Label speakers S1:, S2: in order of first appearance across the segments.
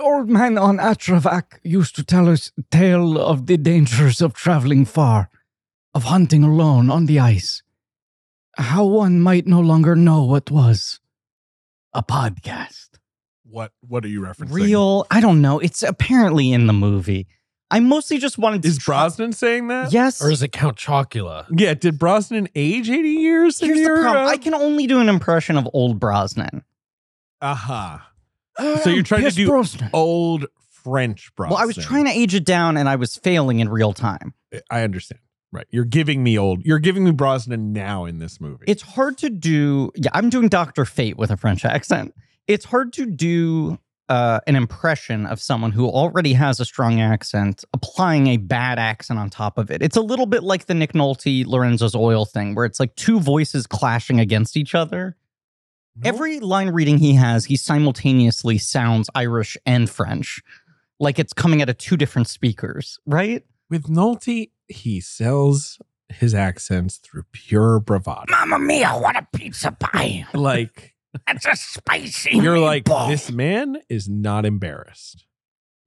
S1: old man on Atravak used to tell us tale of the dangers of traveling far, of hunting alone on the ice, how one might no longer know what was a podcast.
S2: What What are you referencing?
S1: Real, I don't know. It's apparently in the movie. I mostly just wanted to.
S2: Is
S1: try-
S2: Brosnan saying that?
S1: Yes.
S3: Or is it Count Chocula?
S2: Yeah. Did Brosnan age eighty years? in
S1: Here's the
S2: your,
S1: problem.
S2: uh,
S1: I can only do an impression of old Brosnan.
S2: Aha. So you're trying to
S1: Pierce
S2: do
S1: Brosnan.
S2: Old French Brosnan.
S1: Well, I was trying to age it down, and I was failing in real time.
S2: I understand. Right. You're giving me old. You're giving me Brosnan now in this movie.
S1: It's hard to do. Yeah, I'm doing Doctor Fate with a French accent. It's hard to do uh, an impression of someone who already has a strong accent, applying a bad accent on top of it. It's a little bit like the Nick Nolte Lorenzo's Oil thing, where it's like two voices clashing against each other.
S2: Nope.
S1: Every line reading he has, he simultaneously sounds Irish and French, like it's coming out of two different speakers, right?
S2: with Nolte, he sells his accents through pure bravado.
S1: Mamma mia, what a pizza pie!
S2: like
S1: That's a spicy.
S2: you're like
S1: meatball.
S2: this man is not embarrassed.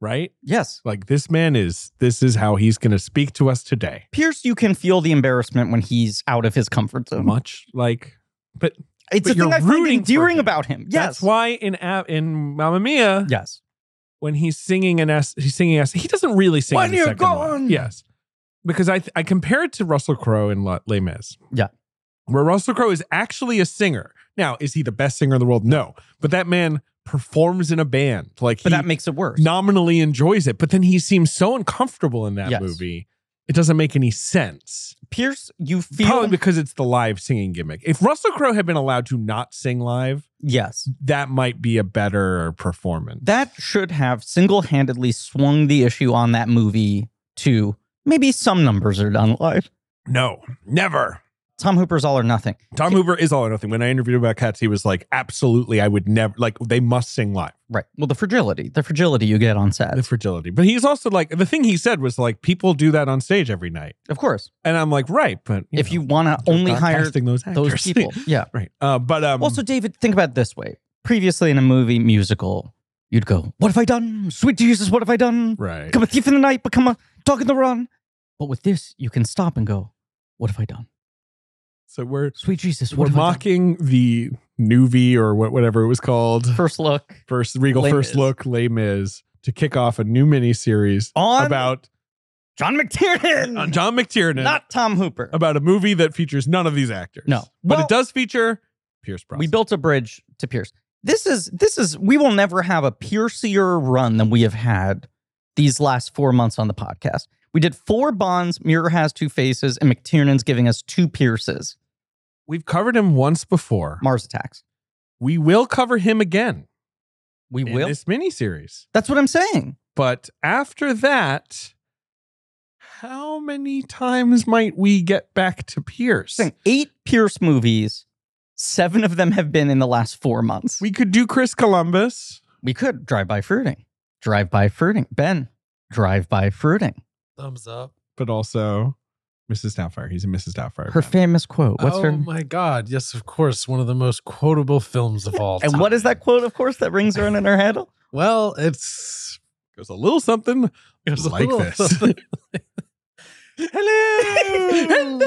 S2: Right?
S1: Yes.
S2: Like this man is this is how he's going to speak to us today.
S1: Pierce, you can feel the embarrassment when he's out of his comfort zone.
S2: Much like but
S1: It's
S2: But
S1: a thing
S2: you're
S1: I find
S2: rooting for
S1: endearing
S2: him.
S1: about him. Yes.
S2: that's why in A- in Mamma Mia
S1: Yes.
S2: when he's singing an S, he's singing S. He doesn't really sing.
S1: When
S2: in the
S1: you're
S2: second one.
S1: gone.
S2: yes, because I th- I compare it to Russell Crowe in La- Les Mis.
S1: Yeah.
S2: where Russell Crowe is actually a singer. Now, is he the best singer in the world? No, but that man performs in a band. Like
S1: But
S2: he
S1: that makes it worse.
S2: nominally enjoys it, but then he seems so uncomfortable in that
S1: Yes.
S2: movie. It doesn't make any sense.
S1: Pierce, you feel
S2: Probably because it's the live singing gimmick. If Russell Crowe had been allowed to not sing live,
S1: Yes.
S2: that might be a better performance.
S1: That should have single-handedly swung the issue on that movie to maybe some numbers are done live.
S2: no, never.
S1: Tom Hooper's all or nothing.
S2: Tom Hoover is all or nothing. When I interviewed him about cats, he was like, absolutely, I would never, like, they must sing live.
S1: Right. Well, the fragility. The fragility you get on set.
S2: The fragility. But he's also like, the thing he said was like, people do that on stage every night.
S1: of course.
S2: And I'm like, right, but
S1: if
S2: know,
S1: you want to
S2: you're
S1: only
S2: not
S1: hire
S2: casting those,
S1: those
S2: actors.
S1: people. Yeah.
S2: right. Uh, but um,
S1: Also, David, think about it this way. Previously in a movie musical, you'd go, What have I done? Sweet Jesus, what have I done?
S2: right.
S1: Become a thief in the night, become a dog in the run. But with this, you can stop and go, What have I done?
S2: So we're
S1: Sweet Jesus,
S2: we're
S1: what have I
S2: mocking the Nuvi or what, whatever it was called,
S1: done? First look.
S2: first Regal
S1: Les
S2: first
S1: Mis.
S2: look, Les Mis, to kick off a new miniseries
S1: On
S2: about
S1: John McTiernan.
S2: on John McTiernan,
S1: Not Tom Hooper.
S2: about a movie that features none of these actors.
S1: No.
S2: but
S1: Well-
S2: it does feature Pierce Brosnan.
S1: We built a bridge to Pierce. This is this is we will never have a piercier run than we have had these last four months on the podcast. We did four bonds, Mirror has two faces, and McTiernan's giving us two pierces.
S2: We've covered him once before.
S1: Mars attacks.
S2: We will cover him again
S1: We
S2: in
S1: will.
S2: this miniseries.
S1: That's what I'm saying.
S2: But after that, how many times might we get back to Pierce?
S1: Saying Eight Pierce movies, seven of them have been in the last four months. We,
S2: We could do Chris Columbus.
S1: we could drive by fruiting, drive by fruiting. Ben, drive by fruiting.
S3: Thumbs up.
S2: but also Mrs. Doubtfire. He's a Mrs. Doubtfire.
S1: Her
S2: fan.
S1: famous quote. What's
S3: oh
S1: her?
S3: my God. Yes, of course. One of the most quotable films of all time.
S1: and what is that quote? Of course, that rings around in her head.
S3: Well, it's.
S2: Goes a little something
S3: it's a
S2: like
S3: little
S2: this.
S3: something.
S2: Hello.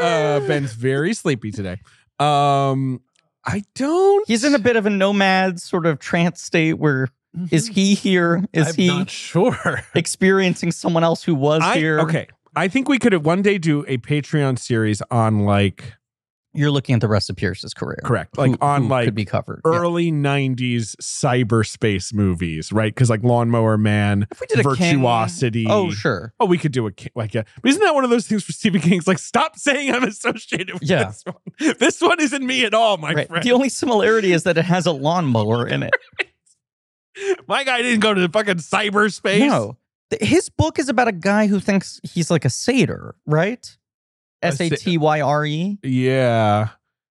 S2: Uh, Ben's very sleepy today. Um, I don't.
S1: He's in a bit of a nomad sort of trance state. Where is he here? Is
S3: I'm
S1: he
S3: not sure.
S1: experiencing someone else who was
S2: I,
S1: here?
S2: Okay, I think we could one day do a Patreon series on like
S1: you're looking at the rest of Pierce's career.
S2: correct, like
S1: Who-
S2: on
S1: who
S2: like
S1: could be covered. Yeah.
S2: early '90s cyberspace movies, right? Because like Lawnmower Man,
S1: If we did a King-
S2: Virtuosity.
S1: Oh sure.
S2: Oh, we could do a King, like a, but isn't that one of those things where Stephen King's like, stop saying I'm associated with
S1: Yeah.
S2: this one. This one isn't me at all, my
S1: Right.
S2: friend.
S1: The only similarity is that it has a lawnmower in it.
S2: my guy didn't go to the fucking cyberspace.
S1: No. Th- His book is about a guy who thinks he's like a satyr, right?
S2: A
S1: S
S2: sa-
S1: A T Y R E.
S2: Yeah.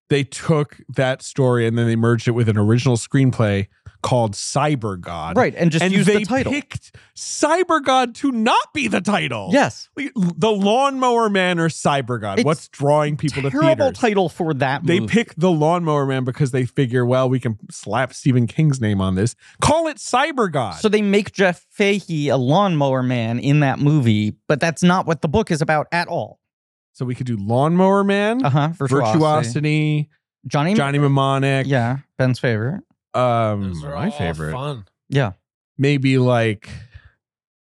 S2: They took that story and then they merged it with an original screenplay called Cyber God.
S1: right, and just
S2: and
S1: use
S2: they
S1: the title.
S2: picked Cyber God to not be the title.
S1: yes,
S2: The Lawnmower Man or Cyber God.
S1: It's
S2: What's drawing people to
S1: terrible
S2: theaters?
S1: title for that.
S2: They
S1: movie.
S2: pick the Lawnmower Man because they figure, well, we can slap Stephen King's name on this. Call it Cyber God.
S1: So they make Jeff Fahey a lawnmower man in that movie, but that's not what the book is about at all.
S2: So we could do Lawnmower Man,
S1: Uh huh. Virtuosity.
S2: Virtuosity,
S1: Johnny.
S2: Johnny Mnemonic.
S1: Yeah, Ben's favorite.
S2: Um,
S3: Those are
S2: my
S3: all
S2: favorite.
S3: Fun.
S1: Yeah.
S2: Maybe like,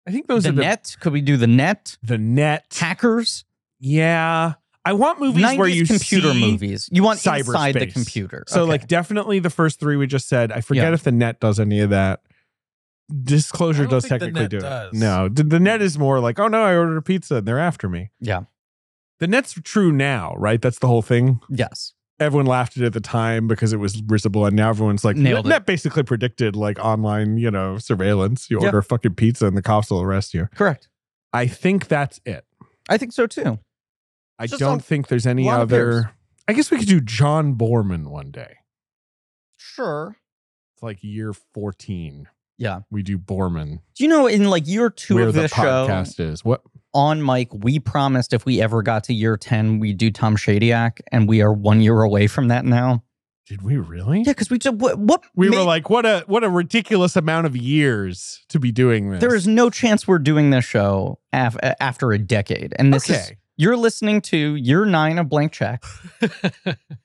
S2: I think those
S1: the
S2: are the
S1: net. Could we do the net?
S2: The net.
S1: Hackers.
S2: Yeah. I want movies
S1: 90s
S2: where you
S1: computer
S2: see,
S1: movies. You want inside the
S2: cyberspace.
S1: computer.
S2: So
S1: Okay.
S2: like definitely the first three we just said. I forget
S1: Yeah.
S2: if the net does any of that. Disclosure
S3: I don't
S2: does
S3: think the
S2: technically
S3: net
S2: do
S3: does.
S2: it. No, the, the net is more like, oh no, I ordered a pizza and they're after me.
S1: Yeah.
S2: The net's true now, right? That's the whole thing.
S1: yes,
S2: Everyone laughed at it at the time because it was risible, and now everyone's like,
S1: Nailed
S2: net basically predicted like online, you know, surveillance. You
S1: Yeah.
S2: order a fucking pizza and the cops will arrest you.
S1: correct.
S2: I think that's it.
S1: I think so too.
S2: I
S1: Just
S2: don't
S1: a
S2: think there's any
S1: lot of beers.
S2: other. I guess we could do John Borman one day.
S1: Sure.
S2: It's like year 14.
S1: Yeah.
S2: We do Borman.
S1: Do you know in like year two
S2: where
S1: of
S2: the
S1: this show
S2: podcast is. What?
S1: on Mike, we promised if we ever got to year ten, we do Tom Shadyac, and we are one year away from that now.
S2: Did we really?
S1: Yeah, because we just what, what
S2: We were
S1: made-
S2: like, what a what a ridiculous amount of years to be doing this.
S1: there is no chance we're doing this show af- after a decade, and this is
S2: okay.
S1: you're listening to year nine of Blank Check,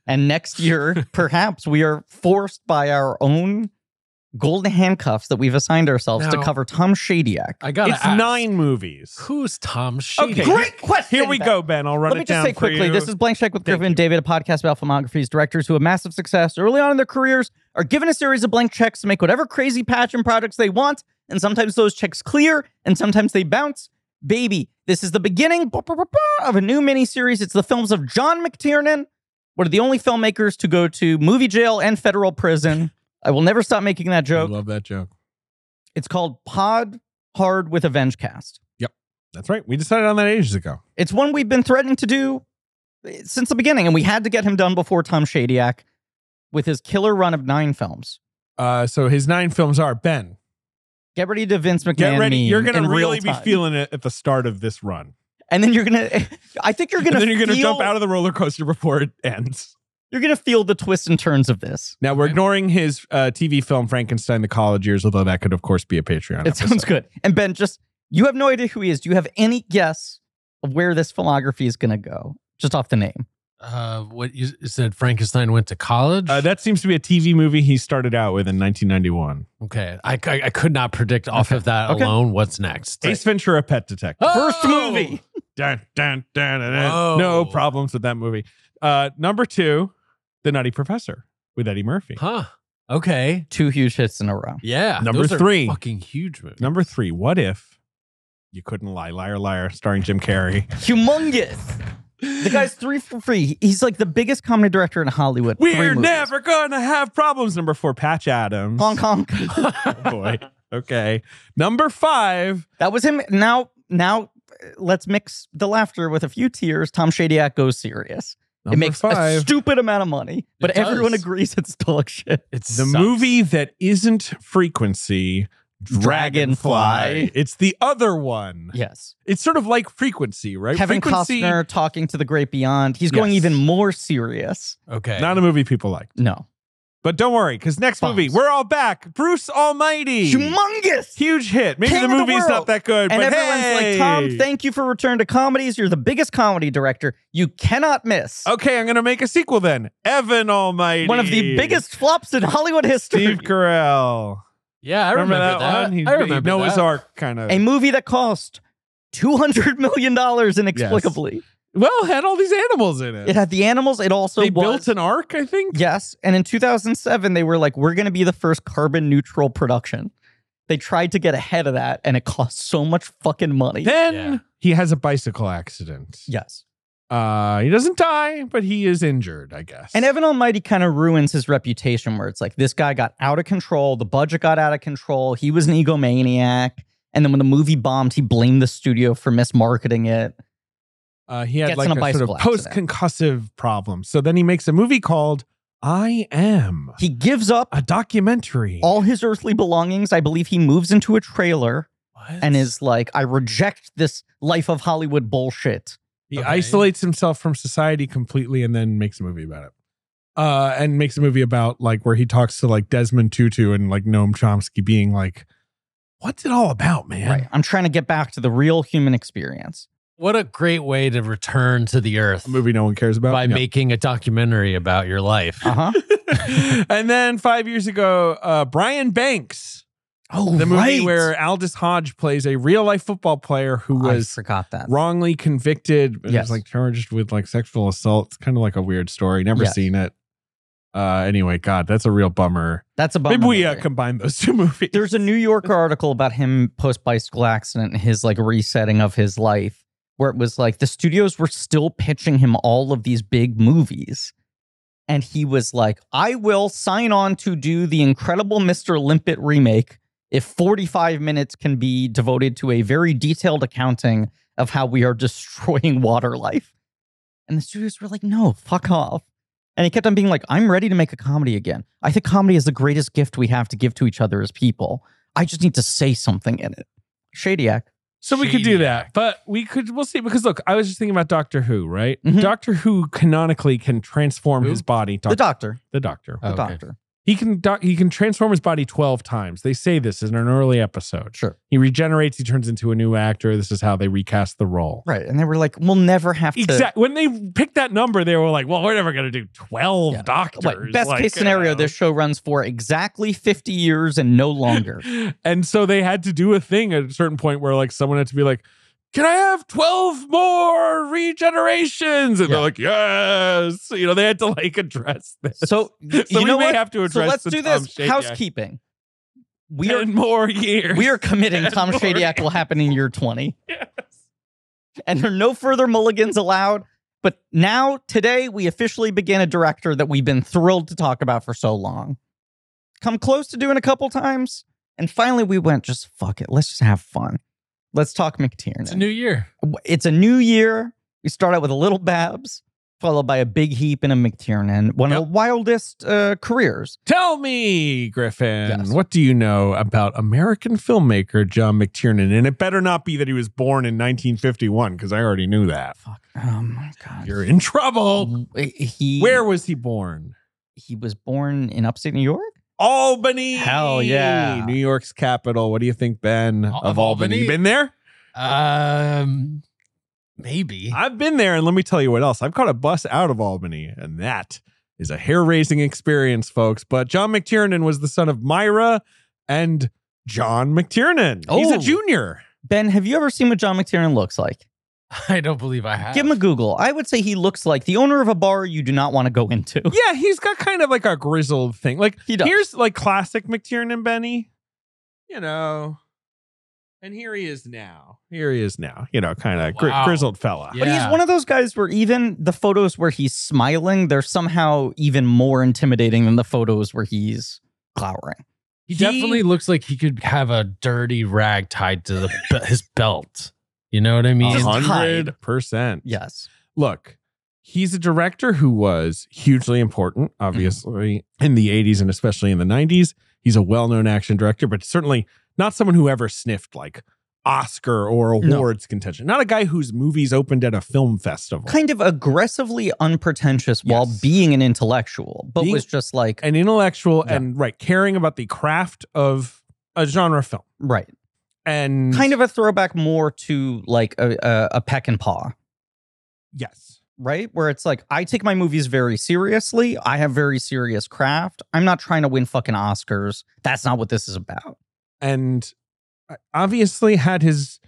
S1: and next year perhaps we are forced by our own golden handcuffs that we've assigned ourselves to
S3: Now-
S1: cover Tom Shadyac.
S3: I got
S2: it's nine movies.
S3: Who's Tom Shady?
S2: Okay.
S1: Great question.
S2: Here we
S1: Ben.
S2: go, Ben. I'll run
S1: Let
S2: it
S1: me just
S2: down
S1: say
S2: for
S1: quickly
S2: you.
S1: this is Blank Check with
S2: Thank
S1: Griffin
S2: you.
S1: and David, a podcast about filmographies. Directors who have massive success early on in their careers are given a series of blank checks to make whatever crazy passion projects they want. And sometimes those checks clear and sometimes they bounce. Baby, this is the beginning bah, bah, bah, bah, of a new miniseries. It's the films of John McTiernan, one of the only filmmakers to go to movie jail and federal prison. I will never stop making that
S2: I
S1: joke.
S2: love that joke.
S1: It's called Pod Hard with a Vengecast.
S2: That's right. We decided on that ages ago.
S1: It's one we've been threatening to do since the beginning, and we had to get him done before Tom Shadyac with his killer run of nine films.
S2: Uh, so his nine films are Ben.
S1: Get ready to Vince McMahon.
S2: Get ready.
S1: meme
S2: You're gonna
S1: in real
S2: really be
S1: time.
S2: feeling it at the start of this run.
S1: and then you're gonna. I think you're gonna.
S2: and then you're gonna
S1: feel-
S2: jump out of the roller coaster before it ends.
S1: You're gonna feel the twists and turns of this.
S2: Now we're
S3: Okay.
S2: ignoring his uh, TV film Frankenstein: The College Years, although that could, of course, be a Patreon.
S1: It sounds
S2: episode.
S1: good. And Ben, just you have no idea who he is. Do you have any guess of where this filmography is gonna go? Just off the name.
S3: Uh, what you you said? Frankenstein went to college.
S2: Uh, that seems to be a TV movie he started out with in 1991.
S3: okay, I, I I could not predict off
S1: Okay.
S3: of that
S1: Okay.
S3: alone what's next.
S2: Ace Ventura: Pet Detective.
S1: First movie.
S2: Dun, dun, dun, dun, dun.
S3: Whoa.
S2: No problems with that movie. Uh, number two, The Nutty Professor with Eddie Murphy.
S3: Huh. Okay.
S1: Two huge hits in a row.
S3: Yeah.
S2: Number
S3: those are
S2: three.
S3: Fucking huge movie.
S2: Number three, What If You Couldn't Lie, Liar, Liar, starring Jim Carrey.
S1: Humongous. The guy's three for free. He's like the biggest comedy director in Hollywood. Three
S2: We're
S1: movies.
S2: never gonna have problems. Number four, Patch Adams.
S1: Hong Kong.
S2: Oh, boy. Okay. Number five.
S1: That was him. Now, now, uh, let's mix the laughter with a few tears. Tom Shadyac goes serious.
S2: Number
S1: it makes a
S2: five.
S1: stupid amount of money, but
S3: It does.
S1: everyone agrees it's dog shit.
S3: It's
S2: the movie that isn't frequency dragonfly.
S1: Dragonfly.
S2: it's the other one
S1: Yes,
S2: it's sort of like frequency right
S1: Kevin
S2: frequency
S1: Costner talking to the great beyond. He's going
S2: Yes.
S1: even more serious.
S3: Okay.
S2: not a movie people like
S1: No,
S2: but don't worry because next
S1: Bombs.
S2: movie we're all back bruce almighty
S1: humongous.
S2: huge hit maybe
S1: King
S2: the
S1: of the
S2: movie's
S1: world.
S2: not that good
S1: and
S2: but
S1: everyone's
S2: hey!
S1: like, Tom, thank you for return to comedies. You're the biggest comedy director. You cannot miss.
S2: okay i'm gonna make a sequel then evan almighty
S1: One of the biggest flops in Hollywood history.
S2: steve carell
S3: yeah, I remember, that.
S2: one he's
S3: I
S2: big-
S3: remember
S2: noah's
S3: that.
S2: ark kind of
S1: a movie that cost $200 million inexplicably.
S2: well had all these animals in it
S1: It had the animals. It also
S2: they
S1: was,
S2: built an ark i think
S1: Yes. And in 2007, they were like, we're going to be the first carbon neutral production. They tried to get ahead of that and it cost so much fucking money.
S2: Then
S3: Yeah.
S2: he has a bicycle accident.
S1: Yes.
S2: Uh, he doesn't die, but he is injured, I guess.
S1: And Evan Almighty kind of ruins his reputation where it's like, this guy got out of control. The budget got out of control. He was an egomaniac. And then when the movie bombed, he blamed the studio for mismarketing it.
S2: uh, he had
S1: gets
S2: like
S1: in a
S2: a, sort of
S1: bicycle accident.
S2: post-concussive problem. So then he makes a movie called I Am,
S1: He gives up
S2: a documentary.
S1: all his earthly belongings. I believe he moves into a trailer and is like, I reject this life of Hollywood bullshit.
S2: he
S3: Okay.
S2: isolates himself from society completely and then makes a movie about it. Uh, and makes a movie about like where he talks to like Desmond Tutu and like Noam Chomsky being like, what's it all about, man?
S1: Right. I'm trying to get back to the real human experience.
S3: What a great way to return to the earth
S2: A movie no one cares about.
S3: by
S2: Yeah.
S3: making a documentary about your life.
S1: Uh huh.
S2: and then five years ago, uh, Brian Banks,
S1: Oh,
S2: the movie where Aldous Hodge plays a real life football player who
S1: I
S2: was
S1: forgot that.
S2: wrongly convicted and
S1: Yes.
S2: was like charged with like sexual assault. It's kind of like a weird story. Never
S1: Yes.
S2: seen it. Uh, anyway, God, that's a real bummer.
S1: That's a bummer
S2: Maybe we uh,
S1: movie.
S2: combine those two movies.
S1: There's a New Yorker article about him post bicycle accident and his like resetting of his life, where it was like the studios were still pitching him all of these big movies. And he was like, I will sign on to do the incredible Mr. Limpet remake if 45 minutes can be devoted to a very detailed accounting of how we are destroying water life. And the studios were like, no, fuck off. And he kept on being like, I'm ready to make a comedy again. I think comedy is the greatest gift we have to give to each other as people. I just need to say something in it. Shadyak.
S2: So we could do
S3: Shediac.
S2: that, but we could we'll see because look, I was just thinking about Doctor Who, right?
S1: Mhm.
S2: Doctor Who canonically can transform
S3: Who?
S2: his body.
S1: The
S2: Doc-
S1: doctor.
S2: the Doctor. Oh,
S1: The
S3: Okay.
S1: doctor.
S2: He can doc- he can transform his body twelve times. They say this in an early episode.
S1: Sure.
S2: He regenerates. He turns into a new actor. This is how they recast the role.
S1: Right. And they were like, we'll never have to.
S2: Exactly. When they picked that number, they were like, "Well, we're never going to do twelve
S1: Yeah.
S2: doctors."
S1: Wait, best
S2: Like,
S1: case scenario,
S2: uh,
S1: this show runs for exactly 50 years and no longer.
S2: And so they had to do a thing at a certain point where like someone had to be like, "Can I have twelve more regenerations?" And
S1: Yeah.
S2: they're like, "Yes." You know, they had to like address this.
S1: So,
S2: So
S1: you
S2: we
S1: know
S2: may
S1: what?
S2: have to
S1: So
S2: address.
S1: let's
S2: the
S1: do
S2: Tom
S1: this.
S2: Shadyac.
S1: Housekeeping. We are,
S2: Ten more years.
S1: we are committing
S2: Ten
S1: Tom
S2: more
S1: Shadyak will
S2: years.
S1: happen in year 20.
S2: Yes.
S1: and there are no further mulligans allowed. But now, today, we officially begin a director that we've been thrilled to talk about for so long. Come close to doing a couple times. And finally, we went, just fuck it. Let's just have fun. Let's talk McTiernan.
S3: It's a new year.
S1: it's a new year. We start out with a little Babs, followed by a big heap and a McTiernan, one of the wildest uh, careers.
S2: Tell me, Griffin,
S1: Yes.
S2: what do you know about American filmmaker John McTiernan? And it better not be that he was born in 1951, because I already knew that.
S1: Fuck. Oh my God.
S2: You're in trouble.
S1: he,
S2: Where was he born?
S1: he was born in upstate New York?
S2: Albany.
S1: Hell yeah.
S2: New York's capital. What do you think, Ben,
S3: Al-
S2: of
S3: of
S2: Albany?
S3: Albany?
S2: You been there?
S3: Um, maybe.
S2: I've been there, and let me tell you what else. I've caught a bus out of Albany, and that is a hair raising experience, folks. But John McTiernan was the son of Myra and John McTiernan. He's
S1: Oh.
S2: a junior.
S1: Ben, have you ever seen what John McTiernan looks like?
S3: I don't believe I have.
S1: Give him a Google. I would say he looks like the owner of a bar you do not want to go into.
S2: Yeah, he's got kind of like a grizzled thing. Like
S1: He does.
S2: here's like classic McTiernan Benny, you know. And here he is now. Here he is now. You know, kind of gri-
S3: Wow.
S2: grizzled fella.
S1: but he's
S3: Yeah.
S1: one of those guys where even the photos where he's smiling, they're somehow even more intimidating than the photos where he's glowering.
S3: He definitely looks like he could have a dirty rag tied to the, be- his belt. You know what I mean?
S2: A
S1: Just
S2: hundred percent.
S1: Yes.
S2: Look, he's a director who was hugely important, obviously, in the 80s and especially in the 90s. He's a well known action director, but certainly not someone who ever sniffed like Oscar or
S1: No.
S2: awards contention. Not a guy whose movies opened at a film festival.
S1: Kind of aggressively unpretentious while
S2: Yes.
S1: being an intellectual, but
S2: Being-
S1: was just like,
S2: an intellectual
S1: Yeah.
S2: and right caring about the craft of a genre film
S1: right.
S2: and
S1: Kind of a throwback more to like a, a, a peck and paw.
S2: yes
S1: right? Where it's like, I take my movies very seriously. I have very serious craft. I'm not trying to win fucking Oscars. That's not what this is about.
S2: and uh, obviously had his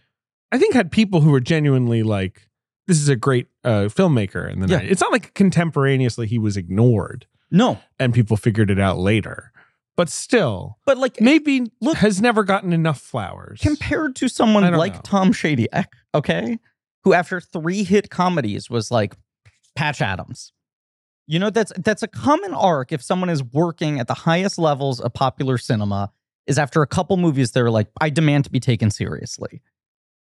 S2: i think had people who were genuinely like this is a great uh, filmmaker in the
S1: Yeah.
S2: night it's not like contemporaneously he was ignored
S1: No,
S2: and people figured it out later but still
S1: but like
S2: maybe
S1: Look-
S2: has never gotten enough flowers
S1: compared to
S2: I
S1: someone
S2: don't
S1: like
S2: know.
S1: Tom Shadyac, okay, who after three hit comedies was like Patch Adams. You know, that's that's a common arc if someone is working at the highest levels of popular cinema, is after a couple movies they're like, I demand to be taken seriously.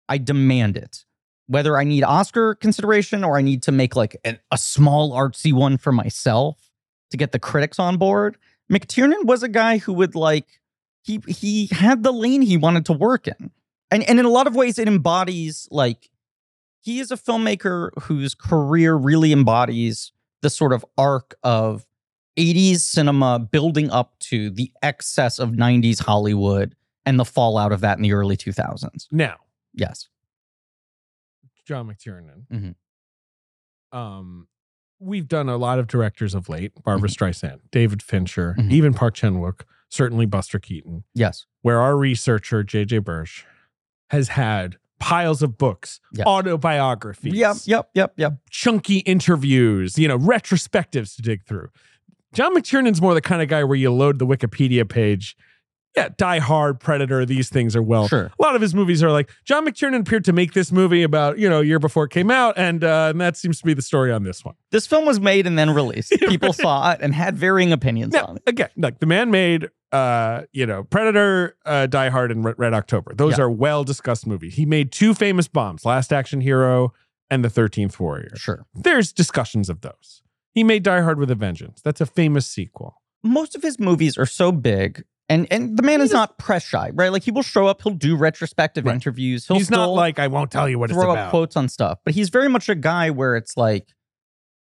S1: I demand it. Whether I need Oscar consideration or I need to make like an, a small artsy one for myself, to get the critics on board. McTiernan was a guy who would like he he had the lane he wanted to work in. And and in a lot of ways it embodies like he is a filmmaker whose career really embodies the sort of arc of 80s cinema building up to the excess of 90s Hollywood and the fallout of that in the early 2000s.
S2: Now,
S1: Yes.
S2: John McTiernan.
S1: Mhm.
S2: Um, we've done a lot of directors of late: Barbara
S1: Mhm.
S2: Streisand, David Fincher,
S1: Mhm.
S2: even Park Chan Wook, certainly Buster Keaton.
S1: Yes.
S2: Where our researcher J.J. Birch has had piles of books,
S1: Yeah.
S2: autobiographies,
S1: Yep, yep, yep, yep.
S2: chunky interviews, you know, retrospectives to dig through. John McTiernan's more the kind of guy where you load the Wikipedia page. Yeah, Die Hard, Predator, these things are well.
S1: sure.
S2: A lot of his movies are like John McTiernan appeared to make this movie about you know a year before it came out, and, uh, and that seems to be the story on this one.
S1: This film was made and then released. People saw it and had varying opinions
S2: Now,
S1: on it.
S2: again, like the man made uh, you know Predator, uh, Die Hard, and Red, Red October. Those
S1: Yeah.
S2: are well discussed movies. He made two famous bombs: Last Action Hero and The Thirteenth Warrior.
S1: Sure.
S2: there's discussions of those. He made Die Hard with a Vengeance. That's a famous sequel.
S1: Most of his movies are so big. And and the man is not press shy, right? Like he will show up, he'll do retrospective
S2: Right.
S1: interviews. He'll
S2: He's not
S1: still-
S2: like I won't tell you what it's
S1: throw up
S2: about.
S1: quotes on stuff, but he's very much a guy where it's like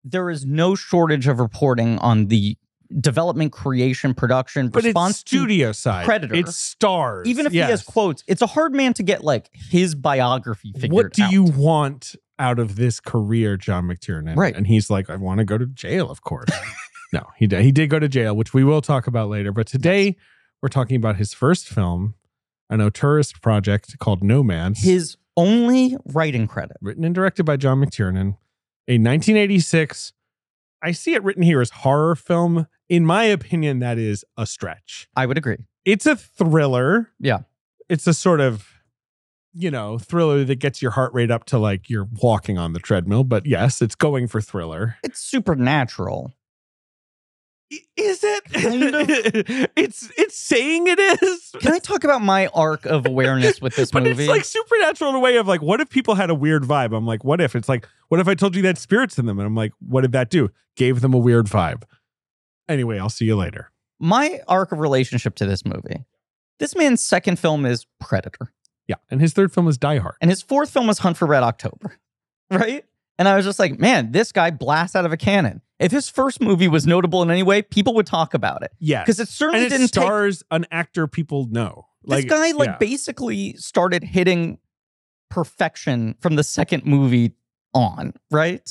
S1: there is no shortage of reporting on the development, creation, production,
S2: but it's
S1: response to.
S2: studio side.
S1: Predator.
S2: It's stars.
S1: Even if he has
S2: Yes.
S1: quotes, it's a hard man to get like his biography figured
S2: What do
S1: out.
S2: you want out of this career, John McTiernan?
S1: Right.
S2: And he's like, I want to go to jail, of course. no, he did. He did go to jail, which we will talk about later. But today we're talking about his first film, an Oturist project called Nomads.
S1: His only writing credit.
S2: written and directed by John McTiernan, a 1986. I see it written here as horror film. In my opinion, that is a stretch.
S1: I would agree.
S2: It's a thriller.
S1: Yeah.
S2: It's a sort of, you know, thriller that gets your heart rate up to like you're walking on the treadmill. But yes, it's going for thriller.
S1: It's supernatural.
S2: Is it?
S1: Kind of.
S2: it's it's saying it is.
S1: Can I talk about my arc of awareness with this
S2: but
S1: movie?
S2: it's like supernatural in a way of like, what if people had a weird vibe? I'm like, what if it's like, what if I told you that spirits in them? And I'm like, what did that do? Gave them a weird vibe. Anyway, I'll see you later.
S1: my arc of relationship to this movie. This man's second film is Predator.
S2: Yeah. And his third film is Die Hard.
S1: And his fourth film was Hunt for Red October, right? And I was just like, man, this guy blasts out of a cannon. If his first movie was notable in any way, people would talk about it
S2: Yeah.
S1: because it certainly
S2: And it
S1: didn't take.
S2: stars an actor people know.
S1: this guy like
S2: yeah.
S1: basically started hitting perfection from the second movie on, right?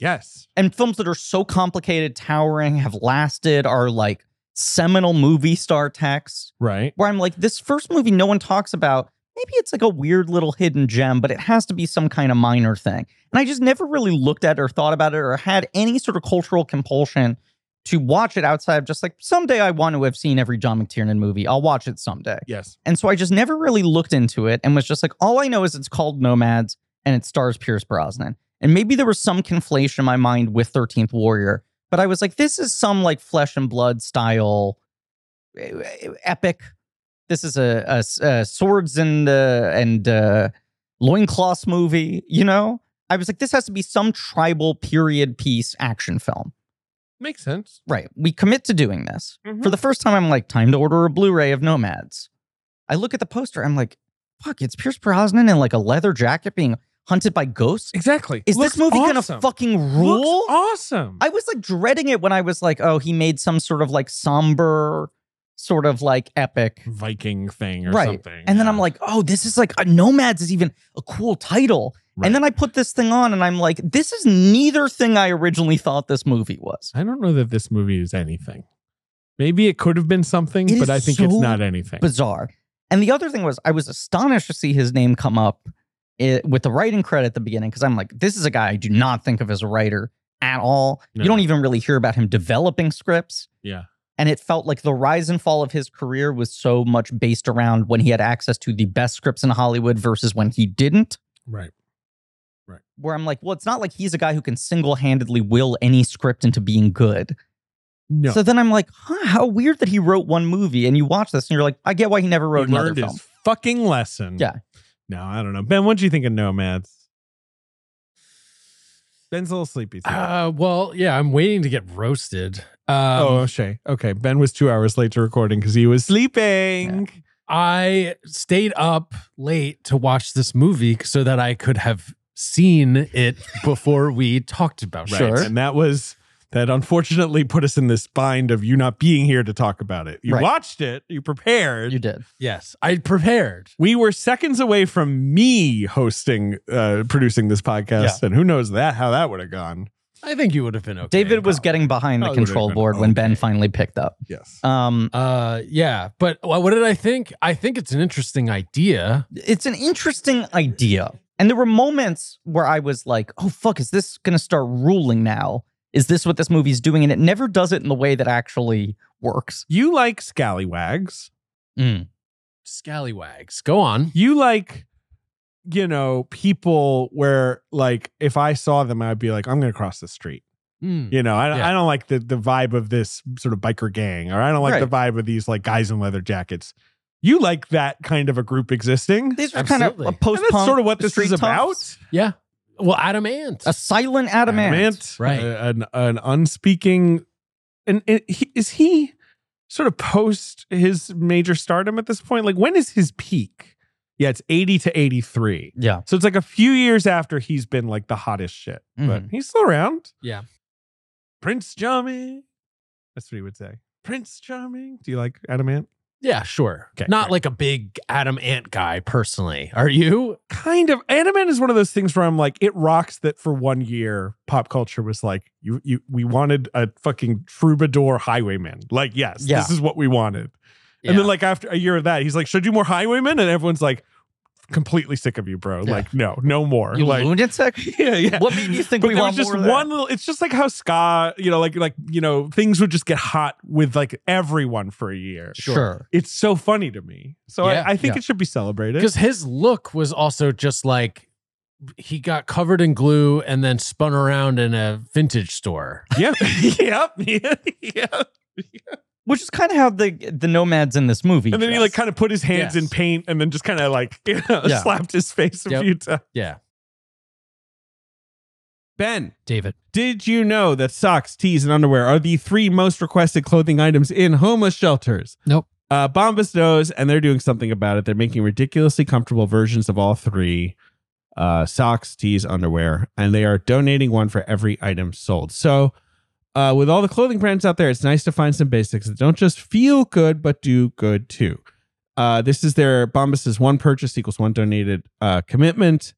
S2: yes.
S1: And films that are so complicated, towering, have lasted, are like seminal movie star texts
S2: Right.
S1: where I'm like, this first movie no one talks about. Maybe it's like a weird little hidden gem, but it has to be some kind of minor thing. And I just never really looked at it or thought about it or had any sort of cultural compulsion to watch it outside of just like someday I want to have seen every John McTiernan movie. I'll watch it someday.
S2: Yes.
S1: And so I just never really looked into it and was just like, all I know is it's called Nomads and it stars Pierce Brosnan. And maybe there was some conflation in my mind with 13th Warrior, but I was like, this is some like flesh and blood style eh, eh, epic. This is a, a s- a swords and, uh, and uh, loincloths movie, you know? I was like, this has to be some tribal period piece action film.
S2: Makes sense.
S1: Right. We commit to doing this.
S2: Mhm.
S1: For the first time, I'm like, time to order a Blu ray of Nomads. I look at the poster. I'm like, fuck, it's Pierce Brosnan in like a leather jacket being hunted by ghosts.
S2: Exactly.
S1: Is
S2: Looks
S1: this movie
S2: awesome.
S1: gonna fucking
S2: Looks
S1: rule?
S2: awesome.
S1: I was like dreading it when I was like, oh, he made some sort of like somber, sort of like epic.
S2: Viking thing or
S1: Right.
S2: something.
S1: And then
S2: Yeah.
S1: I'm like, oh, this is like a Nomads is even a cool title.
S2: Right.
S1: And then I put this thing on and I'm like, this is neither thing I originally thought this movie was.
S2: I don't know that this movie is anything. Maybe it could have been something,
S1: It
S2: but
S1: is
S2: I think
S1: so
S2: it's not anything.
S1: bizarre. And the other thing was, I was astonished to see his name come up eh, with the writing credit at the beginning because I'm like, this is a guy I do not think of as a writer at all.
S2: No.
S1: You don't even really hear about him developing scripts.
S2: Yeah.
S1: And it felt like the rise and fall of his career was so much based around when he had access to the best scripts in Hollywood versus when he didn't.
S2: Right.
S1: Where I'm like, well, it's not like he's a guy who can single handedly will any script into being good.
S2: No.
S1: So then I'm like, huh, how weird that he wrote one movie. And you watch this and you're like, I get why he never wrote
S2: he
S1: another
S2: learned
S1: film.
S2: his fucking lesson.
S1: Yeah.
S2: No, I don't know. Ben, what do you think of Nomads? Ben's a little sleepy. today.
S3: Uh, well, yeah, I'm waiting to get roasted. Um,
S2: oh, O'Shea. Okay. Ben was two hours late to recording because he was sleeping.
S3: I stayed up late to watch this movie so that I could have seen it before we talked about it.
S1: Sure.
S2: And that was that unfortunately put us in this bind of you not being here to talk about it. You
S1: Right.
S2: watched it, you prepared.
S1: You did.
S3: Yes, I prepared.
S2: we were seconds away from me hosting, uh, producing this podcast, and who knows that how that would have gone.
S3: I think you would have been okay.
S1: David was
S3: Bob.
S1: getting behind the
S2: Probably would've
S1: control
S2: been
S1: board when Ben
S2: okay.
S1: finally picked up.
S2: Yes.
S1: Um,
S3: Uh, yeah, but wh- what did I think? I think it's an interesting idea.
S1: it's an interesting idea. And there were moments where I was like, oh, fuck, is this going to start ruling now? Is this what this movie's doing? And it never does it in the way that actually works.
S2: You like scallywags. Mm.
S3: Scallywags, go on.
S2: You like, you know, people where like if I saw them, I'd be like, I'm going to cross the street.
S3: Mm.
S2: You know, I,
S3: Yeah.
S2: I don't like the, the vibe of this sort of biker gang, or I don't like the vibe of these like guys in leather jackets. You like that kind of a group existing.
S1: These are kind
S3: Absolutely.
S1: of post
S2: And that's
S1: punk.
S2: sort of what this is about.
S3: Yeah. Well, Adam Ant.
S1: A silent adamant.
S3: Right.
S2: Uh, an an unspeaking. And, and he, is he sort of post his major stardom at this point? Like when is his peak? Yeah, it's eighty to eighty three.
S1: Yeah.
S2: So it's like a few years after he's been like the hottest shit, but he's still around.
S3: Mm-hmm. Yeah.
S2: Prince Charming. That's what he would say. Prince Charming. Do you like Adamant?
S3: yeah, sure.
S2: Okay,
S3: Not
S2: great.
S3: like a big Adam Ant guy personally. Are you?
S2: kind of Animan is one of those things where I'm like, it rocks that for one year pop culture was like, you you we wanted a fucking troubadour highwayman. Like, yes,
S1: Yeah.
S2: this is what we wanted.
S3: Yeah.
S2: And then like after a year of that, he's like, should do more highwaymen? And everyone's like, completely sick of you, bro.
S3: Yeah.
S2: Like, no, no more.
S1: You
S2: like
S1: lunatic.
S2: yeah, yeah.
S1: What made you think
S2: But
S1: we
S2: there
S1: want
S2: was just
S1: more of that?
S2: one little. It's just like how ska, you know, like like you know, things would just get hot with like everyone for a year.
S3: Sure.
S2: It's so funny to me. So
S3: Yeah.
S2: I, I think
S1: Yeah.
S2: it should be celebrated.
S3: Because his look was also just like he got covered in glue and then spun around in a vintage store.
S2: yep. yep. Yep.
S1: Which is kind of how the the nomads in this movie.
S2: And then he
S1: dress.
S2: like kind of put his hands
S3: Yes.
S2: in paint and then just kind of like you know,
S1: Yeah.
S2: slapped his face a
S3: Yep.
S2: few times.
S3: Yeah.
S2: Ben,
S3: David.
S2: did you know that socks, tees, and underwear are the three most requested clothing items in homeless shelters?
S3: Nope.
S2: Uh, Bombas knows, and they're doing something about it. They're making ridiculously comfortable versions of all three uh, socks, tees, underwear, and they are donating one for every item sold. So, uh, with all the clothing brands out there, it's nice to find some basics that don't just feel good, but do good too. Uh, this is their Bombas's one purchase equals one donated uh, commitment.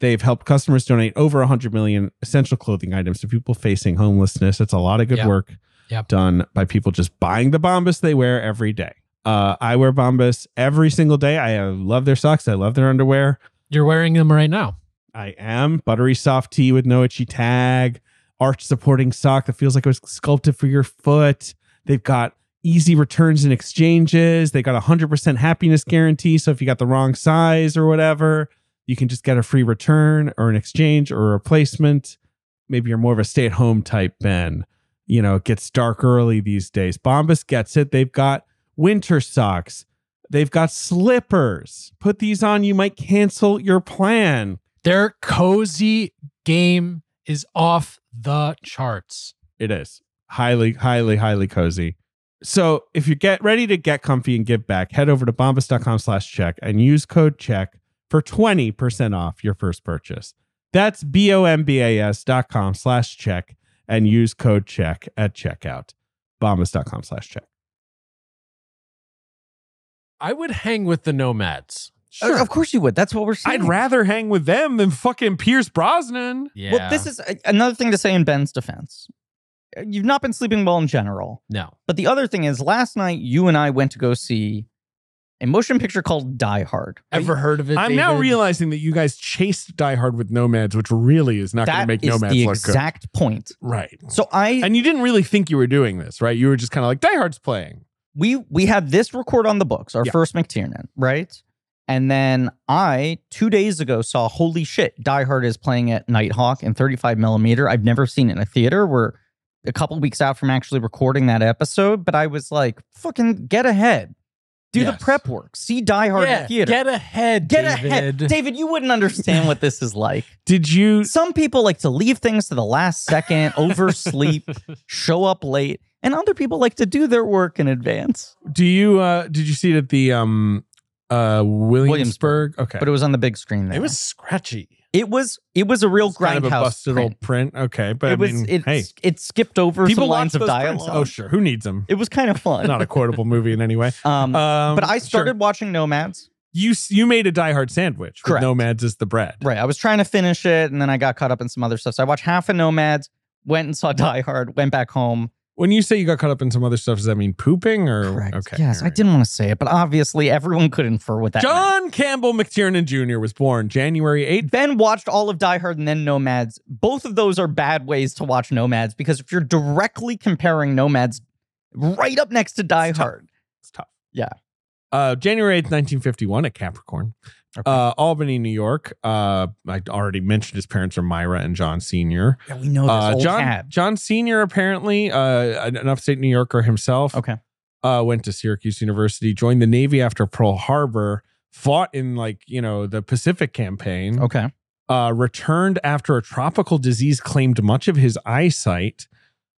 S2: They've helped customers donate over 100 million essential clothing items to people facing homelessness. It's a lot of good
S3: Yep.
S2: work
S3: Yep.
S2: done by people just buying the Bombas they wear every day. Uh, I wear Bombas every single day. I uh, love their socks. I love their underwear.
S3: You're wearing them right now.
S2: I am buttery soft tee with no itchy tag, arch supporting sock that feels like it was sculpted for your foot. They've got easy returns and exchanges. They got a 100% happiness guarantee. So if you got the wrong size or whatever, you can just get a free return or an exchange or a replacement. Maybe you're more of a stay at home type, Ben. You know, it gets dark early these days. Bombas gets it. They've got winter socks. They've got slippers. Put these on. You might cancel your plan.
S3: Their cozy game is off the charts.
S2: It is highly, highly, highly cozy. So if you get ready to get comfy and give back, head over to bombas.com slash check and use code check for 20% off your first purchase. That's B-O-M-B-A-S dot com slash check and use code check at checkout. Bombas.com slash check.
S3: I would hang with the nomads.
S1: Uh, Of course you would. That's what we're saying.
S2: rather hang with them than fucking Pierce Brosnan.
S3: Yeah.
S1: Well, this is a- another thing to say in Ben's defense. Uh, You've not been sleeping well in general.
S3: no.
S1: But the other thing is, last night you and I went to go see a motion picture called Die Hard.
S3: Ever heard of it?
S2: I'm now
S3: David?
S2: realizing that you guys chased Die Hard with Nomads, which really is not going to
S1: That
S2: make
S1: is
S2: Nomads
S1: the
S2: look good.
S1: exact point.
S2: Right.
S1: So I
S2: And you didn't really think you were doing this, right? You were just kind of like, Die Hard's playing.
S1: we we had this record on the books, our
S2: Yeah.
S1: first McTiernan, right? And then I two days ago saw Holy shit, Die Hard is playing at Nighthawk in 35 millimeter. I've never seen it in a theater. We're a couple weeks out from actually recording that episode, but I was like, fucking get ahead. Do
S3: Yes.
S1: the prep work. See Die Hard in
S3: Yeah,
S1: theater.
S3: Get ahead,
S1: Get
S3: David.
S1: ahead. David, you wouldn't understand what this is like.
S2: Did you?
S1: Some people like to leave things to the last second, oversleep, show up late, and other people like to do their work in advance.
S2: Do you? uh Did you see it at the um uh Williamsburg?
S1: Williamsburg.
S2: Okay,
S1: But it was on the big screen there.
S3: It was scratchy.
S1: it was it was a real
S2: It's kind of a
S1: grindhouse.
S2: busted
S1: print.
S2: old print. Okay, but I
S1: It was
S2: mean,
S1: it,
S2: hey,
S1: it skipped over
S2: people
S1: some
S2: watch
S1: lines of
S2: those prints.
S1: dialogue.
S2: Oh sure, who needs them?
S1: It was kind of fun.
S2: Not a quotable movie in any way.
S1: um,
S2: Um,
S1: but I
S2: sure.
S1: started watching Nomads.
S2: You s- you made a Die Hard sandwich. With
S1: Correct.
S2: Nomads is the bread.
S1: Right. I was trying to finish it and then I got caught up in some other stuff. So I watched half of Nomads, went and saw Die Hard, went back home.
S2: When you say you got caught up in some other stuff, does that mean pooping or okay?
S1: yes,
S2: all
S1: I
S2: right.
S1: didn't want to say it, but obviously everyone could infer what that meant.
S2: John Campbell McTiernan Jr. was born January 8th.
S1: Then watched all of Die Hard and then Nomads. Both of those are bad ways to watch Nomads because if you're directly comparing Nomads right up next to Die
S2: It's tough.
S1: Hard,
S2: It's tough.
S1: Yeah.
S2: Uh, January 8th, 1951 at Capricorn. Uh, Albany, New York. Uh, I already mentioned his parents are Myra and John Sr.
S1: yeah, we know this
S2: Uh,
S1: Oh, old
S2: John,
S1: hat.
S2: John Sr. apparently, uh, an upstate New Yorker himself,
S1: Okay.
S2: uh, went to Syracuse University, joined the Navy after Pearl Harbor, fought in like, you know, the Pacific campaign.
S1: Okay.
S2: uh, returned after a tropical disease claimed much of his eyesight,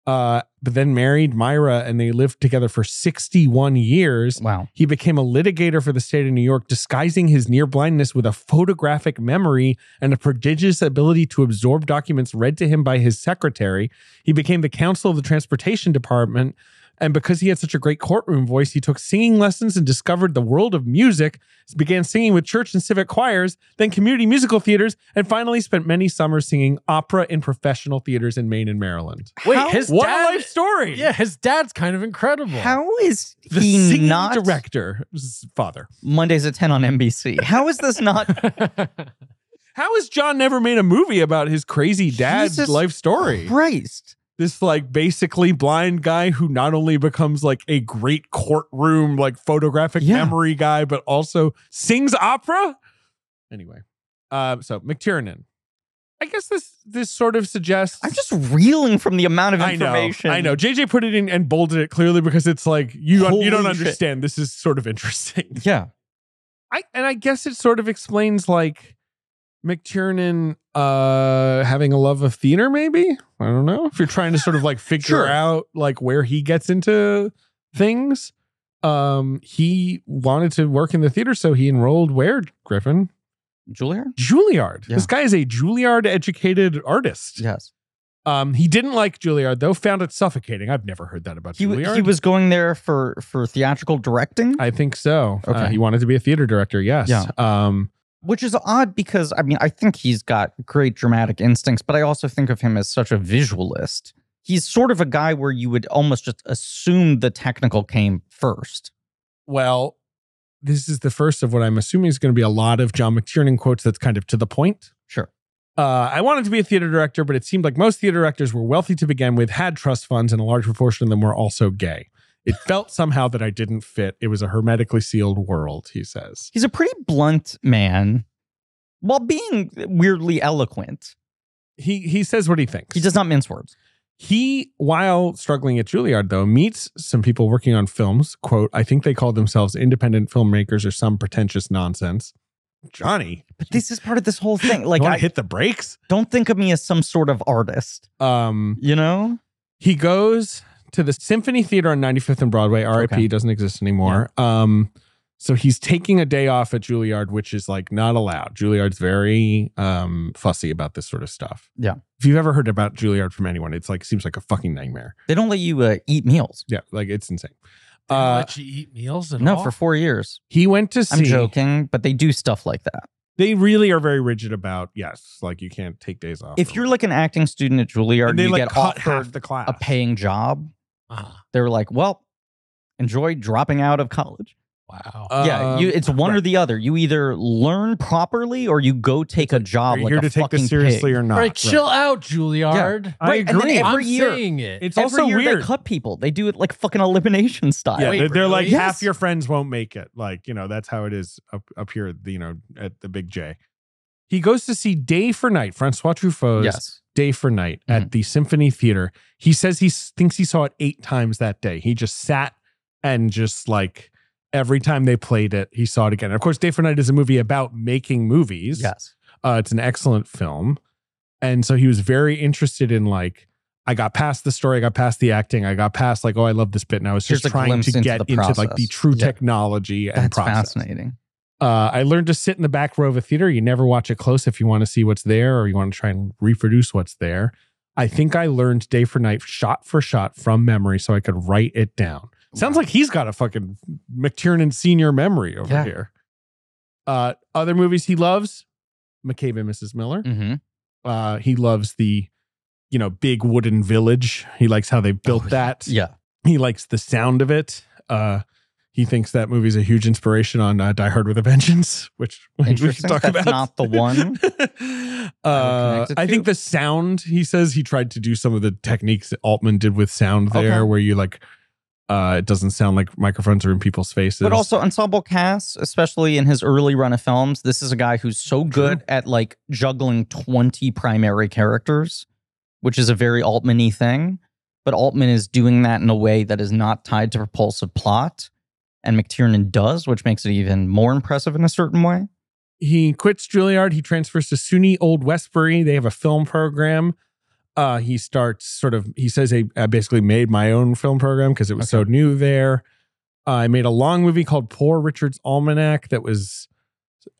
S2: uh, but then married Myra and they lived together for 61 years.
S1: Wow.
S2: He became a litigator for the state of New York, disguising his near blindness with a photographic memory and a prodigious ability to absorb documents read to him by his secretary. He became the counsel of the transportation department. And because he had such a great courtroom voice, he took singing lessons and discovered the world of music, began singing with church and civic choirs, then community musical theaters, and finally spent many summers singing opera in professional theaters in Maine and Maryland.
S3: Wait,
S1: How-
S3: his
S2: What
S3: dad.
S2: a life story!
S3: Yeah, his dad's kind of incredible.
S1: How is
S2: The
S1: he
S2: singing
S1: not
S2: director, his father.
S1: Mondays at 10 on NBC? How is this not
S2: How has John never made a movie about his crazy dad's
S1: Jesus
S2: life story?
S1: Christ.
S2: This like basically blind guy who not only becomes like a great courtroom like photographic
S1: Yeah.
S2: memory guy, but also sings opera. Anyway, uh, so McTiernan. I guess this this sort of suggests.
S1: I'm just reeling from the amount of
S2: I know.
S1: information.
S2: I know. JJ put it in and bolded it clearly because it's like you you
S1: Holy
S2: don't
S1: shit.
S2: understand. This is sort of interesting.
S1: Yeah.
S2: I and I guess it sort of explains like McTiernan uh having a love of theater, maybe. I don't know. If you're trying to sort of like figure
S1: Sure.
S2: out like where he gets into things. Um he wanted to work in the theater, so he enrolled where, Griffin?
S1: Juilliard?
S2: Juilliard.
S1: Yeah.
S2: This guy is a Juilliard educated artist.
S1: Yes.
S2: Um he didn't like Juilliard though, found it suffocating. I've never heard that about
S1: He, w-
S2: Juilliard.
S1: he was going there for, for theatrical directing,
S2: I think so. Uh,
S1: Okay.
S2: he wanted to be a theater director, yes.
S1: Yeah.
S2: Um
S1: which is odd because, I mean, I think he's got great dramatic instincts, but I also think of him as such a visualist. He's sort of a guy where you would almost just assume the technical came first.
S2: well, this is the first of what I'm assuming is going to be a lot of John McTiernan quotes that's kind of to the point.
S1: Sure.
S2: Uh, I wanted to be a theater director, but it seemed like most theater directors were wealthy to begin with, had trust funds, and a large proportion of them were also gay. It felt somehow that I didn't fit. It was a hermetically sealed world, he says.
S1: He's a pretty blunt man while being weirdly eloquent.
S2: He he says what he thinks.
S1: He does not mince words.
S2: He, while struggling at Juilliard, though, meets some people working on films. Quote, I think they call themselves independent filmmakers or some pretentious nonsense. Johnny,
S1: But this is part of this whole thing. Like,
S2: you want
S1: I
S2: to hit the brakes?
S1: don't think of me as some sort of artist,
S2: Um,
S1: you know?
S2: He goes to the Symphony Theater on 95th and Broadway. RIP
S1: Okay.
S2: doesn't exist anymore. Um, so he's taking a day off at Juilliard, which is like not allowed. Juilliard's very um, fussy about this sort of stuff.
S1: Yeah.
S2: If you've ever heard about Juilliard from anyone, it's like seems like a fucking nightmare.
S1: They don't let you uh, eat meals.
S2: Yeah, like it's insane.
S3: They don't
S2: Uh,
S3: let you eat meals and
S1: No,
S3: all?
S1: for four years.
S2: he went to see.
S1: I'm joking, but they do stuff like that.
S2: They really are very rigid about yes, like you can't take days off.
S1: If you're like an acting student at
S2: and
S1: Juilliard, and
S2: they
S1: you
S2: like
S1: get
S2: cut
S1: offered
S2: half the class.
S1: a paying job.
S3: Ah,
S1: They're like, well, enjoy dropping out of college.
S3: wow.
S2: Um,
S1: yeah, you, it's one or the other. You either learn properly or you go take a job.
S2: Are you
S1: like
S2: here
S1: a
S2: to take
S1: fucking
S2: this seriously
S1: pig.
S2: or not?
S3: all right, chill out, Juilliard.
S2: I
S1: Right, and then
S2: agree.
S1: every
S3: I'm
S1: year-
S3: saying it.
S2: It's
S1: Every
S2: also
S1: year
S2: weird.
S1: They cut people. They do it like fucking elimination style.
S2: Yeah,
S3: Wait,
S2: they're, they're like
S3: really?
S2: half
S1: Yes.
S2: your friends won't make it. Like you know, that's how it is up up here. You know, at the Big J. He goes to see Day for Night, Francois Truffaut's
S1: Yes.
S2: Day for Night
S3: Mm-hmm.
S2: at the Symphony Theater. He says he s- thinks he saw it eight times that day. He just sat and just like every time they played it, he saw it again. And of course, Day for Night is a movie about making movies.
S1: Yes.
S2: Uh, it's an excellent film. And so he was very interested in like, I got past the story, I got past the acting, I got past like, oh, I love this bit. And I was just
S1: Here's a
S2: trying
S1: glimpse
S2: to
S1: into
S2: get
S1: the
S2: into like the
S1: process.
S2: true
S1: Yeah.
S2: technology and
S1: That's
S2: process.
S1: fascinating.
S2: Uh, I learned to sit in the back row of a theater. You never watch it close if you want to see what's there or you want to try and reproduce what's there. I think I learned day for night, shot for shot from memory, so I could write it down. Sounds like he's got a fucking McTiernan senior memory over
S1: Yeah.
S2: here. Uh, other movies he loves, McCabe and Mrs. Miller.
S1: hmm
S2: Uh, he loves the, you know, big wooden village. He likes how they built
S1: Oh,
S2: that
S1: Yeah.
S2: he likes the sound of it. Uh, he thinks that movie's a huge inspiration on uh, Die Hard with a Vengeance, which we should
S1: Interesting.
S2: talk
S1: That's
S2: about.
S1: not the one I
S2: uh,
S1: would connect it
S2: I think
S1: to.
S2: the sound. He says he tried to do some of the techniques that Altman did with sound there,
S1: Okay.
S2: where you like, uh, it doesn't sound like microphones are in people's faces.
S1: But also ensemble casts, especially in his early run of films, this is a guy who's so good at like juggling 20 primary characters, which is a very Altman-y thing. But Altman is doing that in a way that is not tied to propulsive plot. And McTiernan does, which makes it even more impressive in a certain way.
S2: he quits Juilliard. He transfers to SUNY Old Westbury. They have a film program. Uh, he starts sort of, he says, I, I basically made my own film program because it was so new there. Uh, I made a long movie called Poor Richard's Almanac that was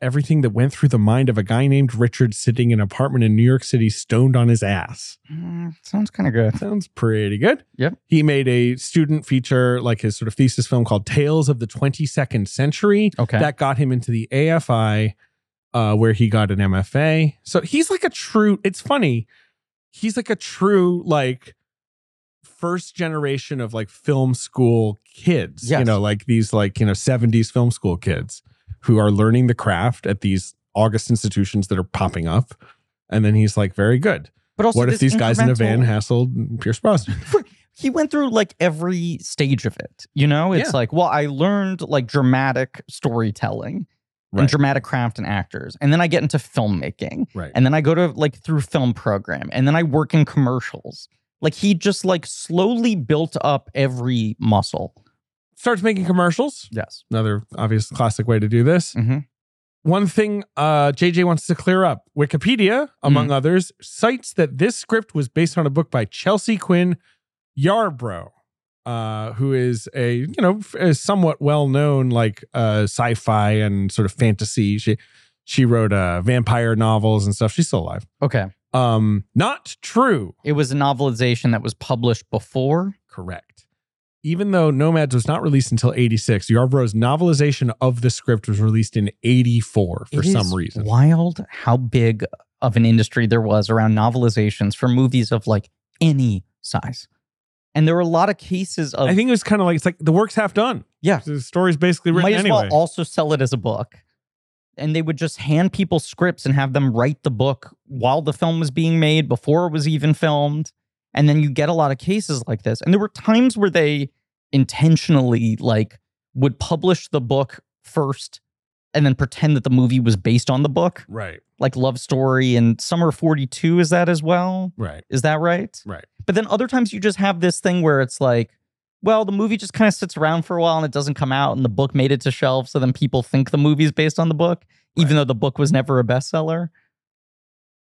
S2: everything that went through the mind of a guy named Richard sitting in an apartment in New York City, stoned on his ass.
S1: Mm, sounds kind of good.
S2: Sounds pretty good.
S1: Yep.
S2: He made a student feature, like his sort of thesis film called Tales of the 22nd Century
S1: Okay.
S2: that got him into the AFI, uh, where he got an MFA. So he's like a true. It's funny. He's like a true like first generation of like film school kids. You
S1: Yes.
S2: know, like these like you know seventies film school kids who are learning the craft at these August institutions that are popping up. And then he's like, very good.
S1: but also,
S2: what if
S1: this
S2: these guys in a Van
S1: incremental-
S2: Hassel and Pierce Brosnan?
S1: he went through like every stage of it. You know, it's
S2: Yeah.
S1: like, well, I learned like dramatic storytelling
S2: Right.
S1: and dramatic craft and actors. And then I get into filmmaking.
S2: Right.
S1: And then I go to like through film program. And then I work in commercials. Like he just like slowly built up every muscle.
S2: Starts making commercials.
S1: Yes.
S2: Another obvious classic way to do this.
S1: hmm
S2: one thing uh, JJ wants to clear up Wikipedia, among others, cites that this script was based on a book by Chelsea Quinn Yarbrough, uh, who is a you know f- a somewhat well known like uh, sci fi and sort of fantasy. She she wrote uh, vampire novels and stuff. She's still alive.
S1: Okay.
S2: Um, not true.
S1: It was a novelization that was published before.
S2: Correct. Even though Nomads was not released until 86, Yarbrough's novelization of the script was released in 84 for
S1: It is
S2: some reason.
S1: Wild how big of an industry there was around novelizations for movies of like any size. And there were a lot of cases of
S2: I think it was kind of like it's like the work's half done.
S1: Yeah.
S2: the story's basically written
S1: might as
S2: anyway.
S1: well also sell it as a book. And they would just hand people scripts and have them write the book while the film was being made, before it was even filmed. And then you get a lot of cases like this. And there were times where they intentionally like would publish the book first and then pretend that the movie was based on the book,
S2: right,
S1: like Love Story and Summer 42 is that as well?
S2: right,
S1: Is that right?
S2: Right.
S1: But then other times you just have this thing where it's like, well, the movie just kind of sits around for a while and it doesn't come out, and the book made it to shelves. So then people think the movie's based on the book, even though the book was never a bestseller.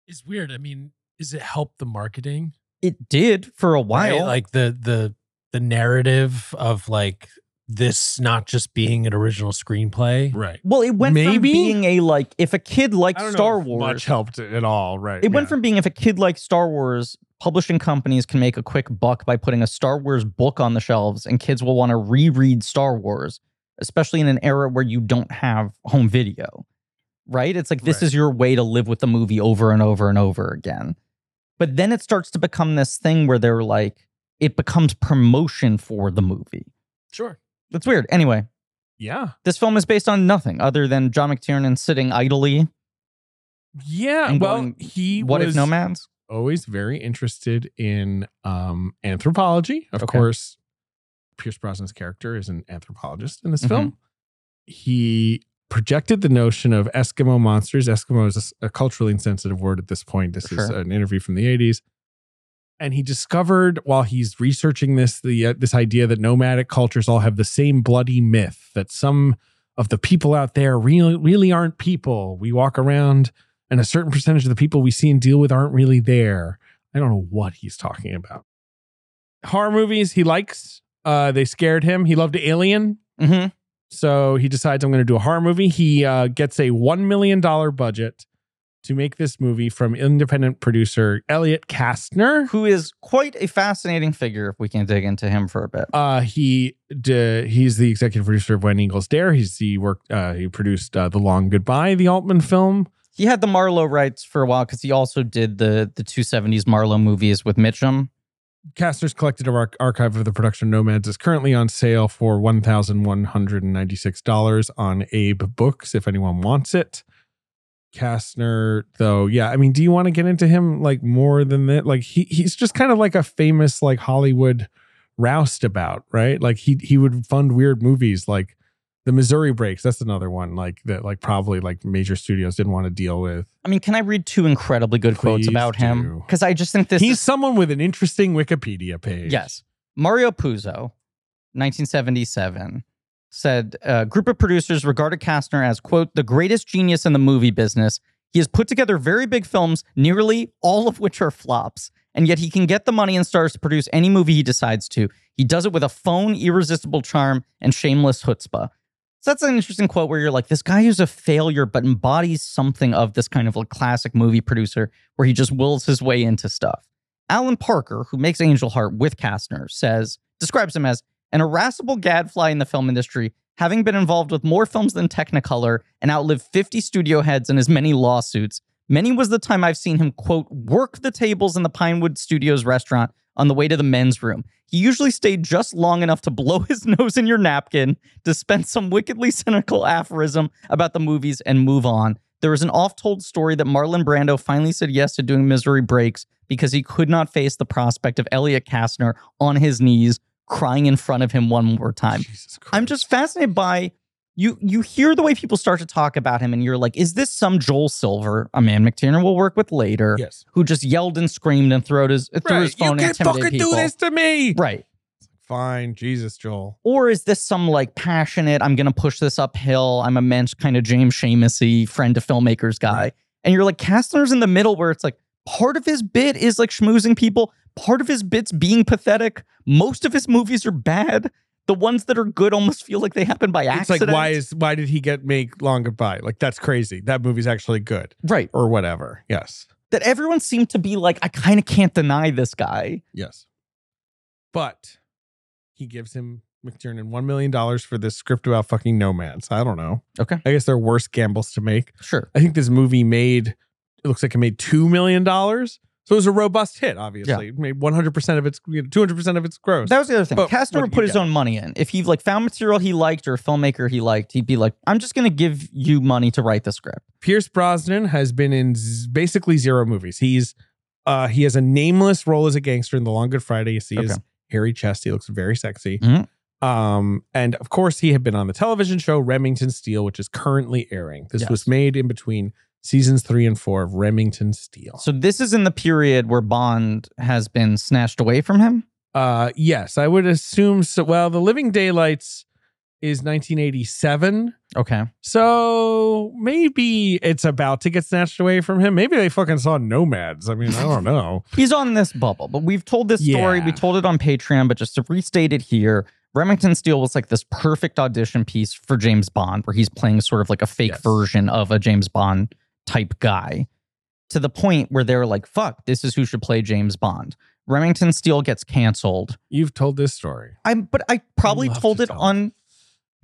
S3: It's weird. I mean, is it help the marketing?
S1: It did for a while.
S3: Right? Like the the the narrative of like this not just being an original screenplay.
S2: right.
S1: well, it went from
S2: Maybe?
S1: being a like, if a kid liked Star Wars,
S2: much helped at all. Right,
S1: it went from being if a kid liked Star Wars, publishing companies can make a quick buck by putting a Star Wars book on the shelves, and kids will want to reread Star Wars, especially in an era where you don't have home video. Right? It's like this
S2: Right.
S1: is your way to live with the movie over and over and over again. But then it starts to become this thing where they're like, it becomes promotion for the movie.
S3: Sure.
S1: That's weird. Anyway,
S2: yeah,
S1: this film is based on nothing other than John McTiernan sitting idly.
S2: yeah.
S1: And
S2: well,
S1: going,
S2: he
S1: What
S2: was
S1: if nomads?
S2: always very interested in um, anthropology. Of
S1: Okay.
S2: course, Pierce Brosnan's character is an anthropologist in this
S1: Mm-hmm.
S2: film. He projected the notion of Eskimo monsters. Eskimo is a s- a, culturally insensitive word at this point. This is
S1: Sure.
S2: an interview from the 80s. and he discovered while he's researching this the uh, this idea that nomadic cultures all have the same bloody myth that some of the people out there really really aren't people. We walk around and a certain percentage of the people we see and deal with aren't really there. I don't know what he's talking about. Horror movies he likes. Uh, they scared him. He loved Alien.
S1: hmm
S2: So he decides I'm going to do a horror movie. He uh, gets a $1 million budget to make this movie from independent producer Elliot Kastner.
S1: Who is quite a fascinating figure if we can dig into him for a bit.
S2: Uh, he d- he's the executive producer of When Eagles Dare. He's he worked uh, he produced uh, the Long Goodbye, the Altman film.
S1: He had the Marlowe rights for a while because he also did the the 270s Marlowe movies with Mitchum.
S2: Kastner's collected ar- archive of the production Nomads is currently on sale for one thousand one hundred and ninety six dollars on Abe Books if anyone wants it. Kastner, though, yeah, I mean, do you want to get into him like more than that? Like he he's just kind of like a famous like Hollywood roustabout, right? Like he he would fund weird movies like the Missouri Breaks. That's another one like that like probably like major studios didn't want to deal with.
S1: I mean, can I read two incredibly good quotes
S2: Please
S1: about him?
S2: do.
S1: Because I just think this
S2: he's
S1: is
S2: someone with an interesting Wikipedia page.
S1: Yes. Mario Puzo, 1977, said a group of producers regarded Kastner as, quote, the greatest genius in the movie business. He has put together very big films, nearly all of which are flops, and yet he can get the money and stars to produce any movie he decides to. He does it with a phone, irresistible charm, and shameless chutzpah. So that's an interesting quote where you're like, this guy who's a failure but embodies something of this kind of like classic movie producer where he just wills his way into stuff. Alan Parker, who makes Angel Heart with Kastner, says describes him as an irascible gadfly in the film industry, having been involved with more films than Technicolor and outlived 50 studio heads and as many lawsuits. Many was the time I've seen him, quote, work the tables in the Pinewood Studios restaurant on the way to the men's room. He usually stayed just long enough to blow his nose in your napkin, dispense some wickedly cynical aphorism about the movies, and move on. There was an oft told story that Marlon Brando finally said yes to doing Misery Breaks because he could not face the prospect of Elliot Kastner on his knees crying in front of him one more time.
S2: Jesus Christ.
S1: I'm just fascinated by you you hear the way people start to talk about him and you're like, is this some Joel Silver, a man McTiernan will work with later,
S2: yes.
S1: who just yelled and screamed and throwed his threw his phone
S2: you
S1: and
S2: can't
S1: intimidated
S2: fucking
S1: people.
S2: do this to me.
S1: Right.
S2: Fine, Jesus, Joel.
S1: Or is this some like passionate, I'm gonna push this uphill, I'm a mensch kind of James Seamusy friend to filmmakers guy.
S2: Right.
S1: And you're like, Kastner's in the middle where it's like part of his bit is like schmoozing people, part of his bit's being pathetic, most of his movies are bad. The ones that are good almost feel like they happen by accident.
S2: It's like why is why did he get make long goodbye? Like that's crazy. That movie's actually good
S1: right
S2: or whatever. Yes,
S1: that everyone seemed to be like, I kind of can't deny this guy.
S2: yes. But he gives him McTiernan one million dollars for this script about fucking nomads. I don't know.
S1: Okay.
S2: I guess they're worse gambles to make.
S1: Sure.
S2: I think this movie made it looks like it made two million dollars. So it was a robust hit. Obviously, it made one hundred percent of its two hundred percent of its gross.
S1: That was the other thing.
S2: But
S1: Castor
S2: what
S1: would
S2: do
S1: put
S2: you
S1: his
S2: get?
S1: own money in. If he like found material he liked or a filmmaker he liked, he'd be like, I'm just gonna give you money to write the script.
S2: Pierce Brosnan has been in z- basically zero movies. He's uh he has a nameless role as a gangster in The Long Good Friday. You see his
S1: Okay.
S2: hairy chest. He looks very sexy.
S1: Mhm.
S2: Um, and of course, he had been on the television show Remington Steel, which is currently airing. This
S1: Yes.
S2: was made in between seasons three and four of Remington Steel.
S1: So this is in the period where Bond has been snatched away from him.
S2: Uh, yes, I would assume so. Well, The Living Daylights is 1987.
S1: Okay.
S2: So maybe it's about to get snatched away from him. Maybe they fucking saw nomads. I mean, I don't know.
S1: He's on this bubble, but we've told this story.
S2: Yeah.
S1: We told it on Patreon, but just to restate it here, Remington Steele was like this perfect audition piece for James Bond, where he's playing sort of like a fake
S2: Yes.
S1: version of a James Bond type guy to the point where they're like, fuck, this is who should play James Bond. Remington Steele gets canceled.
S2: You've told this story.
S1: I'm, but I probably
S2: love to
S1: told it
S2: tell.
S1: on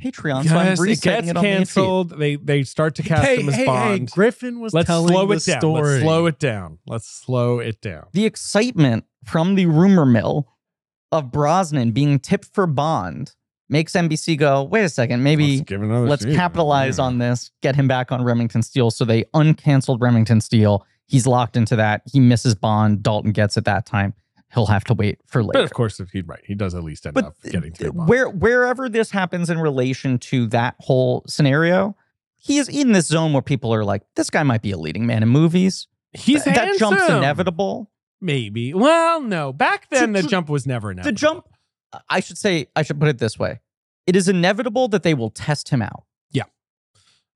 S1: Patreon, so I'm
S2: it
S1: restating
S2: gets
S1: it, on the
S2: canceled. They they start to cast him as Bond.
S3: Griffin was
S2: Let's
S3: telling
S2: slow
S3: the
S2: it down.
S3: story.
S2: Let's slow it down. Let's slow it down.
S1: the excitement from the rumor mill of Brosnan being tipped for Bond makes NBC go, wait a second, maybe
S2: let's give it another.
S1: let's
S2: season.
S1: capitalize
S2: Yeah.
S1: on this, get him back on Remington Steel. So they uncanceled Remington Steel. He's locked into that. He misses Bond. Dalton gets at that time. He'll have to wait for later.
S2: But of course, if he'd right, he does at least end
S1: But
S2: up getting
S1: th-
S2: through. Bond.
S1: where wherever this happens in relation to that whole scenario, he is in this zone where people are like, this guy might be a leading man in movies.
S2: he's
S1: Th- that jump's
S2: handsome.
S1: inevitable.
S2: Maybe. Well, no. Back then,
S1: To-
S2: the
S1: to-
S2: jump was never enough.
S1: The jump, I should say, I should put it this way. It is inevitable that they will test him out.
S2: Yeah.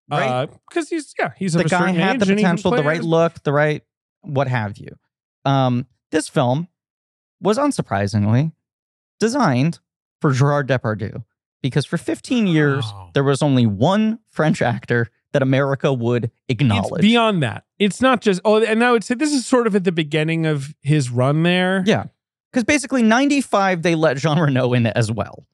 S1: Right?
S2: Because Uh, he's yeah, he's
S1: the
S2: of a
S1: guy
S2: certain
S1: had the
S2: age and he can
S1: potential, the
S2: play
S1: right
S2: as-
S1: look, the right what have you. Um, this film was unsurprisingly designed for Gerard Depardieu because for 15 years
S3: Oh.
S1: there was only one French actor that America would
S2: It's
S1: acknowledge.
S2: beyond that. It's not just oh, and I would say this is sort of at the beginning of his run there.
S1: Yeah. Because basically, 95, they let Jean Reno in as well.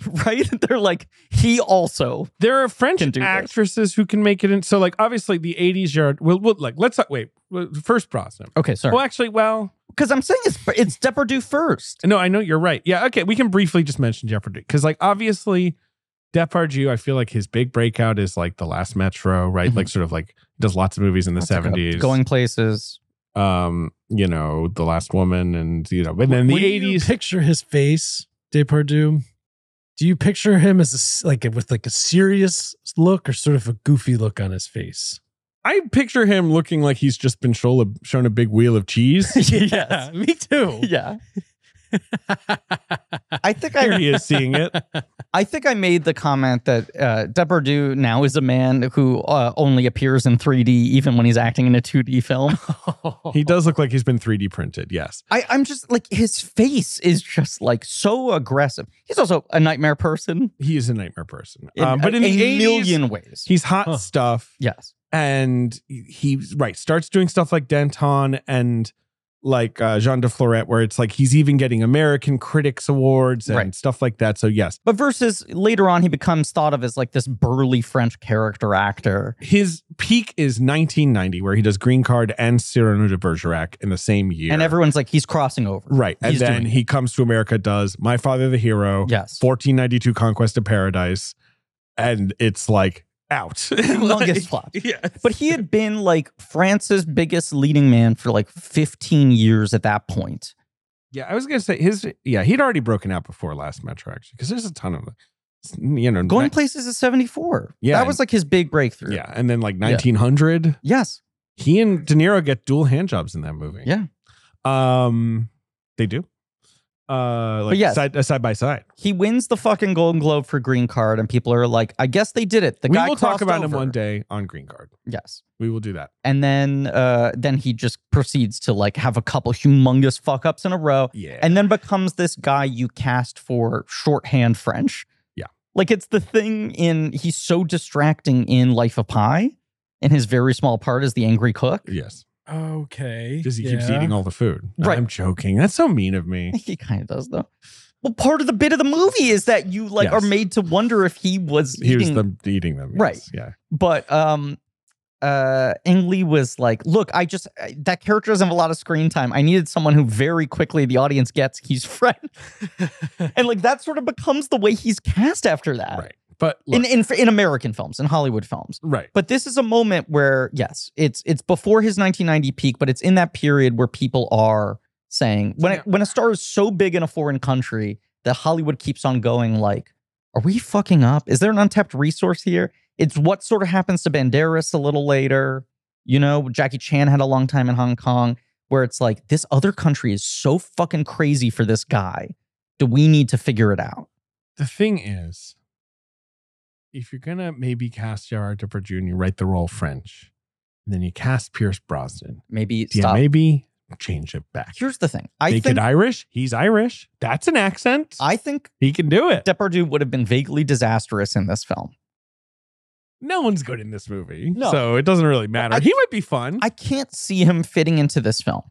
S1: Right? They're like, he also.
S2: There are French
S1: Can do this.
S2: actresses who can make it in. So, like, obviously, the 80s, yard. Well, we'll like, let's not wait. Well, First Brosnan.
S1: Okay,
S2: Well,
S1: sorry.
S2: actually, well,
S1: Because I'm saying it's, it's Depardieu first.
S2: no, I know you're right. Yeah, okay. We can briefly just mention Jeopardy because, like, obviously, Depardieu, I feel like his big breakout is like The Last Metro, right?
S1: Mhm.
S2: Like, sort of like does lots of movies in the
S1: That's like a
S2: 70s.
S1: Going places.
S2: um, you know, The Last Woman, and you know, but then the
S3: When you
S2: 80s.
S3: picture his face, Depardieu. Do you picture him as a s like with like a serious look or sort of a goofy look on his face?
S2: I picture him looking like he's just been shown a, shown a big wheel of cheese.
S3: Yeah, me too.
S1: Yeah. I think I
S2: Here he is seeing it.
S1: I think I made the comment that uh, Depardieu now is a man who uh, only appears in 3D even when he's acting in a 2D film.
S2: He does look like he's been 3D printed. Yes.
S1: I, I'm just like his face is just like so aggressive. He's also a nightmare person,
S2: He is a nightmare person.
S1: Uh, in,
S2: um, but in
S1: a,
S2: the 80s,
S1: million ways.
S2: he's hot
S3: Huh.
S2: stuff
S1: yes,
S2: and he- he's right starts doing stuff like denton and like uh, jean de florette where it's like he's even getting american critics awards and
S1: Right.
S2: stuff like that so yes
S1: but versus later on, he becomes thought of as like this burly French character actor.
S2: his peak is 1990 where he does green card and cyrano de bergerac in the same year
S1: And everyone's like, he's crossing over.
S2: right and
S1: He's
S2: then
S1: doing
S2: he comes to america does my father the hero
S1: Yes.
S2: 1492 conquest of paradise and it's like out
S1: Humongous flop.
S2: yeah
S1: But he had been like France's biggest leading man for like 15 years at that point.
S2: Yeah, I was gonna say his. Yeah, he'd already broken out before last Metro actually, because there's a ton of, you know,
S1: Going
S2: ni-
S1: places is 74.
S2: Yeah,
S1: That was like his big breakthrough.
S2: yeah, and then like 1900,
S1: Yes.
S2: he and De Niro get dual hand jobs in that movie.
S1: Yeah.
S2: um, they do. Uh, like
S1: yes.
S2: side uh, side by side.
S1: He wins the fucking Golden Globe for Green Card, and people are like, I guess they did it. The
S2: we
S1: guy
S2: will talk
S1: crossed
S2: about him
S1: over.
S2: one day on Green Card.
S1: Yes.
S2: We will do that.
S1: And then uh, then he just proceeds to like have a couple humongous fuck ups in a row
S2: Yeah,
S1: and then becomes this guy you cast for shorthand French.
S2: Yeah.
S1: Like it's the thing in he's so distracting in Life of Pi, and his very small part is the angry cook.
S2: yes,
S3: okay.
S2: because he keeps
S3: yeah.
S2: eating all the food. No,
S1: Right.
S2: I'm joking. That's so mean of me.
S1: He kind of does though. Well, part of the bit of the movie is that you like
S2: Yes.
S1: are made to wonder if he was
S2: He was
S1: eating
S2: them eating them. yes.
S1: Right.
S2: Yeah.
S1: but um uh Ang Lee was like, look, I just I- that character doesn't have a lot of screen time. I needed someone who very quickly the audience gets he's French. and like that sort of becomes the way he's cast after that.
S2: Right. But
S1: In,
S2: look,
S1: in in American films, in Hollywood films.
S2: right.
S1: But this is a moment where, yes, it's it's before his 1990 peak, but it's in that period where people are saying when it, when a star is so big in a foreign country that Hollywood keeps on going, like, are we fucking up? Is there an untapped resource here? It's what sort of happens to Banderas a little later. You know, Jackie Chan had a long time in Hong Kong where it's like this other country is so fucking crazy for this guy. Do we need to figure it out?
S2: the thing is, if you're gonna maybe cast Gerard Depardieu and you write the role French, and then you cast Pierce Brosnan,
S1: Maybe
S2: yeah,
S1: stop.
S2: maybe change it back.
S1: Here's the thing. I
S2: Make
S1: think
S2: it Irish. He's Irish. That's an accent.
S1: I think
S2: he can do it.
S1: Depardieu would have been vaguely disastrous in this film.
S2: No one's good in this movie,
S1: No.
S2: so it doesn't really matter.
S1: I-
S2: he might be fun.
S1: I can't see him fitting into this film.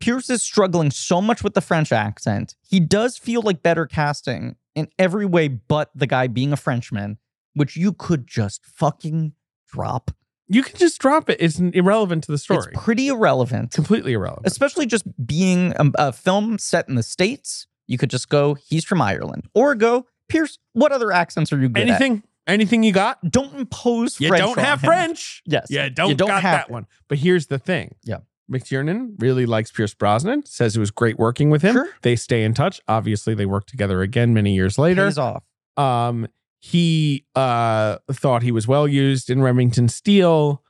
S1: Pierce is struggling so much with the French accent. He does feel like better casting in every way but the guy being a Frenchman, which you could just fucking drop.
S2: you can just drop it. It's irrelevant to the story.
S1: It's pretty irrelevant,
S2: Completely irrelevant.
S1: especially just being a, a film set in the States. You could just go, he's from Ireland. Or go, Pierce, what other accents are you good at?
S2: anything? Anything you got?
S1: Don't impose
S2: You
S1: French.
S2: don't
S1: on
S2: have
S1: him.
S2: French.
S1: Yes.
S2: Yeah, don't,
S1: You don't
S2: got
S1: have
S2: that
S1: it.
S2: one. But here's the thing.
S1: Yeah.
S2: McTiernan really likes Pierce Brosnan, says it was great working with him.
S1: Sure.
S2: They stay in touch. Obviously, they work together again many years later.
S1: Pays off.
S2: Um, he uh thought he was well used in Remington Steele,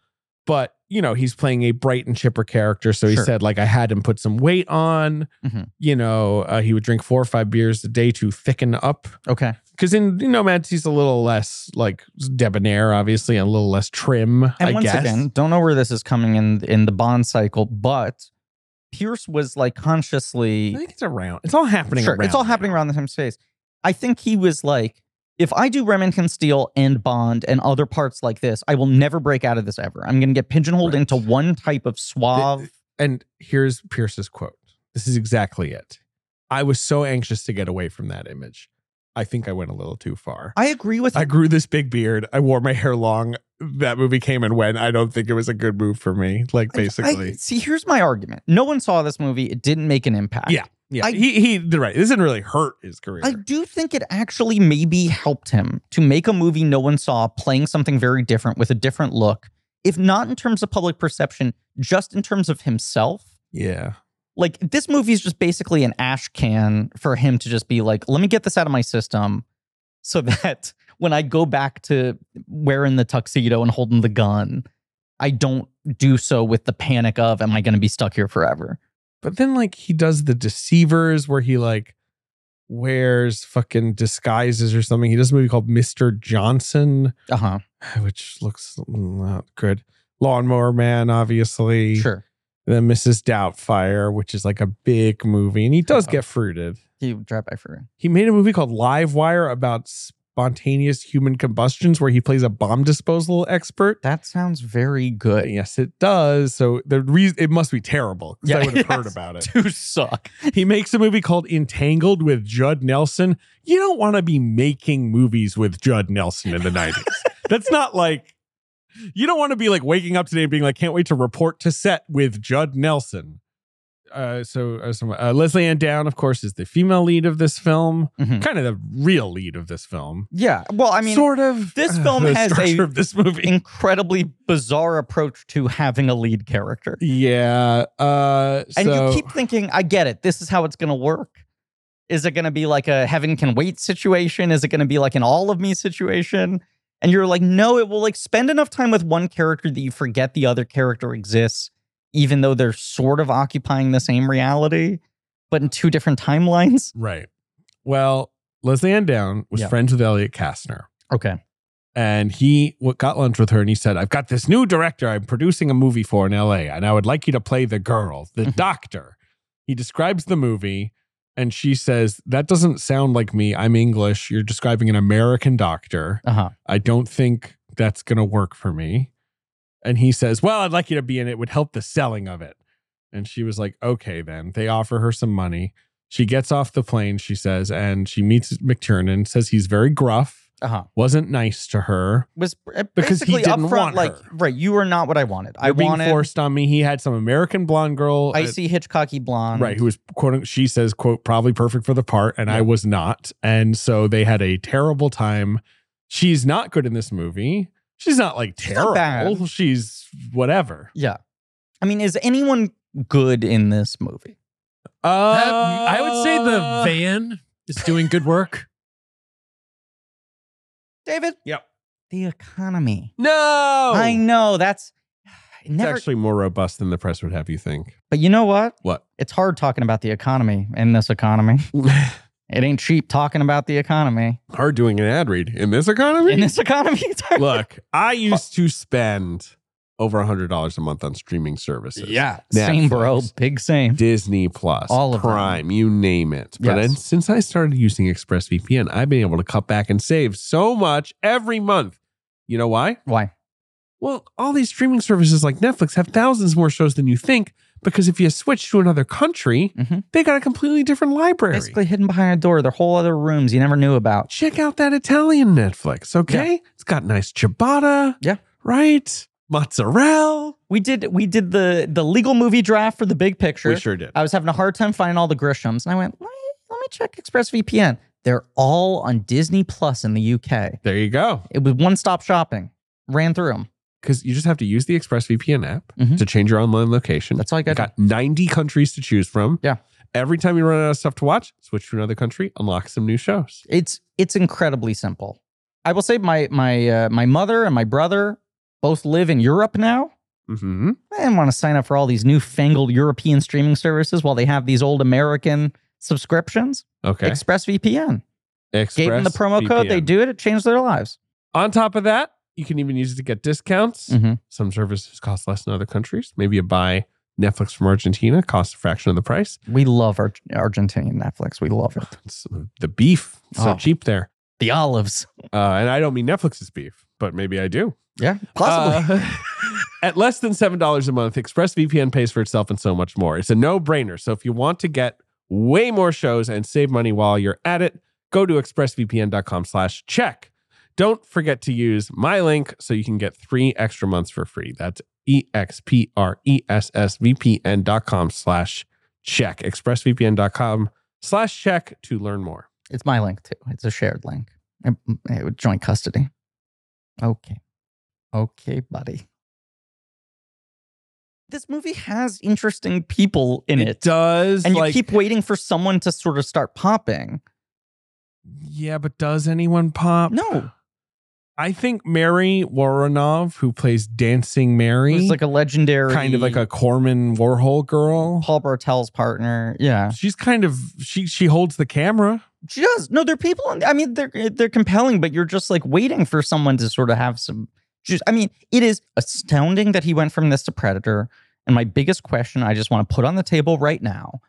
S2: but you know, he's playing a bright and chipper character. So he
S1: Sure.
S2: said, like, I had him put some weight on.
S1: Mhm.
S2: You know, uh, he would drink four or five beers a day to thicken up.
S1: Okay.
S2: Because in you know, Mads, he's a little less like debonair, obviously, and a little less trim.
S1: And
S2: I
S1: once
S2: guess.
S1: again, don't know where this is coming in in the bond cycle, but Pierce was like consciously
S2: I think it's around. It's all happening
S1: sure,
S2: around.
S1: It's all happening around the same space. I think he was like, if I do Remington Steel and Bond and other parts like this, I will never break out of this ever. I'm going to get pigeonholed
S2: Right.
S1: into one type of suave.
S2: And here's Pierce's quote. This is exactly it. I was so anxious to get away from that image. I think I went a little too far.
S1: I agree with
S2: I grew this big beard. I wore my hair long. That movie came and went. I don't think it was a good move for me. Like
S1: I-
S2: basically,
S1: I- see, here's my argument. No one saw this movie. It didn't make an impact.
S2: yeah, yeah.
S1: I-
S2: he he. They're right. This didn't really hurt his career.
S1: I do think it actually maybe helped him to make a movie no one saw, playing something very different with a different look, if not in terms of public perception, just in terms of himself.
S2: yeah,
S1: Like, this movie is just basically an ash can for him to just be like, let me get this out of my system so that when I go back to wearing the tuxedo and holding the gun, I don't do so with the panic of, am I going to be stuck here forever?
S2: but then like he does the deceivers where he like wears fucking disguises or something. He does a movie called Mister Johnson,
S1: Uh huh.
S2: which looks not good. Lawnmower Man, obviously.
S1: Sure.
S2: Then Mrs. Doubtfire, which is like a big movie, and he does
S1: Uh-huh.
S2: get fruited.
S1: He would drive by for
S2: He made a movie called Live Wire about spontaneous human combustions where he plays a bomb disposal expert.
S1: That sounds very good.
S2: Yes, it does. So the reason it must be terrible 'cause I
S1: Yeah,
S2: would have
S1: yes.
S2: heard about it.
S1: to suck.
S2: He makes a movie called Entangled with Judd Nelson. You don't want to be making movies with Judd Nelson in the 90s. That's not like you don't want to be like waking up today and being like, can't wait to report to set with Judd Nelson. Uh, so uh, some, uh, Leslie Ann Down, of course, is the female lead of this film kind of the real lead of this film.
S1: Yeah. Well, Mm-hmm. I mean,
S2: sort of. uh,
S1: this film
S2: the
S1: has a-
S2: structure of this movie.
S1: incredibly bizarre approach to having a lead character.
S2: Yeah. Uh,
S1: And
S2: so
S1: you keep thinking, I get it. This is how it's going to work. Is it going to be like a heaven can wait situation? Is it going to be like an all of me situation? And you're like, no, it will like spend enough time with one character that you forget the other character exists, even though they're sort of occupying the same reality, but in two different timelines.
S2: right. Well, Leslie Ann Down was
S1: Yeah.
S2: friends with Elliot Kastner,
S1: Okay.
S2: and he w- got lunch with her, and he said, "I've got this new director I'm producing a movie for in L.A., and I would like you to play the girl, the
S1: Mhm.
S2: doctor." He describes the movie. And she says, That doesn't sound like me. I'm English. You're describing an American doctor.
S1: Uh huh.
S2: I don't think that's going to work for me. And he says, Well, I'd like you to be in it. It would help the selling of it. And she was like, Okay, then. They offer her some money. She gets off the plane, she says, and she meets McTiernan, says he's very gruff,
S1: Uh huh.
S2: wasn't nice to her.
S1: was uh,
S2: Because he
S1: basically
S2: didn't
S1: upfront,
S2: want
S1: like,
S2: her.
S1: right, you are not what I wanted. I
S2: You're being
S1: wanted
S2: forced on me. He had some American blonde girl. uh,
S1: icy Hitchcocky blonde.
S2: Right, who was quote? She says, "quote Probably perfect for the part," and I
S1: Yeah.
S2: was not, and so they had a terrible time. She's not good in this movie. She's not like
S1: not
S2: terrible.
S1: bad.
S2: She's whatever.
S1: yeah. I mean, is anyone good in this movie?
S2: Uh,
S3: That- I would say the van is doing good work.
S1: David?
S2: Yep.
S1: The economy.
S2: no.
S1: I know that's it
S2: It's
S1: never
S2: actually more robust than the press would have you think.
S1: but you know what?
S2: What?
S1: It's hard talking about the economy in this economy. It ain't cheap talking about the economy.
S2: Hard doing an ad read in this economy.
S1: In this economy, it's hard.
S2: Look, I used to spend over a hundred dollars a month on streaming services.
S1: same bro,
S2: Netflix.
S1: big same.
S2: Disney Plus,
S1: All of them.
S2: Prime, you name it. But
S1: Yes.
S2: then since I started using ExpressVPN, I've been able to cut back and save so much every month. You know why?
S1: Why?
S2: Well, all these streaming services like Netflix have thousands more shows than you think because if you switch to another country,
S1: Mhm.
S2: they got a completely different library.
S1: Basically hidden behind a door. There are whole other rooms you never knew about.
S2: Check out that Italian Netflix, okay? It's got nice ciabatta.
S1: Yeah.
S2: Right? Mozzarella.
S1: We did we did the the legal movie draft for the big picture.
S2: We sure did.
S1: I was having a hard time finding all the Grishams, and I went, let me, let me check ExpressVPN. They're all on Disney Plus in the UK.
S2: there you go.
S1: It was one stop shopping. Ran through them.
S2: Because you just have to use the ExpressVPN app
S1: Mhm.
S2: to change your online location.
S1: That's all I
S2: I
S1: got.
S2: got 90 countries to choose from.
S1: Yeah.
S2: Every time you run out of stuff to watch, switch to another country, unlock some new shows.
S1: It's it's incredibly simple. I will say my my uh, my mother and my brother both live in Europe now,
S2: Mm-hmm.
S1: I didn't want to sign up for all these newfangled European streaming services while they have these old American subscriptions.
S2: Okay.
S1: ExpressVPN. Gave them the promo code. They
S2: do.
S1: do it. It changed their lives.
S2: On top of that, you can even use it to get discounts.
S1: Mhm.
S2: Some services cost less in other countries. Maybe you buy Netflix from Argentina, costs a fraction of the price.
S1: We love our Argentinian Netflix. We love it.
S2: It's uh, the beef, it's so
S1: Oh.
S2: cheap there.
S1: The olives.
S2: Uh, and I don't mean Netflix's beef, but maybe I do.
S1: Yeah, possibly.
S2: Uh, at less than $7 a month, ExpressVPN pays for itself and so much more. It's a no brainer. So if you want to get way more shows and save money while you're at it, go to expressvpn.com slash check. Don't forget to use my link so you can get three extra months for free. That's E E-X-P-R-E-S-S-V-P-N dot com slash check. Expressvpn.com slash check to learn more.
S1: it's my link too. It's a shared link. It, it would joint custody. Okay. Okay, buddy. This movie has interesting people in it.
S2: does
S1: And you
S2: like-
S1: keep waiting for someone to sort of start popping.
S2: Yeah, but does anyone pop?
S1: No.
S2: I think Mary Woronov, who plays Dancing Mary,
S1: It's like a legendary
S2: kind of like a Corman Warhol girl.
S1: Paul Bartel's partner. Yeah.
S2: She's kind of she she holds the camera.
S1: She does. No, they're people. in- I mean, they're eh, they're compelling, but you're just like waiting for someone to sort of have some juice. I mean, it is astounding that he went from this to Predator. And my biggest question I just want to put on the table right now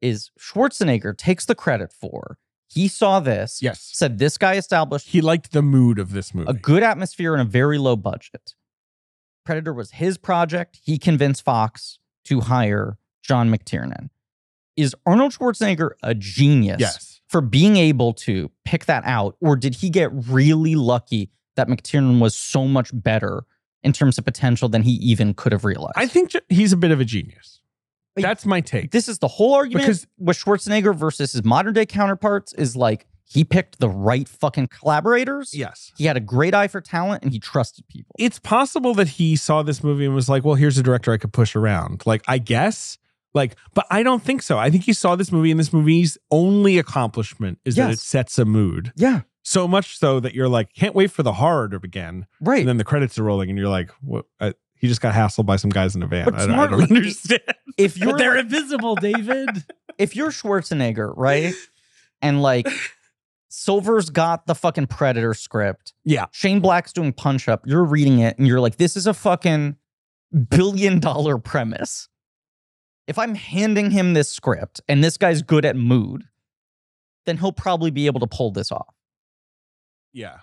S1: is Schwarzenegger takes the credit for he saw this,
S2: Yes.
S1: said this guy established
S2: He liked the mood of this movie.
S1: a good atmosphere and a very low budget. Predator was his project. He convinced Fox to hire John McTiernan. Is Arnold Schwarzenegger a genius?
S2: yes.
S1: for being able to pick that out, or did he get really lucky that McTiernan was so much better in terms of potential than he even could have realized?
S2: I think ju- he's a bit of a genius.
S1: Like,
S2: That's my take.
S1: this is the whole argument
S2: Because-
S1: with Schwarzenegger versus his modern day counterparts is like he picked the right fucking collaborators.
S2: Yes.
S1: He had a great eye for talent and he trusted people.
S2: It's possible that he saw this movie and was like, "Well, here's a director I could push around." Like, I guess. Like, but I don't think so. I think he saw this movie and this movie's only accomplishment is that
S1: Yes.
S2: it sets a mood.
S1: yeah,
S2: so much so that you're like can't wait for the horror to begin
S1: right.
S2: and then the credits are rolling and you're like what I, he just got hassled by some guys in a van
S1: But
S2: I, don't, I don't
S1: smartly-
S2: understand
S1: if you're
S3: They're invisible, David.
S1: if you're Schwarzenegger, right? And like Silver's got the fucking Predator script.
S2: Yeah.
S1: Shane Black's doing punch up. You're reading it and you're like, this is a fucking billion dollar premise. If I'm handing him this script and this guy's good at mood, then he'll probably be able to pull this off.
S2: yeah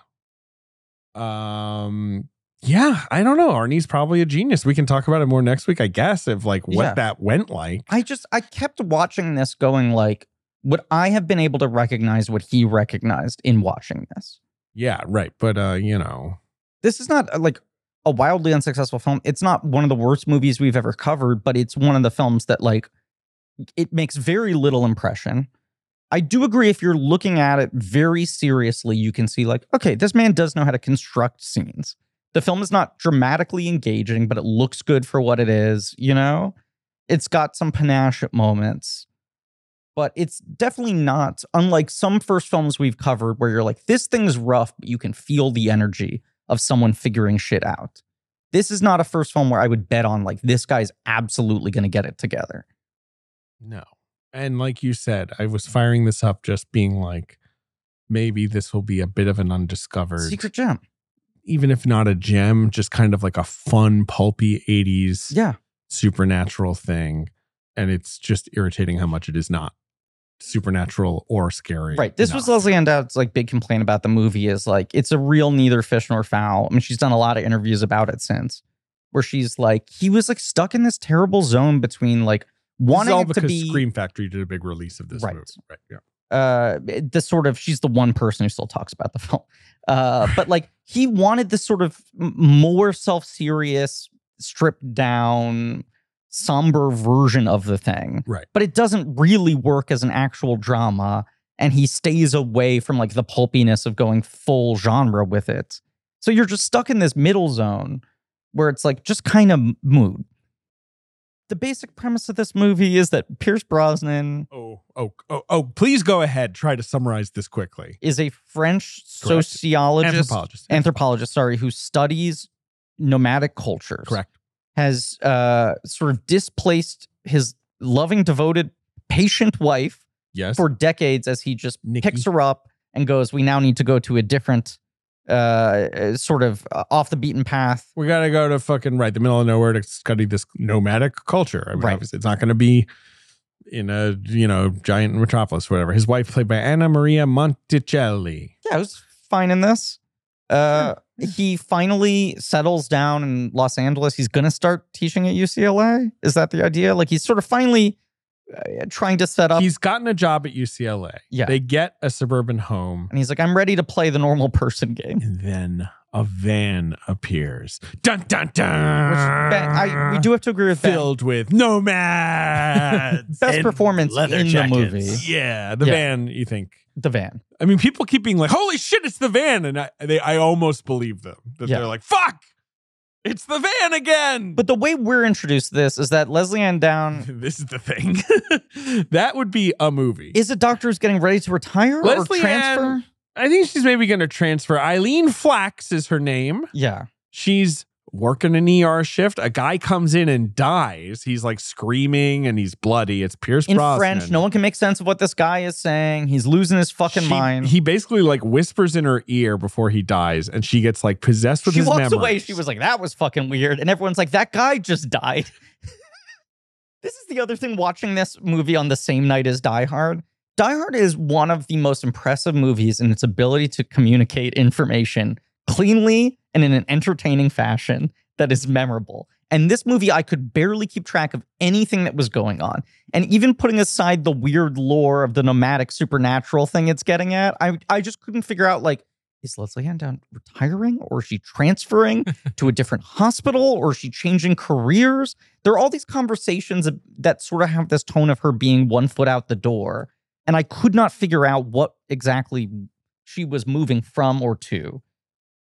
S2: um yeah i don't know arnie's probably a genius we can talk about it more next week i guess of like what
S1: Yeah.
S2: that went like
S1: I just, I kept watching this going like, would I have been able to recognize what he recognized in watching this?
S2: yeah right but uh you know
S1: this is not uh, like a wildly unsuccessful film. It's not one of the worst movies we've ever covered, but it's one of the films that like it makes very little impression. I do agree if you're looking at it very seriously, you can see like, okay, this man does know how to construct scenes. The film is not dramatically engaging, but it looks good for what it is, you know? It's got some panache at moments. But it's definitely not unlike some first films we've covered where you're like, this thing's rough, but you can feel the energy of someone figuring shit out. This is not a first film where I would bet on like this guy's absolutely going to get it together.
S2: no and like you said i was firing this up just being like maybe this will be a bit of an undiscovered
S1: Secret gem.
S2: even if not a gem just kind of like a fun pulpy 80s
S1: Yeah.
S2: supernatural thing and it's just irritating how much it is not supernatural or scary
S1: Right. This was
S2: enough.
S1: Leslie Endow's like big complaint about the movie is like it's a real neither fish nor fowl. I mean, she's done a lot of interviews about it since where she's like he was like stuck in this terrible zone between like
S2: This is
S1: wanting
S2: all
S1: it to
S2: because
S1: be
S2: Scream Factory did a big release of this
S1: Right.
S2: movie. Right. Yeah.
S1: uh the sort of she's the one person who still talks about the film uh but like he wanted this sort of m- more self-serious stripped down somber version of the thing
S2: Right.
S1: but it doesn't really work as an actual drama and he stays away from like the pulpiness of going full genre with it so you're just stuck in this middle zone where it's like just kind of mood the basic premise of this movie is that pierce brosnan
S2: Oh, oh, oh, oh, please go ahead. Try to summarize this quickly.
S1: is a French
S2: Correct.
S1: sociologist,
S2: Anthropologist.
S1: anthropologist, sorry, who studies nomadic cultures.
S2: Correct.
S1: has uh, sort of displaced his loving, devoted, patient wife
S2: Yes.
S1: for decades as he just
S2: Nikki.
S1: picks her up and goes, We now need to go to a different uh, uh, sort of uh, off the beaten path.
S2: we gotta go to fucking right the middle of nowhere to study this nomadic culture. I mean,
S1: Right.
S2: obviously, it's not gonna be in a you know giant metropolis, or whatever. His wife, played by Anna Maria Monticelli.
S1: Yeah, I was fine in this. Uh, he finally settles down in Los Angeles. He's going to start teaching at UCLA. Is that the idea? Like, he's sort of finally uh, trying to set up.
S2: He's gotten a job at UCLA.
S1: Yeah.
S2: They get a suburban home.
S1: and he's like, I'm ready to play the normal person game.
S2: And then a van appears. Dun dun
S1: Which
S2: dun.
S1: Ben, I, we do have to agree with Ben.
S2: filled with nomads.
S1: Best
S2: and
S1: performance
S2: leather
S1: in the
S2: jackets.
S1: movie.
S2: Yeah, the
S1: Yeah.
S2: van. You think?
S1: The van.
S2: I mean, people keep being like, "Holy shit, it's the van," and I they I almost believe them that
S1: Yeah.
S2: they're like, "Fuck, it's the van again."
S1: But the way we're introduced to this is that Leslie Ann Down
S2: this is the thing. that would be a movie.
S1: is a doctor who's getting ready to retire
S2: Leslie
S1: or transfer.
S2: Ann- I think she's maybe going to transfer. Eileen Flax is her name.
S1: Yeah.
S2: She's working an ER shift. A guy comes in and dies. He's like screaming and he's bloody. It's Pierce
S1: In
S2: Brosnan.
S1: French, no one can make sense of what this guy is saying. He's losing his fucking
S2: She-
S1: mind.
S2: He basically like whispers in her ear before he dies, and she gets like possessed with
S1: she
S2: his
S1: walks
S2: memories.
S1: away. She was like, that was fucking weird. And everyone's like, that guy just died. this is the other thing watching this movie on the same night as Die Hard. Die Hard is one of the most impressive movies in its ability to communicate information cleanly and in an entertaining fashion that is memorable. And this movie, I could barely keep track of anything that was going on. And even putting aside the weird lore of the nomadic supernatural thing it's getting at, I, I just couldn't figure out like, is Leslie Ann down retiring or is she transferring to a different hospital or is she changing careers? There are all these conversations that sort of have this tone of her being one foot out the door. And I could not figure out what exactly she was moving from or to.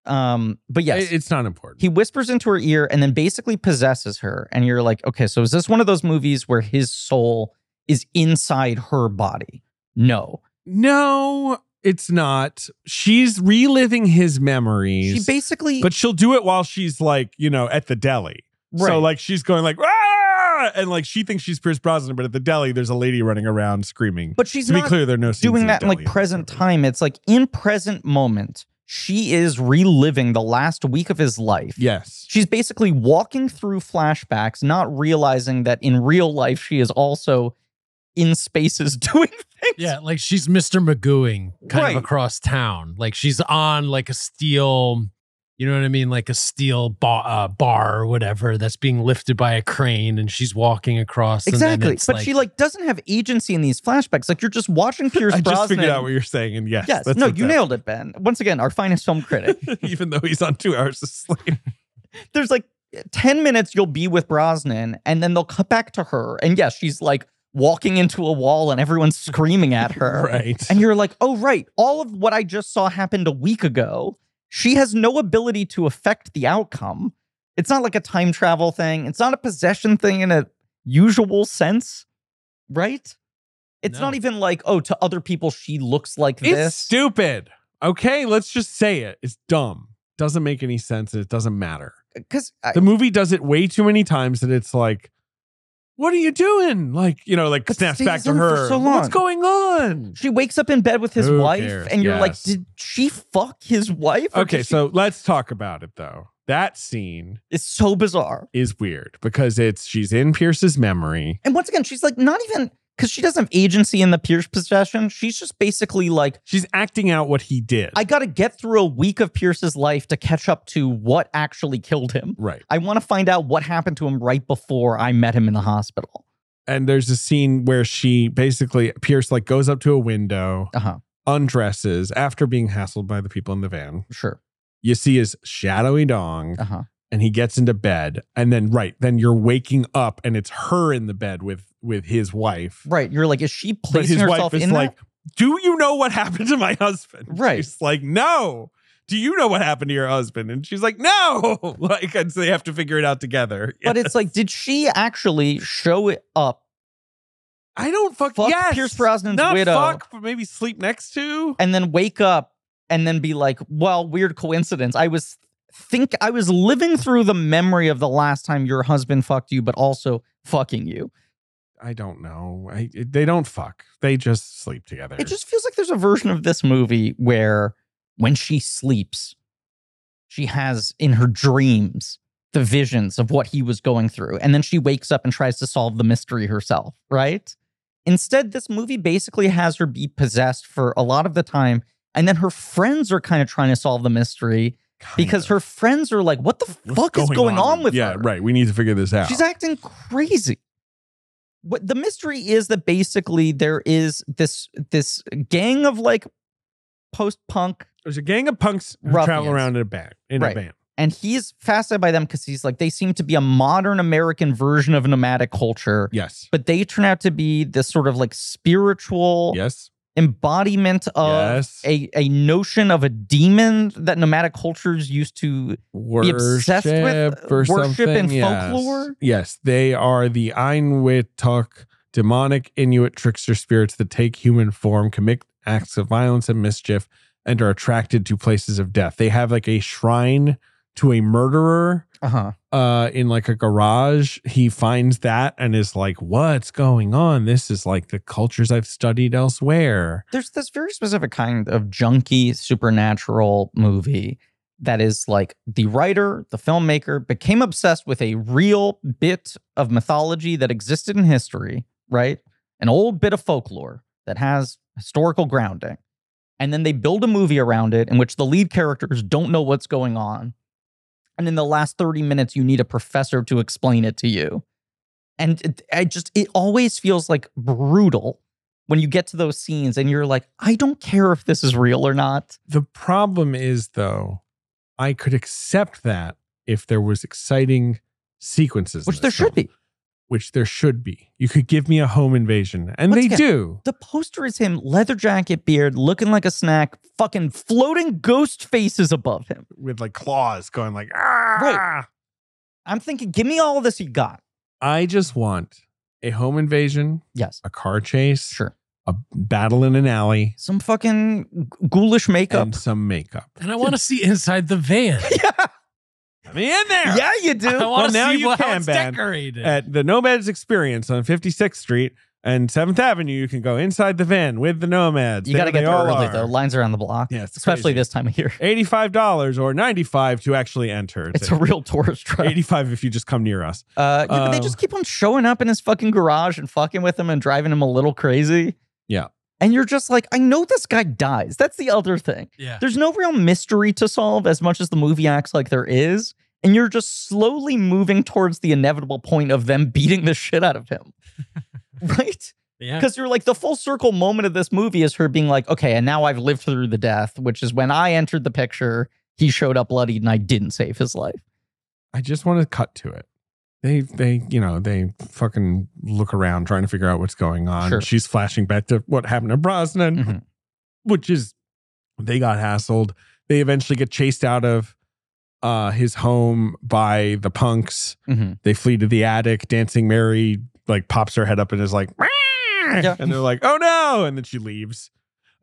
S1: Um, but yes,
S2: It- It's not important.
S1: he whispers into her ear and then basically possesses her. And you're like, okay, so is this one of those movies where his soul is inside her body? No.
S2: no, it's not. She's reliving his memories.
S1: She basically.
S2: but she'll do it while she's like, you know, at the deli.
S1: Right.
S2: So like she's going like, ah! and like she thinks she's Pierce Brosnan, but at the deli there's a lady running around screaming.
S1: but she's
S2: to be
S1: not
S2: clear, there are no scenes
S1: doing
S2: in the
S1: that in like
S2: deli.
S1: present time. It's like in present moment, she is reliving the last week of his life.
S2: Yes.
S1: She's basically walking through flashbacks, not realizing that in real life she is also in spaces doing things.
S3: Yeah, like she's Mr. Magooing kind
S1: Right.
S3: of across town. Like she's on like a steel, you know what I mean? Like a steel ba- uh, bar or whatever that's being lifted by a crane and she's walking across. and then
S1: Exactly.
S3: it's
S1: But she like doesn't have agency in these flashbacks. Like you're just watching Pierce
S2: I just
S1: Brosnan.
S2: figured out what you're saying, and yes,
S1: yes.
S2: that's
S1: No,
S2: what's
S1: you nailed it, Ben. Once again, our finest film critic.
S2: happening. Even though he's on two hours of sleep,
S1: There's like 10 minutes you'll be with Brosnan and then they'll cut back to her. And yes, she's like walking into a wall and everyone's screaming at her.
S2: right?
S1: And you're like, "Oh right, all of what I just saw happened a week ago. She has no ability to affect the outcome. It's not like a time travel thing. It's not a possession thing in a usual sense, right? It's
S3: No.
S1: not even like, oh, to other people she looks like
S2: It's
S1: this.
S2: stupid. Okay, let's just say it. It's dumb. Doesn't make any sense and it doesn't matter.
S1: Because
S2: The movie does it way too many times that it's like, what are you doing? Like, you know, like
S1: But
S2: snaps
S1: stays
S2: back to
S1: on for
S2: her.
S1: so
S2: What's
S1: long.
S2: going on?
S1: she wakes up in bed with his
S2: Who
S1: wife,
S2: cares?
S1: and you're like,
S2: Yes.
S1: did she fuck his wife? Or
S2: Okay,
S1: did she-"
S2: so let's talk about it though. That scene
S1: it's so bizarre.
S2: is weird because it's she's in Pierce's memory.
S1: And once again, she's like, not even because she doesn't have agency in the Pierce possession. She's just basically like,
S2: She's acting out what he did.
S1: I got to get through a week of Pierce's life to catch up to what actually killed him.
S2: right.
S1: I want to find out what happened to him right before I met him in the hospital.
S2: And there's a scene where she basically Pierce like goes up to a window,
S1: Uh huh.
S2: undresses after being hassled by the people in the van.
S1: Sure.
S2: you see his shadowy dong
S1: Uh huh.
S2: and he gets into bed and then right then you're waking up and it's her in the bed with with his wife
S1: Right. You're like, is she
S2: but
S1: placing
S2: his wife
S1: herself
S2: is
S1: in
S2: like do you know what happened to my husband
S1: Right.
S2: she's like no do you know what happened to your husband and she's like no like and so they have to figure it out together
S1: that? But it's like, did she actually show it up
S2: i don't fuck,
S1: fuck
S2: yes.
S1: Pierce Brosnan's
S2: not
S1: widow.
S2: fuck but maybe sleep next to
S1: and then wake up and then be like, well, weird coincidence. I was think I was living through the memory of the last time your husband fucked you, but also fucking you.
S2: I don't know. I, they don't fuck. They just sleep together.
S1: It just feels like there's a version of this movie where when she sleeps, she has in her dreams the visions of what he was going through. And then she wakes up and tries to solve the mystery herself, right? Instead, this movie basically has her be possessed for a lot of the time. And then her friends are kind of trying to solve the mystery
S2: Kind
S1: because
S2: of.
S1: her friends are like, what the
S2: What's
S1: fuck is going on, with
S2: yeah,
S1: her?
S2: right. We need to figure this out.
S1: She's acting crazy. What the mystery is that basically there is this this gang of like post punk,
S2: There's a gang of punks who
S1: Ruffians.
S2: travel around in a van. In
S1: Right.
S2: a van.
S1: and he's fascinated by them because he's like they seem to be a modern American version of nomadic culture,
S2: Yes.
S1: but they turn out to be this sort of like spiritual
S2: Yes.
S1: embodiment of
S2: yes.
S1: a a notion of a demon that nomadic cultures used to
S2: worship
S1: obsessed with,
S2: or
S1: uh, worship and
S2: something, yes.
S1: folklore?
S2: Yes, they are the Ainwituk, demonic Inuit trickster spirits that take human form, commit acts of violence and mischief, and are attracted to places of death. They have like a shrine to a murderer
S1: uh-huh.
S2: uh in like a garage he finds that and is like what's going on this is like the cultures i've studied elsewhere
S1: there's this very specific kind of junky supernatural movie that is like the writer, the filmmaker became obsessed with a real bit of mythology that existed in history, right? An old bit of folklore that has historical grounding. And then they build a movie around it in which the lead characters don't know what's going on. And in the last 30 minutes, you need a professor to explain it to you. And it, I just, it always feels like brutal when you get to those scenes and you're like, I don't care if this is real or not.
S2: The problem is, though, I could accept that if there was exciting sequences, in
S1: Which there
S2: this film,
S1: should be.
S2: which there should be. You could give me a home invasion, and
S1: Once
S2: they
S1: again-
S2: do.
S1: The poster is him, leather jacket, beard, looking like a snack, fucking floating ghost faces above him.
S2: with like claws going like ah.
S1: I'm thinking, give me all this you got.
S2: I just want a home invasion,
S1: Yes,
S2: a car chase,
S1: sure.
S2: a battle in an alley,
S1: Some fucking ghoulish makeup.
S2: and some makeup.
S3: And I want to see inside the van.
S1: yeah,
S2: Let me in there.
S1: yeah, you do.
S3: I
S2: Well,
S3: want to
S2: now
S3: see
S2: you
S3: how
S2: can,
S3: it's
S2: Ben.
S3: decorated.
S2: At the Nomads Experience on 56th Street and 7th Avenue, you can go inside the van with the Nomads.
S1: you got to
S2: There
S1: get
S2: they
S1: there
S2: all
S1: early,
S2: are.
S1: though. Lines around the block,
S2: Yeah, it's
S1: especially
S2: crazy.
S1: this time of year.
S2: eighty-five dollars or ninety-five to actually enter.
S1: It's a real tourist trap.
S2: eighty-five if you just come near us.
S1: Uh, yeah, but they
S2: Oh.
S1: just keep on showing up in his fucking garage and fucking with him and driving him a little crazy.
S2: Yeah.
S1: And you're just like, I know this guy dies. That's the other thing.
S3: yeah.
S1: There's no real mystery to solve as much as the movie acts like there is. And you're just slowly moving towards the inevitable point of them beating the shit out of him. right?
S3: Yeah.
S1: Because you're like, the full circle moment of this movie is her being like, okay, and now I've lived through the death, which is when I entered the picture, he showed up bloodied and I didn't save his life.
S2: I just want to cut to it. They, they, you know, they fucking look around trying to figure out what's going on.
S1: Sure.
S2: She's flashing back to what happened to Brosnan,
S1: Mhm.
S2: which is they got hassled. They eventually get chased out of uh, his home by the punks.
S1: Mhm.
S2: They flee to the attic. Dancing Mary like pops her head up and is like, "Meow."
S1: Yeah.
S2: and they're like, oh no, and then she leaves.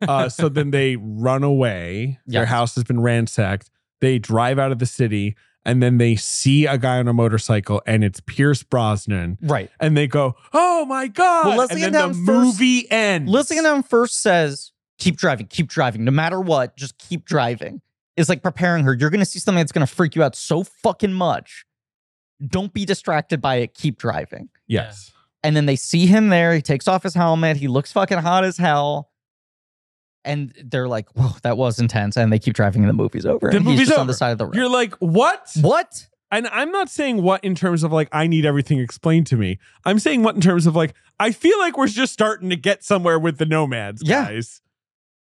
S2: Uh, so then they run away. Their
S1: Yes.
S2: house has been ransacked. They drive out of the city, and then they see a guy on a motorcycle, and it's Pierce Brosnan,
S1: Right.
S2: and they go, oh my god!
S1: Well, Leslie
S2: and then the
S1: Adam first-
S2: movie ends.
S1: Lizzie and him first says, keep driving, keep driving, no matter what, just keep driving. Is like preparing her. You're gonna see something that's gonna freak you out so fucking much. Don't be distracted by it. Keep driving.
S2: yes,
S1: And then they see him there. He takes off his helmet. He looks fucking hot as hell. And they're like, whoa, that was intense. And they keep driving and the movie's over.
S2: The
S1: and
S2: movie's
S1: he's just on the
S2: over.
S1: side of the road.
S2: you're like, what?
S1: what?
S2: And I'm not saying what in terms of like I need everything explained to me. I'm saying what in terms of like I feel like we're just starting to get somewhere with the nomads,
S1: Yeah.
S2: guys.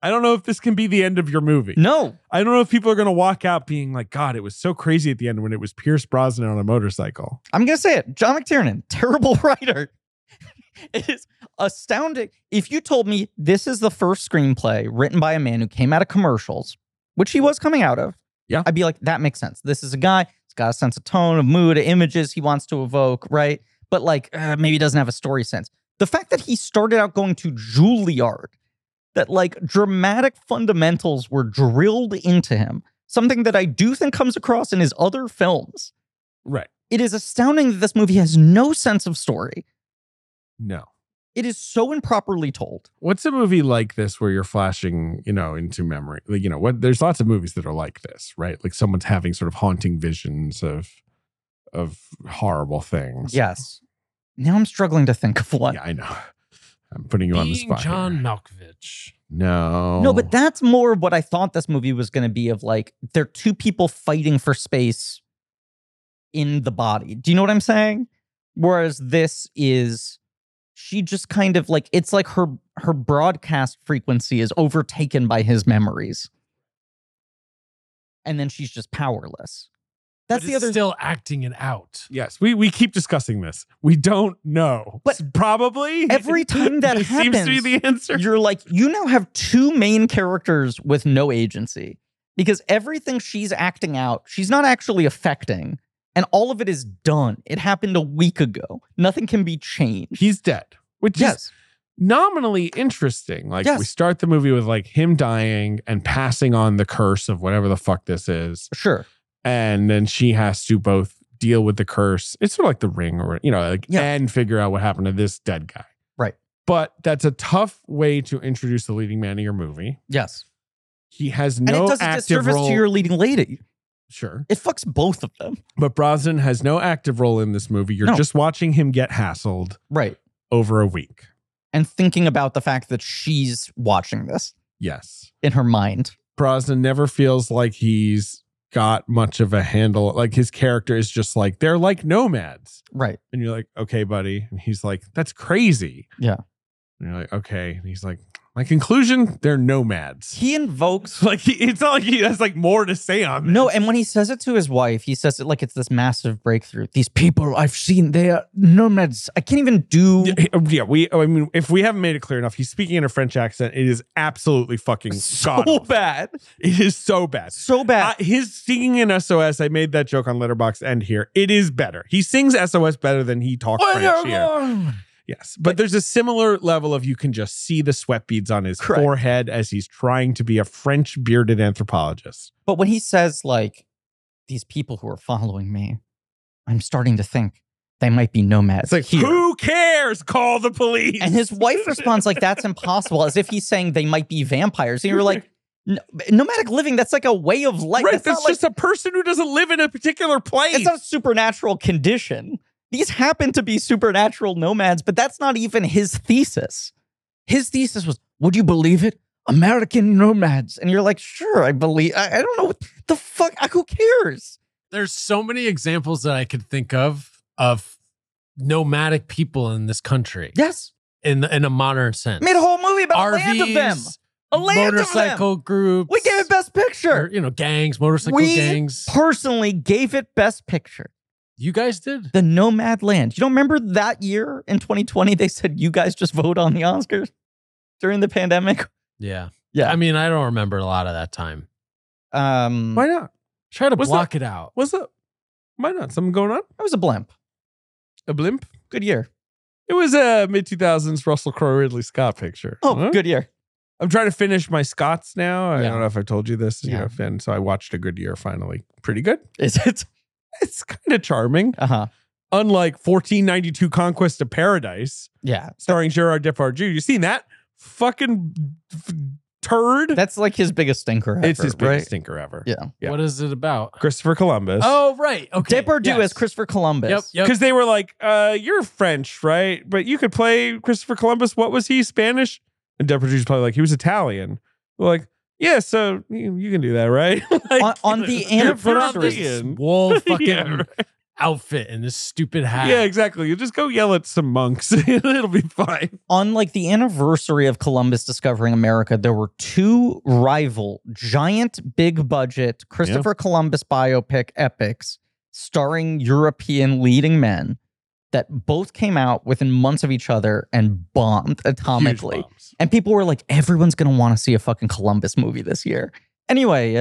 S2: I don't know if this can be the end of your movie.
S1: No.
S2: I don't know if people are going to walk out being like, God, it was so crazy at the end when it was Pierce Brosnan on a motorcycle.
S1: I'm gonna say it. John McTiernan, terrible writer. it is astounding. If you told me this is the first screenplay written by a man who came out of commercials, which he was coming out of,
S2: Yeah.
S1: I'd be like, that makes sense. This is a guy. He's got a sense of tone, of mood, of images he wants to evoke, right? But like, uh, maybe doesn't have a story sense. The fact that he started out going to Juilliard, that like dramatic fundamentals were drilled into him something that I do think comes across in his other films.
S2: Right.
S1: It is astounding that this movie has no sense of story.
S2: No.
S1: It is so improperly told.
S2: What's a movie like this where you're flashing, you know, into memory? Like, you know, what there's lots of movies that are like this, right? Like someone's having sort of haunting visions of of horrible things.
S1: Yes. Now I'm struggling to think of one.
S2: Yeah, I know. I'm putting you on the
S3: Being
S2: spot.
S3: John
S2: here.
S3: Malkovich.
S2: No.
S1: No, but that's more what I thought this movie was going to be of like, they're two people fighting for space in the body. Do you know what I'm saying? Whereas this is she just kind of like it's like her her broadcast frequency is overtaken by his memories. And then she's just powerless. That's
S3: but
S1: the
S3: it's
S1: other
S3: still acting it out.
S2: Yes, we, we keep discussing this. We don't know.
S1: But
S2: probably
S1: every time that
S2: it seems to be
S1: happens,
S2: the answer.
S1: you're like you now have two main characters with no agency because everything she's acting out she's not actually affecting and all of it is done it happened a week ago nothing can be changed
S2: He's dead, which is
S1: yes
S2: nominally interesting. Like
S1: Yes.
S2: we start the movie with like him dying and passing on the curse of whatever the fuck this is,
S1: sure
S2: and then she has to both deal with the curse. It's sort of like the ring, or you know, like
S1: Yeah.
S2: and figure out what happened to this dead guy.
S1: Right.
S2: But that's a tough way to introduce the leading man of your movie.
S1: yes
S2: He has
S1: and
S2: no
S1: it does a
S2: active
S1: disservice
S2: role.
S1: to your leading lady
S2: sure.
S1: it fucks both of them
S2: But Brosnan has no active role in this movie. You're
S1: No.
S2: just watching him get hassled
S1: right
S2: over a week.
S1: and thinking about the fact that she's watching this
S2: Yes.
S1: in her mind
S2: Brosnan never feels like he's got much of a handle. Like his character is just like, they're like nomads.
S1: right
S2: And you're like, okay, buddy. And he's like, that's crazy.
S1: Yeah.
S2: And you're like, okay. And he's like, my conclusion, they're nomads.
S1: he invokes
S2: Like, he, it's not like he has like more to say on this.
S1: No, and when he says it to his wife, he says it like it's this massive breakthrough. These people I've seen, they are nomads. I can't even do
S2: Yeah, um, yeah, we. I mean, if we haven't made it clear enough, he's speaking in a French accent. It is absolutely fucking
S1: so
S2: god-awful.
S1: bad.
S2: It is so bad.
S1: So bad.
S2: Uh, his singing in SOS, I made that joke on Letterbox and here. It is better. He sings SOS better than he talks
S1: Oh
S2: French here. Yes. But there's a similar level of you can just see the sweat beads on his
S1: Correct.
S2: forehead as he's trying to be a French bearded anthropologist.
S1: But when he says, like, these people who are following me, I'm starting to think they might be
S2: It's
S1: nomads.
S2: like,
S1: here.
S2: who cares? Call the police.
S1: And his wife responds, like, that's impossible, as if he's saying they might be vampires. And you're like, "No- nomadic living, that's like a way of life.
S2: right,
S1: that's,
S2: that's
S1: not
S2: just a person who doesn't live in a particular place.
S1: like, it's not a supernatural condition. These happen to be supernatural nomads, but that's not even his thesis. His thesis was, would you believe it? American nomads. And you're like, sure, I believe. I, I don't know what the fuck. I- Who cares?
S3: There's so many examples that I could think of of nomadic people in this country
S1: Yes.
S3: in in a modern sense.
S1: Made a whole movie about a land of them.
S3: RVs,
S1: A land of them.
S3: motorcycle groups.
S1: We gave it Best
S3: or,
S1: Picture.
S3: You know, gangs, motorcycle
S1: We-
S3: gangs.
S1: Personally, gave it Best Picture.
S3: You guys did.
S1: The Nomad Land. You don't remember that year in 2020? They said, you guys just vote on the Oscars during the pandemic.
S3: Yeah.
S1: Yeah.
S3: I mean, I don't remember a lot of that time.
S1: Um,
S2: Why not?
S3: Try to
S2: What's
S3: block it out.
S2: What's up? Why not? Something going on?
S1: that was a blimp.
S2: A blimp?
S1: Good year.
S2: It was a mid 2000s Russell Crowe Ridley Scott picture.
S1: Oh,
S2: Huh?
S1: good year.
S2: I'm trying to finish my Scots now. I
S1: Yeah.
S2: don't know if I told you this, you
S1: Yeah.
S2: know, and so I watched a good year finally. Pretty good.
S1: Is it?
S2: It's kind of charming.
S1: Uh huh.
S2: Unlike 1492 Conquest of Paradise,
S1: Yeah.
S2: starring Gerard Depardieu. You seen that fucking f- turd?
S1: That's like his biggest stinker.
S2: it's
S1: ever,
S2: his biggest
S1: right?
S2: stinker ever.
S1: Yeah.
S2: Yeah.
S3: What is it about?
S2: Christopher Columbus.
S3: Oh, right. Okay.
S1: Depardieu
S3: Yes.
S1: as Christopher Columbus.
S3: Yep. Yep.
S2: Because they were like, uh, you're French, right? But you could play Christopher Columbus. What was he? Spanish? And Depardieu's probably like, he was Italian. We're like, yeah, so you, you can do that, right? Like-
S1: On- on the
S2: You're
S3: Put on
S1: anniversary-
S3: this
S2: European.
S3: wool fucking
S2: Yeah, right.
S3: outfit and this stupid
S1: Ah.
S3: hat.
S2: Yeah, exactly. You just go yell at some monks. It'll be fine.
S1: On like the anniversary of Columbus discovering America, there were two rival, giant, big budget Christopher Columbus biopic epics starring European leading men that both came out within months of each other and bombed atomically. And people were like, everyone's going to want to see a fucking Columbus movie this year. Anyway,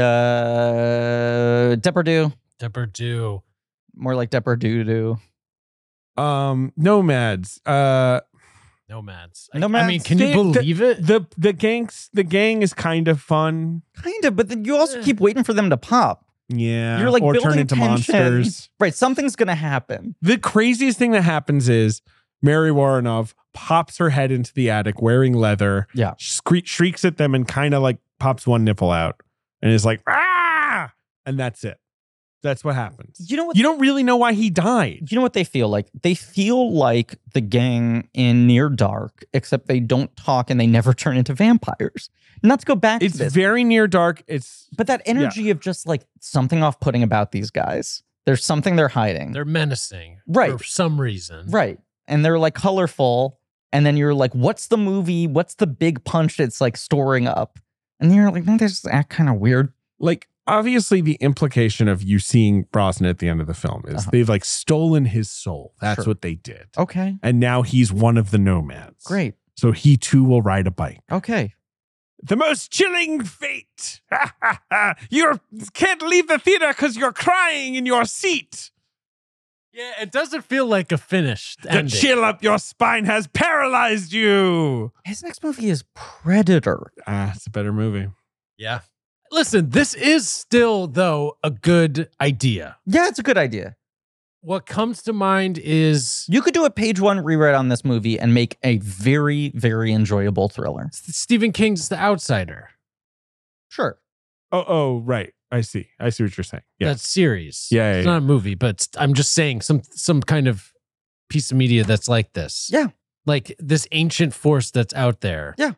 S1: uh, Depardieu,
S3: Depardieu.
S1: more like Depardieu.
S2: Um, nomads. Uh
S3: Nomads. I, I
S1: Nomads.
S3: mean, can you
S2: They- the-
S3: believe it?
S2: the the gangs the gang is kind of fun.
S1: Kind of, but then you also keep waiting for them to pop.
S2: Yeah,
S1: You're, like,
S2: or turn
S1: building
S2: into
S1: tension.
S2: monsters.
S1: Right, something's going to happen.
S2: The craziest thing that happens is Mary Warrenov pops her head into the attic wearing leather.
S1: Yeah.
S2: scre- shrieks at them and kind of like pops one nipple out and is like ah, and that's it. That's what happens.
S1: You know what?
S2: You don't really know why he died.
S1: you know what they feel like? They feel like the gang in Near Dark, except they don't talk and they never turn into vampires. Not to go back
S2: It's
S1: to this,
S2: very near dark. It's
S1: but that energy of just like something off putting about these guys. There's something they're hiding.
S3: They're menacing,
S1: Right.
S3: For some reason,
S1: right. And they're like colorful. And then you're like, what's the movie? What's the big punch that's like storing up? And you're like, no, they just act kind of weird.
S2: like obviously the implication of you seeing Brosnan at the end of the film is
S1: Uh-huh.
S2: they've like stolen his soul. That's
S1: Sure.
S2: what they did.
S1: Okay.
S2: And now he's one of the nomads.
S1: Great.
S2: So he too will ride a bike.
S1: Okay.
S2: The most chilling fate. you can't leave the theater because you're crying in your seat.
S3: Yeah, it doesn't feel like a finished
S2: The
S3: ending.
S2: chill up your spine has paralyzed you.
S1: His next movie is Predator.
S2: Ah, it's a better movie.
S3: Yeah. Listen, this is still though a good idea.
S1: Yeah, it's a good idea.
S3: What comes to mind is
S1: You could do a page one rewrite on this movie and make a very, very enjoyable thriller.
S3: Stephen King's The Outsider.
S1: Sure.
S2: Oh, oh, right. I see. I see what you're saying. Yeah.
S3: That series.
S2: Yeah, yeah,
S3: it's
S2: yeah.
S3: not a movie, but it's- I'm just saying some some kind of piece of media that's like this.
S1: Yeah.
S3: Like this ancient force that's out there.
S1: Yeah.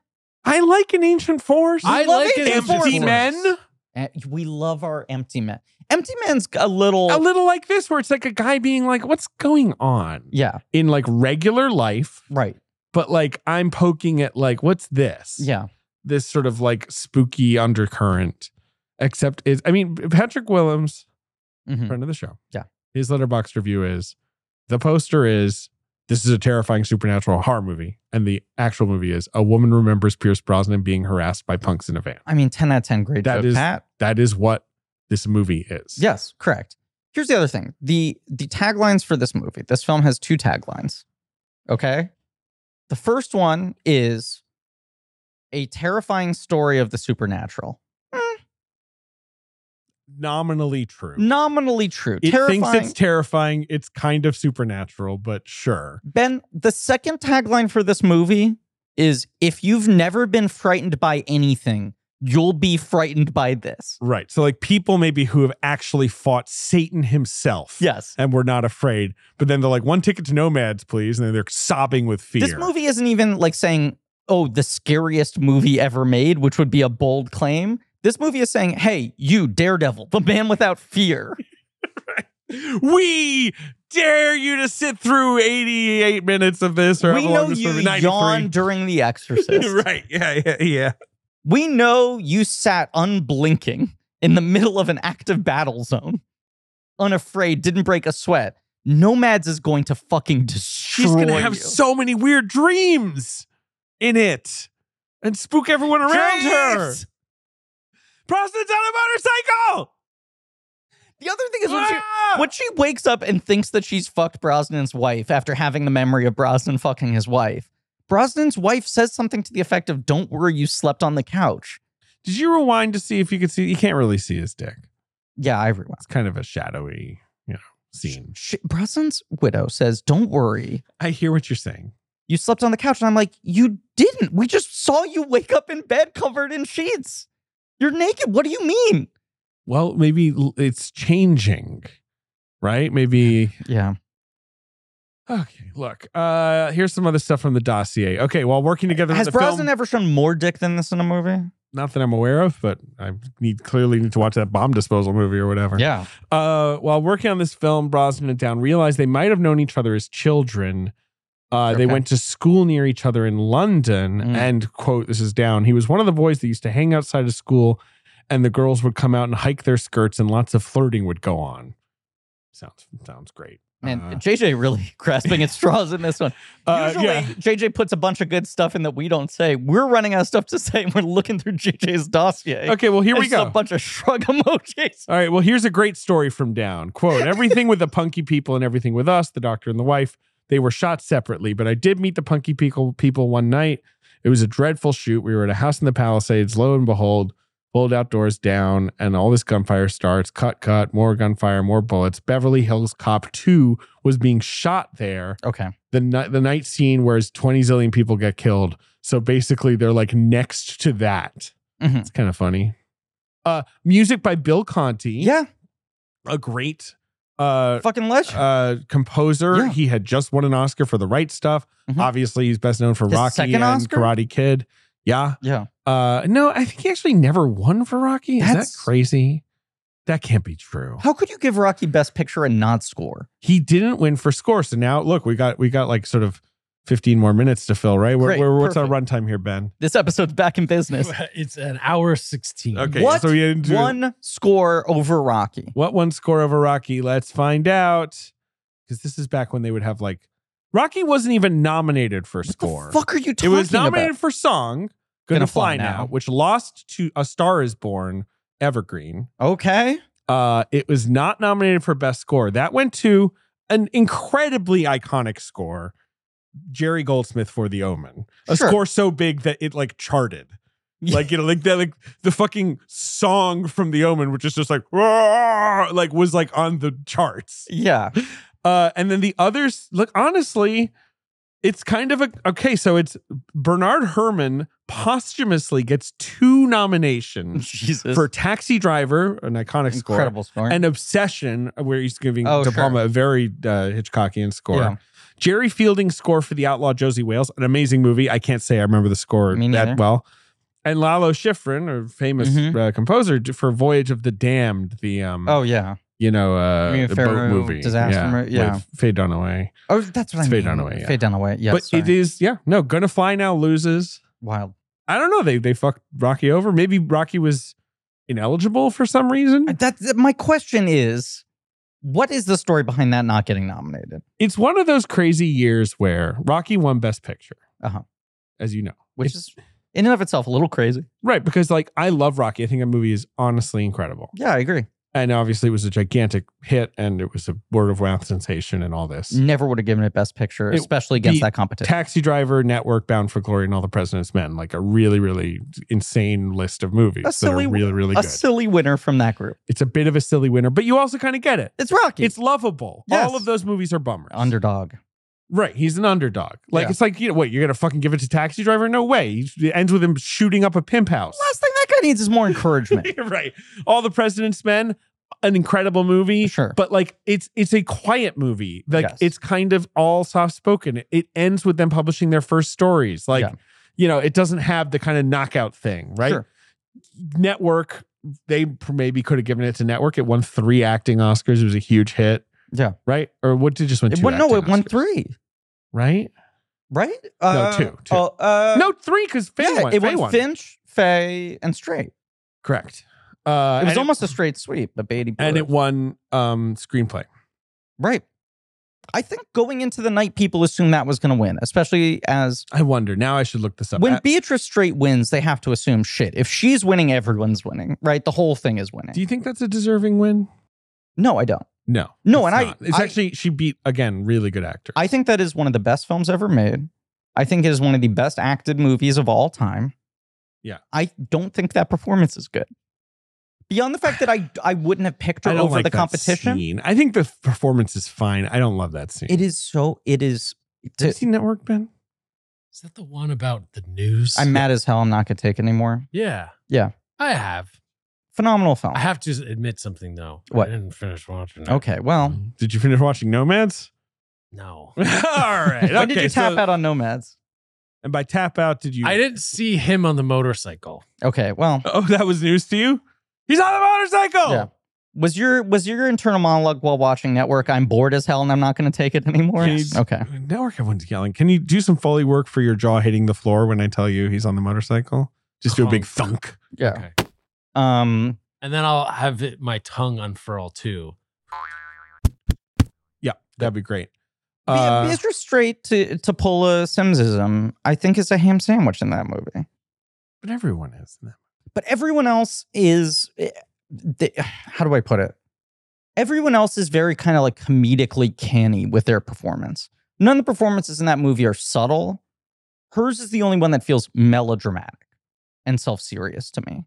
S2: I like an ancient force.
S1: I love
S3: an
S1: ancient
S3: ancient
S1: force.
S2: Empty
S3: force.
S2: men.
S1: Uh, We love our empty man. Empty man's a little.
S2: a little like this where it's like a guy being like what's going on
S1: yeah,
S2: in like regular life
S1: right.
S2: but like i'm poking at like what's this
S1: Yeah.
S2: this sort of like spooky undercurrent except is i mean patrick willems
S1: Mhm.
S2: friend of the show
S1: Yeah.
S2: his letterbox review is the poster is this is a terrifying supernatural horror movie and the actual movie is a woman remembers pierce brosnan being harassed by punks in a van
S1: I mean, 10 out of 10 great
S2: That
S1: joke,
S2: is-
S1: Pat.
S2: that is what this movie is
S1: Yes, correct. Here's the other thing the the taglines for this movie. This film has two taglines. Okay, the first one is a terrifying story of the supernatural,
S2: nominally true
S1: nominally true.
S2: It
S1: terrifying.
S2: thinks it's terrifying. It's kind of supernatural, but sure.
S1: Ben, the second tagline for this movie is if you've never been frightened by anything, you'll be frightened by this.
S2: Right. So, like, people maybe who have actually fought Satan himself.
S1: Yes.
S2: And were not afraid. But then they're like, one ticket to nomads, please. And then they're sobbing with fear.
S1: This movie isn't even like saying, oh, the scariest movie ever made, which would be a bold claim. This movie is saying, hey, you, Daredevil, the man without fear.
S2: We dare you to sit through 88 minutes of this or
S1: we
S2: however long
S1: know
S2: this
S1: you
S2: movie, 93.
S1: yawned during The Exorcist.
S2: right. Yeah. Yeah. Yeah.
S1: We know you sat unblinking in the middle of an active battle zone, unafraid, didn't break a sweat. Nomads is going to fucking destroy
S2: She's going to have
S1: you.
S2: so many weird dreams in it and spook everyone around her.
S1: Dreams!
S2: Prostin's on a motorcycle.
S1: The other thing is when
S2: Ah!
S1: she, when she wakes up and thinks that she's fucked Brosnan's wife after having the memory of Brosnan fucking his wife. Brosnan's wife says something to the effect of "Don't worry, you slept on the couch."
S2: Did you rewind to see if you could see? You can't really see his dick.
S1: Yeah, I rewound.
S2: It's kind of a shadowy, you know, scene.
S1: She, Brosnan's widow says, "Don't worry,
S2: I hear what you're saying.
S1: you slept on the couch. And I'm like, you didn't. We just saw you wake up in bed covered in sheets. You're naked. What do you mean?
S2: Well, maybe l- it's changing, right? Maybe.
S1: Yeah.
S2: Okay, look. Uh, here's some other stuff from the dossier. Okay, while working together on
S1: Has
S2: the
S1: Brosnan
S2: film,
S1: ever shown more dick than this in a movie?
S2: not that I'm aware of, but I need clearly need to watch that bomb disposal movie or whatever.
S1: Yeah.
S2: Uh, while working on this film, Brosnan and Down realized they might have known each other as children. Uh, They
S1: Okay.
S2: went to school near each other in London.
S1: Mm.
S2: And, quote, this is Down. He was one of the boys that used to hang outside of school, and the girls would come out and hike their skirts, and lots of flirting would go on. Sounds sounds great.
S1: And
S2: Uh,
S1: JJ really grasping at straws in this one.
S2: uh,
S1: Usually,
S2: yeah.
S1: JJ puts a bunch of good stuff in that we don't say. We're running out of stuff to say. And we're looking through JJ's dossier.
S2: Okay, well, here we
S1: It's just
S2: go.
S1: A bunch of shrug emojis.
S2: All right. Well, here's a great story from Down. Quote Everything with the punky people and everything with us, the doctor and the wife, They were shot separately, but I did meet the Punky People people one night. It was a dreadful shoot. We were at a house in the Palisades. Lo and behold, pulled outdoors down, and all this gunfire starts. Cut, cut, more gunfire, more bullets. Beverly Hills Cop 2 was being shot there
S1: Okay.
S2: the night the night scene where 20 zillion people get killed. So basically they're like next to that.
S1: Mhm.
S2: It's kind of funny. Uh music by Bill Conti.
S1: Yeah.
S2: A great uh
S1: Fucking legend.
S2: uh composer.
S1: Yeah.
S2: He had just won an Oscar for the right stuff.
S1: Mhm.
S2: Obviously, he's best known for
S1: His
S2: Rocky
S1: second
S2: and
S1: Oscar?
S2: Karate Kid. Yeah.
S1: yeah.
S2: Uh no, I think he actually never won for Rocky. Is
S1: That's-
S2: that crazy? That can't be true.
S1: How could you give Rocky Best Picture and not score?
S2: he didn't win for score. So now look, we got we got like sort of 15 more minutes to fill, right? We're,
S1: Great,
S2: we're- what's our
S1: perfect.
S2: runtime here, Ben?
S1: This episode's back in business.
S3: it's an hour 16.
S2: Okay.
S1: what
S2: so we didn't do-
S1: one score over Rocky?
S2: What one score over Rocky? Let's find out. Because this is back when they would have like Rocky wasn't even nominated for
S1: What
S2: score.
S1: the fuck are you
S2: it
S1: talking
S2: was nominated
S1: about?
S2: for song, Gonna, Fly, now, which lost to A Star Is Born, Evergreen.
S1: Okay.
S2: Uh, it was not nominated for best score. That went to an incredibly iconic score, Jerry Goldsmith for The Omen. A
S1: Sure.
S2: score so big that it like charted. Like you know, like the like the fucking song from The Omen, which is just like "Roar," like was like on the charts.
S1: yeah.
S2: Uh, and then the others look honestly, it's kind of a okay. So it's Bernard Herman posthumously gets two nominations
S1: Jesus.
S2: for Taxi Driver, an iconic score,
S1: incredible score.
S2: and Obsession, where he's giving
S1: Oh,
S2: De
S1: sure.
S2: Palma a very uh, Hitchcockian score.
S1: Yeah.
S2: Jerry Fielding's score for The Outlaw Josie Wales, an amazing movie. I can't say I remember the score
S1: Me neither.
S2: that well. And Lalo Schifrin, a famous
S1: Mhm.
S2: uh, composer, d- for Voyage of the Damned, the um,
S1: oh yeah.
S2: you know,
S1: You mean
S2: uh, the boat
S1: Pharaoh
S2: movie,
S1: disaster
S2: yeah,
S1: mo- yeah.
S2: with Faye Dunaway.
S1: Oh, that's what
S2: It's
S1: I
S2: Faye
S1: mean.
S2: Dunaway, yeah.
S1: Faye Dunaway. Yeah.
S2: but it is, yeah, no, Gonna Fly Now loses.
S1: wild.
S2: I don't know. They they fucked Rocky over. Maybe Rocky was ineligible for some reason.
S1: That that- Uh, my question is, what is the story behind that not getting nominated?
S2: it's one of those crazy years where Rocky won Best Picture,
S1: Uh-huh.
S2: as you know.
S1: Which is in and of itself a little crazy.
S2: Right, because like I love Rocky. I think that movie is honestly incredible,
S1: Yeah, I agree.
S2: and obviously it was a gigantic hit, and it was a word of mouth sensation, and all this.
S1: Never would have given it Best Picture,
S2: It-
S1: especially against
S2: the
S1: that competition.
S2: Taxi Driver, Network, Bound for Glory, and All the President's Men, like a really, really insane list of movies
S1: A
S2: that
S1: silly-
S2: are really, really
S1: a
S2: good.
S1: silly winner from that group.
S2: it's a bit of a silly winner, but you also kind of get it.
S1: It's Rocky.
S2: It's lovable.
S1: Yes.
S2: All of those movies are bummers.
S1: underdog.
S2: Right, he's an underdog. Like
S1: Yeah.
S2: it's like you know what you're gonna fucking give it to taxi driver? No way. It ends with him shooting up a pimp house.
S1: Last thing that guy needs is more encouragement.
S2: right. All the President's Men, an incredible movie.
S1: Sure.
S2: But like it's it's a quiet movie. Like
S1: Yes.
S2: it's kind of all soft spoken. It ends with them publishing their first stories. Like
S1: Yeah.
S2: you know, it doesn't have the kind of knockout thing, right?
S1: Sure.
S2: Network. They pr- maybe could have given it to Network. It won three acting Oscars. It was a huge hit.
S1: Yeah.
S2: Right? Or what did it just win?
S1: It
S2: two
S1: won, no,
S2: acting
S1: it won
S2: Oscars,
S1: three,
S2: Right?
S1: right?
S2: two, two.
S1: oh, uh,
S2: no, three because Faye
S1: yeah,
S2: won.
S1: it
S2: Faye
S1: won, Finch, Faye, and Straight.
S2: Correct. Uh,
S1: It was
S2: and
S1: almost a straight sweep, but Beatty blew
S2: and
S1: it.
S2: it won um screenplay.
S1: Right. I think going into the night, people assume that was going to win, especially as
S2: I wonder. Now I should look this up.
S1: when
S2: Uh,
S1: Beatrice Straight wins, they have to assume shit. If she's winning, everyone's winning, right? The whole thing is winning.
S2: Do you think that's a deserving win?
S1: no, I don't.
S2: No.
S1: No,
S2: it's
S1: and I-
S2: not. It's
S1: I-
S2: actually, she beat, again, really good actor.
S1: I think that is one of the best films ever made. I think it is one of the best acted movies of all time.
S2: Yeah.
S1: I don't think that performance is good. Beyond the fact that I I wouldn't have picked her over the
S2: that
S1: competition.
S2: scene. I think the performance is fine. I don't love that scene.
S1: It is so it is
S2: Have you seen Network, Ben?
S3: Is that the one about the news?
S1: I'm mad as hell I'm not gonna take it anymore.
S3: Yeah.
S1: Yeah.
S3: I have.
S1: Phenomenal film.
S3: I have to admit something though.
S1: What?
S3: I didn't finish watching it.
S1: Okay, well.
S2: Did you finish watching Nomads?
S3: No.
S2: All right.
S1: When did
S2: Okay,
S1: you tap
S2: so-
S1: out on Nomads?
S2: And by tap out, did you?
S3: I didn't see him on the motorcycle.
S1: Okay, well,
S2: Oh, that was news to you? He's on the motorcycle.
S1: Yeah. was your was your internal monologue while watching Network? I'm bored as hell and I'm not going to take it anymore.
S2: Yes.
S1: Okay,
S2: Network, everyone's yelling. Can you do some Foley work for your jaw hitting the floor when I tell you he's on the motorcycle? Just do a big thunk.
S1: yeah.
S3: Okay.
S1: Um,
S3: And then I'll have it, my tongue unfurl too.
S2: That'd be great.
S1: uh,
S2: Uh,
S1: Beatrice Straight to to pull a Simsism, I think is a ham sandwich in that movie.
S2: but everyone is.
S1: But everyone else is, eh, they, how do I put it? Everyone else is very kind of like comedically canny with their performance. None of the performances in that movie are subtle. Hers is the only one that feels melodramatic and self serious to me.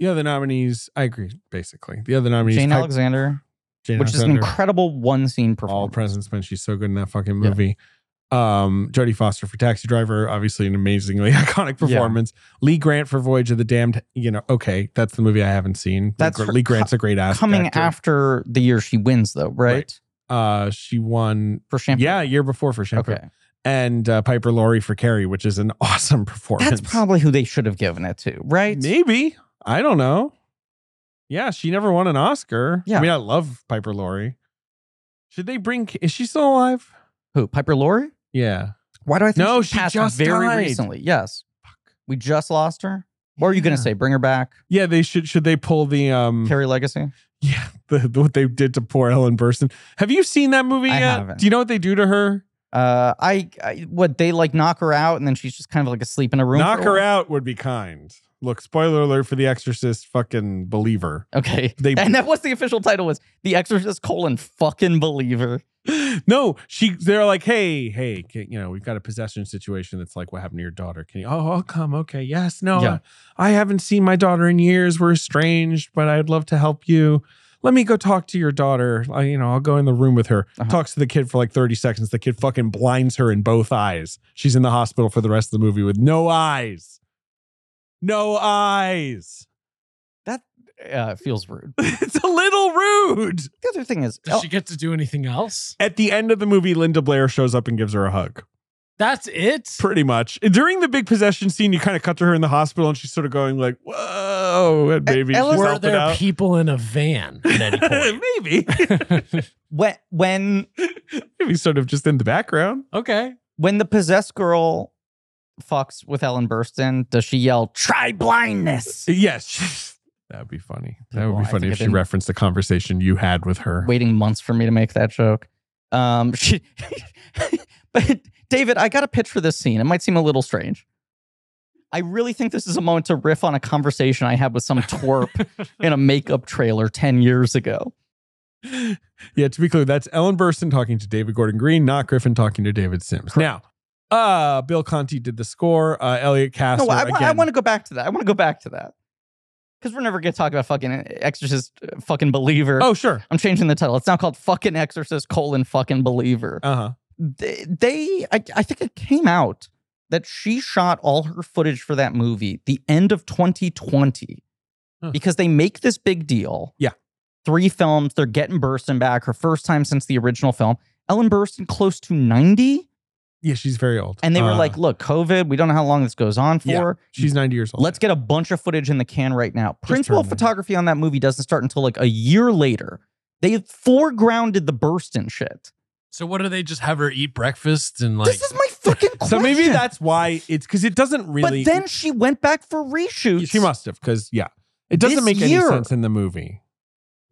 S2: The other nominees, I agree, basically. The other nominees,
S1: Jane
S2: type-
S1: Alexander,
S2: Jane
S1: which is an
S2: Alexander,
S1: incredible one scene
S2: all
S1: performance.
S2: presence man. She's so good in that fucking
S3: Yeah.
S2: movie. Um, Jodie Foster for Taxi Driver, obviously an amazingly iconic
S1: Yeah.
S2: performance. Lee Grant for Voyage of the Damned. You know, okay, that's the movie I haven't seen. Lee
S1: That's
S2: Gr-
S1: for
S2: Lee Grant's a great ass.
S1: Coming
S2: actor.
S1: after the year she wins, though, right?
S2: Right. uh, she won.
S1: For Shampoo.
S2: Yeah, a year before for Shampoo
S1: Okay.
S2: and uh, Piper Laurie for Carrie, which is an awesome performance.
S1: That's probably who they should have given it to, right?
S2: Maybe. I don't know. Yeah, she never won an Oscar. I
S1: Yeah.
S2: mean, I love Piper Laurie. Should they bring is she still alive?
S1: Who? Piper Laurie?
S2: Yeah.
S1: Why do I think
S2: No,
S1: she
S2: she
S1: passed
S2: just
S1: very
S2: died.
S1: recently? Yes.
S2: Fuck.
S1: We just lost her. What are you going to
S2: Yeah.
S1: say? Bring her back?
S2: Yeah, they should should they pull the um
S1: Carrie Legacy?
S2: yeah, the, the- what they did to poor Ellen Burstyn. Have you seen that movie
S1: I
S2: yet?
S1: haven't.
S2: Do you know what they do to her?
S1: Uh, I, I what they like knock her out and then she's just kind of like asleep in a room.
S2: Knock
S1: for a
S2: her
S1: while?
S2: out would be kind. Look, spoiler alert for The Exorcist fucking believer.
S1: Okay.
S2: They
S1: And that was the official title was The Exorcist colon fucking believer.
S2: no, she. They're like, hey, hey, can, you know, we've got a possession situation that's like what happened to your daughter. Can you? Oh, I'll come. Okay, yes, no,
S1: Yeah.
S2: I, I haven't seen my daughter in years. We're estranged, but I'd love to help you. Let me go talk to your daughter. I, you know, I'll go in the room with her.
S1: Uh-huh.
S2: Talks to the kid for like thirty seconds. The kid fucking blinds her in both eyes. She's in the hospital for the rest of the movie with no eyes. No eyes.
S1: Uh, feels rude.
S2: it's a little rude.
S1: The other thing is,
S2: Oh.
S1: oh,
S3: Does she get to do anything else?
S2: At the end of the movie, Linda Blair shows up and gives her a hug.
S3: That's it.
S2: Pretty much. During the big possession scene, you kind of cut to her in the hospital and she's sort of going like, whoa,
S1: E,
S2: and maybe she's
S1: Ellis-
S3: Were
S2: helping
S3: there
S2: out.
S3: people in a van at any point?
S2: maybe.
S1: when when
S2: maybe sort of just in the background.
S3: okay.
S1: when the possessed girl fucks with Ellen Burstyn, does she yell "Try blindness"?
S2: Yes. That would be funny. That would
S1: Well,
S2: be
S1: I
S2: funny
S1: think
S2: if
S1: I
S2: she
S1: didn't-
S2: referenced the conversation you had with her.
S1: Waiting months for me to make that joke. Um, she, but David, I got a pitch for this scene. It might seem a little strange. I really think this is a moment to riff on a conversation I had with some twerp in a makeup trailer ten years ago.
S2: yeah, to be clear, that's Ellen Burstyn talking to David Gordon Green, not Griffin talking to David Sims. Now, uh, Bill Conti did the score. Uh, Elliot Kastner.
S1: no, I, wa- I
S2: again-
S1: want to go back to that. I want to go back to that because we're never going to talk about fucking Exorcist, uh, fucking believer.
S2: Oh, sure.
S1: I'm changing the title. It's now called fucking Exorcist colon fucking believer.
S2: Uh huh.
S1: they, they I, I think it came out that she shot all her footage for that movie the end of 2020
S2: Huh.
S1: because they make this big deal.
S2: Yeah.
S1: Three films, they're getting Burstyn back, her first time since the original film. Ellen Burstyn close to 90.
S2: Yeah, she's very old.
S1: And they were
S2: Uh,
S1: like, look, COVID, we don't know how long this goes on for.
S2: Yeah. she's 90 years old.
S1: Let's get a bunch of footage in the can right now. Principal
S2: turn it in.
S1: photography on that movie doesn't start until like a year later. They foregrounded the Burston shit.
S3: So what do they just have her eat breakfast and like?
S1: this is my fucking question.
S2: So maybe that's why it's because it doesn't really.
S1: But then she went back for reshoots.
S2: she must have because yeah, it doesn't
S1: This
S2: make any
S1: year.
S2: sense in the movie.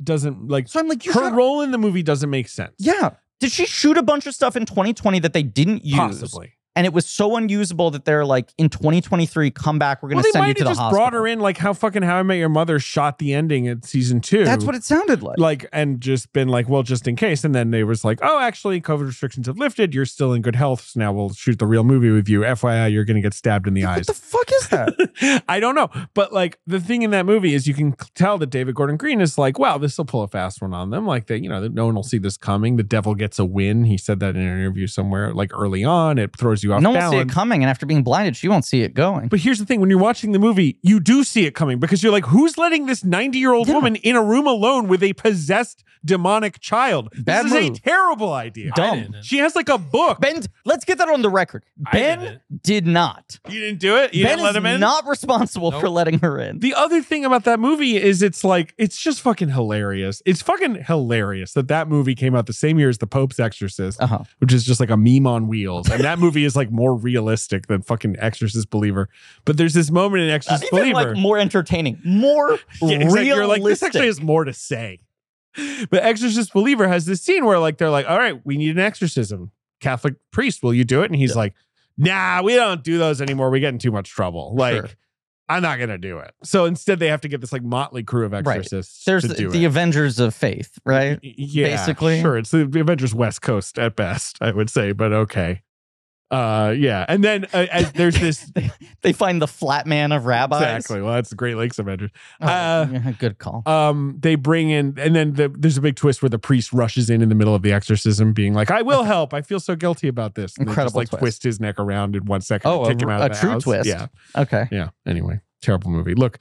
S2: It doesn't like
S1: So I'm like, you
S2: her
S1: shot-
S2: role in the movie doesn't make sense.
S1: yeah. Did she shoot a bunch of stuff in 2020 that they didn't use?
S2: possibly.
S1: And it was so unusable that they're like, in 2023, come back. We're going
S2: Well,
S1: to
S2: they
S1: send
S2: might
S1: you
S2: have
S1: to the
S2: just
S1: hospital.
S2: brought her in like how fucking How I Met Your Mother shot the ending at season two.
S1: That's what it sounded like.
S2: like and just been like, well, just in case. And then they was like, oh, actually, COVID restrictions have lifted. You're still in good health. So now we'll shoot the real movie with you. FYI, you're gonna get stabbed in the eyes.
S1: what the fuck is that?
S2: I don't know. But like the thing in that movie is you can tell that David Gordon Green is like, wow, this will pull a fast one on them. Like they, you know, that no one will see this coming. The devil gets a win. He said that in an interview somewhere, like early on. It throws you off
S1: no one will see it
S2: balance.
S1: coming. And after being blinded, she won't see it going.
S2: But here's the thing: when you're watching the movie, you do see it coming because you're like, "Who's letting this 90 year old
S1: Yeah.
S2: woman in a room alone with a possessed demonic child?
S1: Bad
S2: this is
S1: move.
S2: a terrible idea."
S3: I
S1: dumb.
S3: didn't.
S2: She has like a book.
S1: ben, let's get that on the record.
S3: I
S1: Ben
S3: didn't.
S1: did not.
S2: you didn't do it. You
S1: ben
S2: didn't let
S1: is
S2: him in.
S1: not responsible for
S3: Nope.
S1: letting her in.
S2: The other thing about that movie is it's like it's just fucking hilarious. It's fucking hilarious that that movie came out the same year as The Pope's Exorcist,
S1: Uh huh.
S2: which is just like a meme on wheels. And that movie is like more realistic than fucking Exorcist Believer. But there's this moment in
S1: Not
S2: Exorcist
S1: even
S2: Believer.
S1: like more entertaining, more
S2: Yeah, exactly.
S1: realistic.
S2: You're like this actually has more to say. But Exorcist Believer has this scene where like they're like, "All right, we need an exorcism. Catholic priest, will you do it?" And he's
S1: Yeah.
S2: like, "Nah, we don't do those anymore. We're getting too much trouble." Like
S1: Sure.
S2: I'm not gonna do it. So instead, they have to get this like motley crew of
S1: Right.
S2: exorcists
S1: There's
S2: to
S1: the,
S2: do
S1: the
S2: it.
S1: Avengers of Faith, right?
S2: Y- yeah,
S1: basically.
S2: Sure, it's the Avengers West Coast at best, I would say, but okay. Uh, yeah, and then uh, as there's this
S1: they, they find the flat man of rabbis.
S2: exactly. Well, that's the Great Lakes Avengers.
S1: Oh,
S2: Uh,
S1: yeah, good call.
S2: Um, they bring in, and then the, there's a big twist where the priest rushes in in the middle of the exorcism, being like, "I will help. I feel so guilty about this." And they
S1: Incredible
S2: just, like
S1: twist.
S2: twist his neck around in one second.
S1: Oh,
S2: and
S1: a-
S2: kick him out of
S1: a
S2: the
S1: true
S2: house.
S1: twist.
S2: Yeah,
S1: okay.
S2: yeah. Anyway, terrible movie. Look,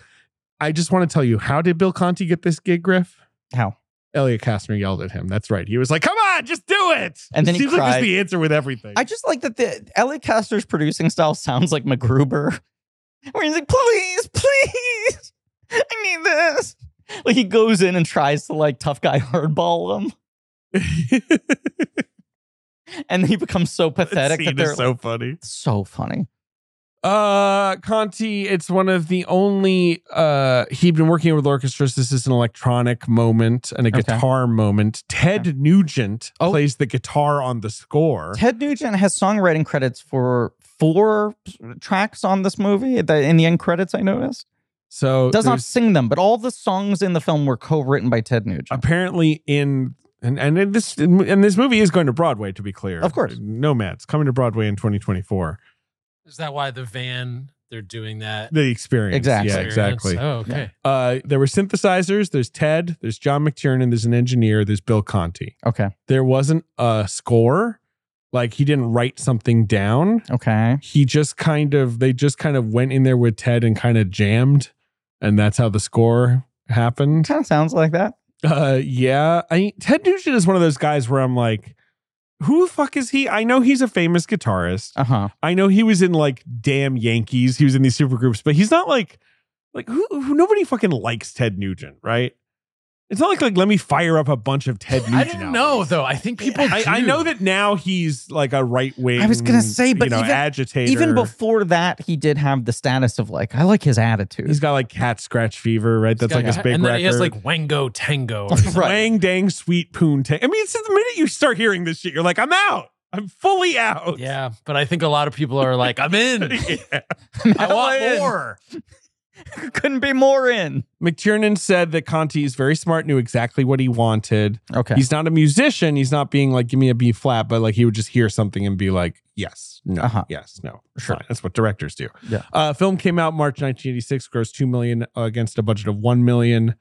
S2: I just want to tell you, how did Bill Conti get this gig, Griff?
S1: How?
S2: Elliot Kastner yelled at him. That's right. He was like, "Come on, just do it."
S1: And then
S2: it
S1: he
S2: seems like
S1: cried.
S2: this the answer with everything.
S1: I just like that the Ellie Caster's producing style sounds like MacGruber, where he's like, "Please, please, I need this." Like he goes in and tries to like tough guy hardball him, and he becomes so
S2: that
S1: pathetic that
S2: scene
S1: they're
S2: is so funny.
S1: so funny.
S2: Uh, Conti, it's one of the only uh he'd been working with orchestras. This is an electronic moment and a
S1: Okay.
S2: guitar moment. Ted Nugent
S1: Oh.
S2: plays the guitar on the score.
S1: Ted Nugent has songwriting credits for four tracks on this movie. that- In the end credits, I noticed
S2: So
S1: does not
S2: there's-
S1: sing them, but all the songs in the film were co-written by Ted Nugent.
S2: apparently in and and in this and this movie is going to Broadway to be clear.
S1: Of course.
S2: Nomads coming to Broadway in 2024.
S3: Is that why the van they're doing that?
S2: The experience.
S1: Exactly.
S2: Yeah, exactly.
S3: Oh, okay.
S2: Uh, there were synthesizers. There's Ted. There's John McTiernan. There's an engineer. There's Bill Conti.
S1: Okay,
S2: There wasn't a score. Like he didn't write something down.
S1: okay,
S2: He just kind of they just kind of went in there with Ted and kind of jammed, and that's how the score happened.
S1: kind of sounds like that.
S2: Uh, yeah. I mean, Ted Nugent is one of those guys where I'm like, who the fuck is he? I know he's a famous guitarist.
S1: Uh huh.
S2: I know he was in like damn Yankees. He was in these supergroups, but he's not like like who, who nobody fucking likes Ted Nugent, right? It's not like like let me fire up a bunch of Ted Nugent.
S3: I don't know
S2: albums.
S3: though. I think people.
S2: I, I
S3: do.
S2: know that now he's like a right wing.
S1: I was gonna say, but
S2: you know,
S1: even-
S2: agitator.
S1: Even before that, he did have the status of like, I like his attitude.
S2: he's got like cat scratch fever, right? That's
S3: He's
S2: like
S3: got-
S2: his big
S3: And then
S2: record.
S3: he has like Wango Tango. or
S1: Right.
S3: something.
S2: Wang dang sweet poon. Tang. I mean, since the minute you start hearing this shit, you're like, I'm out. I'm fully out.
S3: Yeah, but I think a lot of people are like, I'm in.
S2: Yeah.
S3: I want
S2: in.
S3: more.
S1: Couldn't be more in.
S2: McTiernan said that Conti is very smart, knew exactly what he wanted.
S1: Okay.
S2: He's not a musician. He's not being like, give me a B flat, but like he would just hear something and be like, yes, no,
S1: Uh-huh.
S2: yes, no.
S1: Sure.
S2: Fine. That's what directors do.
S1: Yeah.
S2: Uh, film came out March 1986, grossed 2 million uh, against a budget of 1 million,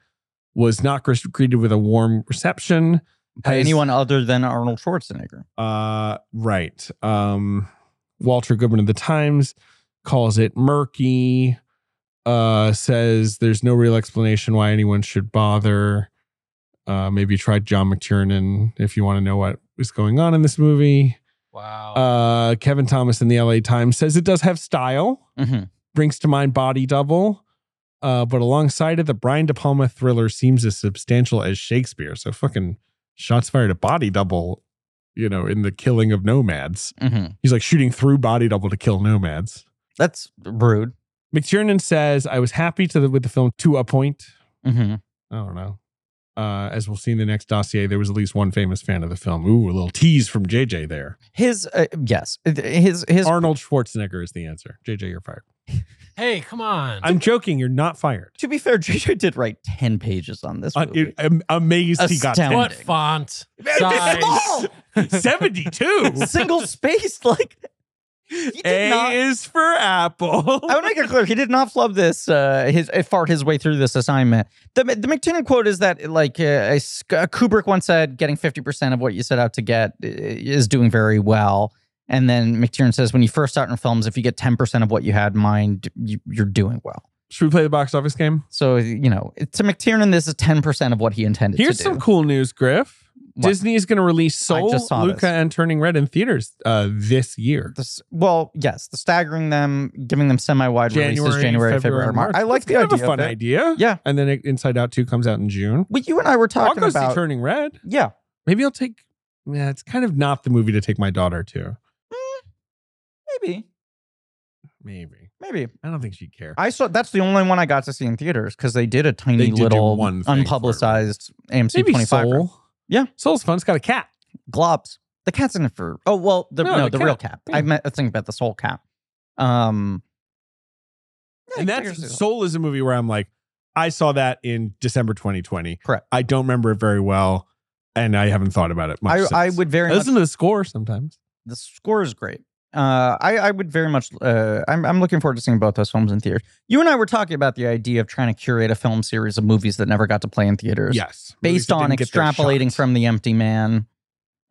S2: was not gre- greeted with a warm reception.
S1: By
S2: Has-
S1: Uh, anyone other than Arnold Schwarzenegger.
S2: Uh, right. Um, Walter Goodman of the Times calls it murky. Uh, says there's no real explanation why anyone should bother. Uh, maybe try John McTiernan if you want to know what is going on in this movie.
S3: Wow.
S2: Uh, Kevin Thomas in the LA Times says it does have style,
S1: Mhm.
S2: brings to mind Body Double. Uh, but alongside it, the Brian De Palma thriller seems as substantial as Shakespeare. So fucking shots fired at Body Double, you know, in the killing of nomads.
S1: Mhm.
S2: He's like shooting through Body Double to kill nomads.
S1: That's rude.
S2: McTiernan says, I was happy to the, with the film to a point.
S1: hmm
S2: I don't know. Uh, as we'll see in the next dossier, there was at least one famous fan of the film. Ooh, a little tease from JJ there.
S1: His uh, yes, his his
S2: Arnold Schwarzenegger is the answer. JJ, you're fired.
S3: hey, come on.
S2: I'm joking. You're not fired.
S1: To be fair, JJ did write ten pages on this
S2: Uh,
S1: movie.
S2: it- I'm amazed he got
S1: Astounding.
S3: what
S1: ending.
S3: font?
S1: It's small!
S2: 72.
S1: single spaced. Like he did not.
S2: is for Apple.
S1: I would make it clear he did not flub this. Uh, his uh, fart his way through this assignment. The the McTiernan quote is that like uh, a Sc- uh, Kubrick once said, getting fifty percent of what you set out to get i- is doing very well. And then McTiernan says, when you first start in films, if you get ten percent of what you had in mind, you, you're doing well.
S2: Should we play the box office game?
S1: So you know, to McTiernan, this is ten percent of what he intended
S2: Here's
S1: to do.
S2: some cool news, Griff.
S1: What?
S2: Disney is going to release
S1: I
S2: Soul,
S1: just saw
S2: Luca,
S1: this.
S2: and Turning Red in theaters uh, this year.
S1: This- well, yes, the staggering them, giving them semi-wide releases January, February, March. I like
S2: It's
S1: the
S2: kind of
S1: idea.
S2: a
S1: of
S2: fun
S1: it.
S2: idea.
S1: Yeah.
S2: And then Inside Out 2 comes out in June.
S1: Well, you and I were
S2: I'll
S1: talking
S2: go see
S1: about.
S2: Turning Red.
S1: yeah,
S2: Maybe I'll take. Yeah, it's kind of not the movie to take my daughter to.
S1: maybe,
S2: Maybe.
S1: maybe.
S2: I don't think she'd care.
S1: I saw that's the only one I got to see in theaters because they did a tiny
S2: did do
S1: little
S2: one thing
S1: unpublicized AMC
S2: Maybe
S1: twenty five
S2: Soul.
S1: Yeah.
S2: Soul's fun. It's got a cat.
S1: globs. The cat's in it for oh well the
S2: No,
S1: no,
S2: the
S1: the, real cat.
S2: Yeah.
S1: I meant I think about the soul cat. Um,
S2: and that's Soul is a movie where I'm like, I saw that in December 2020.
S1: Correct.
S2: I don't remember it very well, and I haven't thought about it much.
S1: I,
S2: since.
S1: I would very
S2: I
S1: much
S2: listen to the score sometimes.
S1: the score is great. Uh, I, I would very much. Uh, I'm, I'm looking forward to seeing both those films in theaters. You and I were talking about the idea of trying to curate a film series of movies that never got to play in theaters.
S2: Yes, Movies
S1: based
S2: that
S1: on
S2: didn't get their
S1: extrapolating
S2: shots.
S1: from The Empty Man.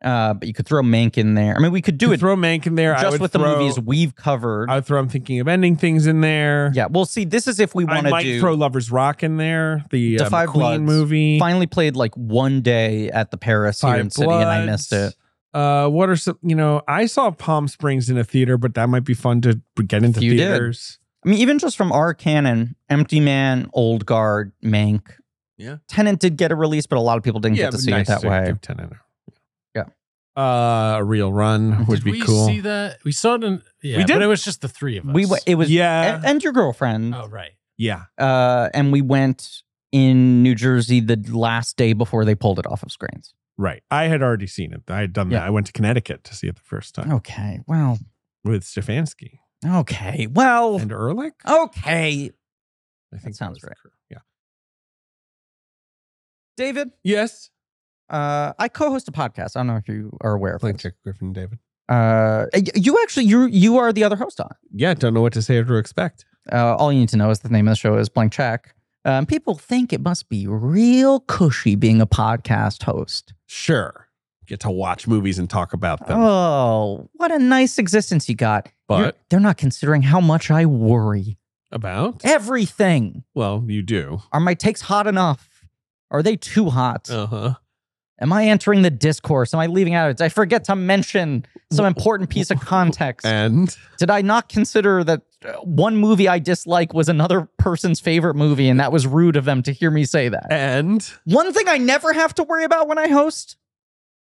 S1: Uh, but you could throw Mank in there. I mean, we could do
S2: Could
S1: it
S2: Throw Mank in there. I
S1: just
S2: would
S1: with the
S2: throw-
S1: movies we've covered.
S2: I would throw. I'm thinking of ending things in there.
S1: yeah, we'll see. This is if we
S2: I
S1: want to
S2: might
S1: do
S2: throw Lovers Rock in there. The uh,
S1: Defy
S2: McQueen
S1: Bloods.
S2: movie.
S1: finally played like one day at the Paris here
S2: Five
S1: in city, and I
S2: Bloods.
S1: missed it.
S2: Uh, what are some? You know, I saw Palm Springs in a theater, but that might be fun to get into
S1: You did.
S2: theaters.
S1: I mean, even just from our canon, Empty Man, Old Guard, Mank.
S2: Yeah.
S1: Tenant did get a release, but a lot of people didn't get to
S2: but
S1: see
S2: nice
S1: it that
S2: to
S1: way.
S2: do Tenet. Uh, a real run would
S3: Did
S2: be
S3: we
S2: cool.
S3: see that? We saw it in, yeah,
S2: We did.
S3: but it was just the three of us.
S1: We went, it was
S2: yeah,
S1: and, and your girlfriend,
S3: Oh, right.
S2: yeah.
S1: uh, and we went in New Jersey the last day before they pulled it off of screens.
S2: Right. I had already seen it. I had done
S1: Yeah.
S2: that. I went to Connecticut to see it the first time
S1: Okay, well, Oh.
S2: with Stefanski
S1: okay, well,
S2: and Ehrlich.
S1: okay,
S2: I think
S1: Oh, sounds
S2: was the
S1: right.
S2: crew. Yeah.
S1: David.
S2: Yes.
S1: Uh, I co-host a podcast. I don't know if you are aware of
S2: Playing
S1: it.
S2: Jack Griffin and David.
S1: Uh, y- you actually you you are the other host on. it.
S2: Yeah. Don't know what to say or to expect.
S1: Uh, all you need to know is the name of the show is Blank Check. Um, people think it must be real cushy being a podcast host.
S2: Sure. Get to watch movies and talk about them.
S1: Oh, what a nice existence you got. You're-
S2: but
S1: they're not considering how much I worry.
S2: about?
S1: Everything.
S2: Well, you do.
S1: Are my takes hot enough? Are they too hot?
S2: Uh huh.
S1: Am I entering the discourse? Am I leaving out? Did I forget to mention some important piece of context?
S2: And
S1: Did I not consider that uh, one movie I dislike was another person's favorite movie, and that was rude of them to hear me say that?
S2: and
S1: One thing I never have to worry about when I host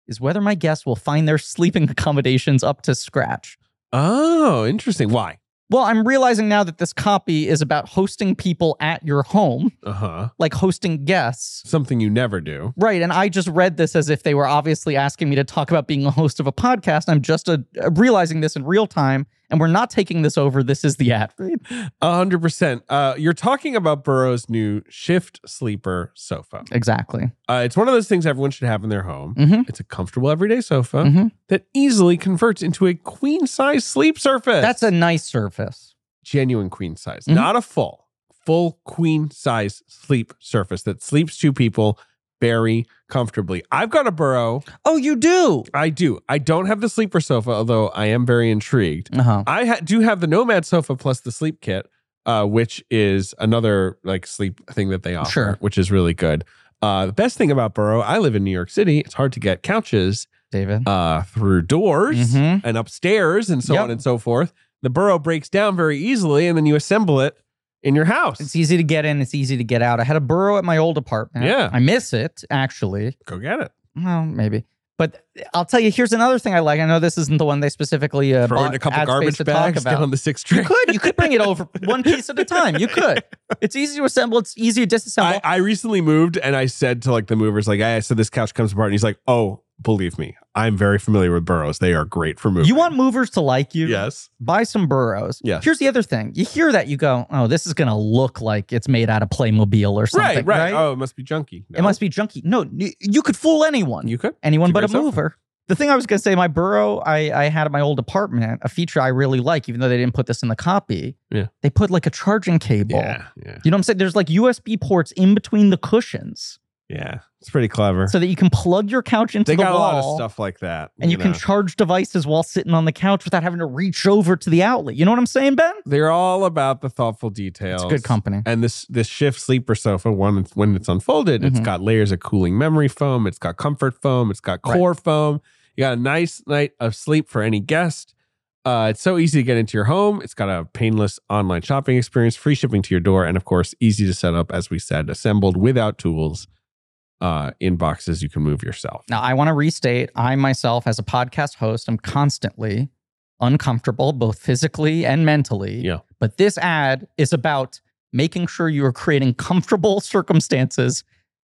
S1: is whether my guests will find their sleeping accommodations up to scratch.
S2: oh, interesting. Why?
S1: Well, I'm realizing now that this copy is about hosting people at your home,
S2: Uh huh.
S1: like hosting guests.
S2: Something you never do.
S1: Right. And I just read this as if they were obviously asking me to talk about being a host of a podcast. I'm just uh realizing this in real time, and we're not taking this over. This is the ad read.
S2: A hundred percent. Uh, you're talking about Burroughs' new shift sleeper sofa.
S1: Exactly.
S2: Uh, it's one of those things everyone should have in their home.
S1: Mhm.
S2: It's a comfortable everyday sofa
S1: Mhm.
S2: that easily converts into a queen size sleep surface.
S1: That's a nice surface.
S2: genuine queen size,
S1: Mhm.
S2: not a full, full queen size sleep surface that sleeps two people very comfortably. I've got a burrow.
S1: Oh, you do?
S2: I do. I don't have the sleeper sofa, although I am very intrigued.
S1: Uh huh.
S2: I ha- do have the Nomad sofa plus the sleep kit, uh, which is another like sleep thing that they offer,
S1: Sure.
S2: which is really good. Uh, the best thing about Burrow, I live in New York City. It's hard to get couches
S1: David.
S2: uh, through doors
S1: Mhm.
S2: and upstairs and so
S1: Yep.
S2: on and so forth. The Burrow breaks down very easily, and then you assemble it in your house.
S1: It's e-, easy to get in. It's easy to get out. I had a burrow at my old apartment.
S2: Yeah.
S1: I miss it, actually.
S2: Go get it.
S1: Well, maybe. But I'll tell you, here's another thing I like. I know this isn't the one they specifically uh,
S2: Throw in
S1: bought
S2: a couple
S1: ad space
S2: garbage
S1: to
S2: bags,
S1: talk
S2: get
S1: about.
S2: on the six train.
S1: You could. You could bring it over one piece at a time. You could. It's easy to assemble. It's easy to
S2: I,
S1: disassemble.
S2: I recently moved and I said to like the movers, like, I said this couch comes apart. And he's like, Oh, believe me, I'm very familiar with burrows. They are great for moving.
S1: you want movers to like you?
S2: Yes.
S1: Buy some burros.
S2: Yes.
S1: Here's the other thing. You hear that, you go, oh, this is going to look like it's made out of Playmobil or something.
S2: Right, right, Oh, it must be junky.
S1: It must be junky. No, y- you could fool anyone.
S2: You could.
S1: anyone
S2: It's a
S1: but a
S2: great sofa.
S1: mover. The thing I was going to say, my burrow I, I had at my old apartment, a feature I really like, even though they didn't put this in the copy.
S2: Yeah.
S1: They put like a charging cable.
S2: Yeah, yeah,
S1: You know what I'm saying? There's like USB ports in between the cushions
S2: yeah. It's pretty clever.
S1: so that you can plug your couch into
S2: they
S1: the
S2: got a
S1: wall.
S2: lot of stuff like that.
S1: And you, can
S2: know.
S1: charge devices while sitting on the couch without having to reach over to the outlet. You know what I'm saying, Ben?
S2: They're all about the thoughtful details.
S1: It's a good company.
S2: And this this shift sleeper sofa, one it's- when it's unfolded, it's
S1: Mhm.
S2: got layers of cooling memory foam, it's got comfort foam, it's got
S1: Right.
S2: core foam. You got a nice night of sleep for any guest. Uh, it's so easy to get into your home. It's got a painless online shopping experience, free shipping to your door, and of course, easy to set up, as we said, assembled without tools uh, in boxes you can move yourself.
S1: Now, I want to restate I myself, as a podcast host, am constantly uncomfortable, both physically and mentally.
S2: Yeah.
S1: But this ad is about making sure you are creating comfortable circumstances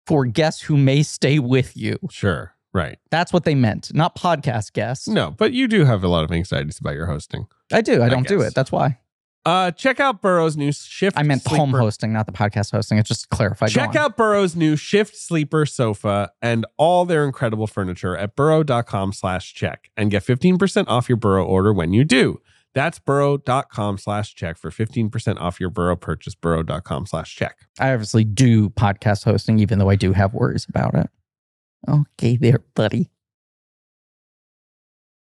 S1: for guests who may stay with you.
S2: Sure. Right.
S1: That's what they meant, not podcast guests.
S2: No, but you do have a lot of anxieties about your hosting.
S1: I do. I
S2: I
S1: don't do
S2: guess.
S1: it. That's why.
S2: Uh, check out Burrow's new shift.
S1: I meant the home
S2: sleeper-
S1: hosting, not the podcast hosting. It's just clarified.
S2: Check out Burrow's new shift sleeper sofa and all their incredible furniture at burrow.com slash check and get 15% off your Burrow order when you do. That's burrow.com slash check for 15% off your Burrow purchase, burrow.com slash check.
S1: I obviously do podcast hosting, even though I do have worries about it. Okay, there, buddy.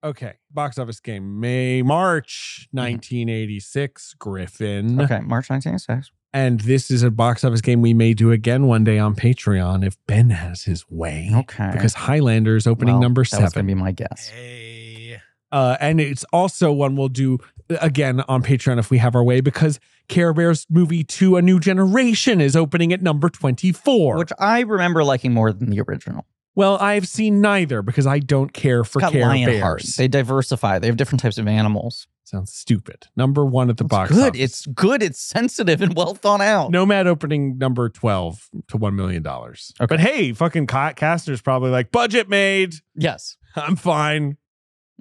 S2: Okay. Box office game, May, March 1986, Griffin.
S1: Okay, March 1986.
S2: And this is a box office game we may do again one day on Patreon if Ben has his way.
S1: Okay.
S2: Because Highlander is opening
S1: Well,
S2: number
S1: That was going
S2: seven.
S1: to be my guess.
S3: Hey.
S2: Uh, and it's also one we'll do uh, again on Patreon if we have our way because Care Bears movie 2 A New Generation is opening at number 24.
S1: Which I remember liking more than the original.
S2: well, I've seen neither because I don't care for
S1: It's got
S2: Care
S1: lion
S2: Bears.
S1: heart. They diversify. They have different types of animals.
S2: Sounds stupid. Number 1 at the
S1: It's
S2: box
S1: good.
S2: office.
S1: It's good. It's sensitive and well thought out.
S2: Nomad opening number 12 to 1 million dollars. But hey, fucking Ca- Castner's probably like budget made.
S1: Yes.
S2: I'm fine.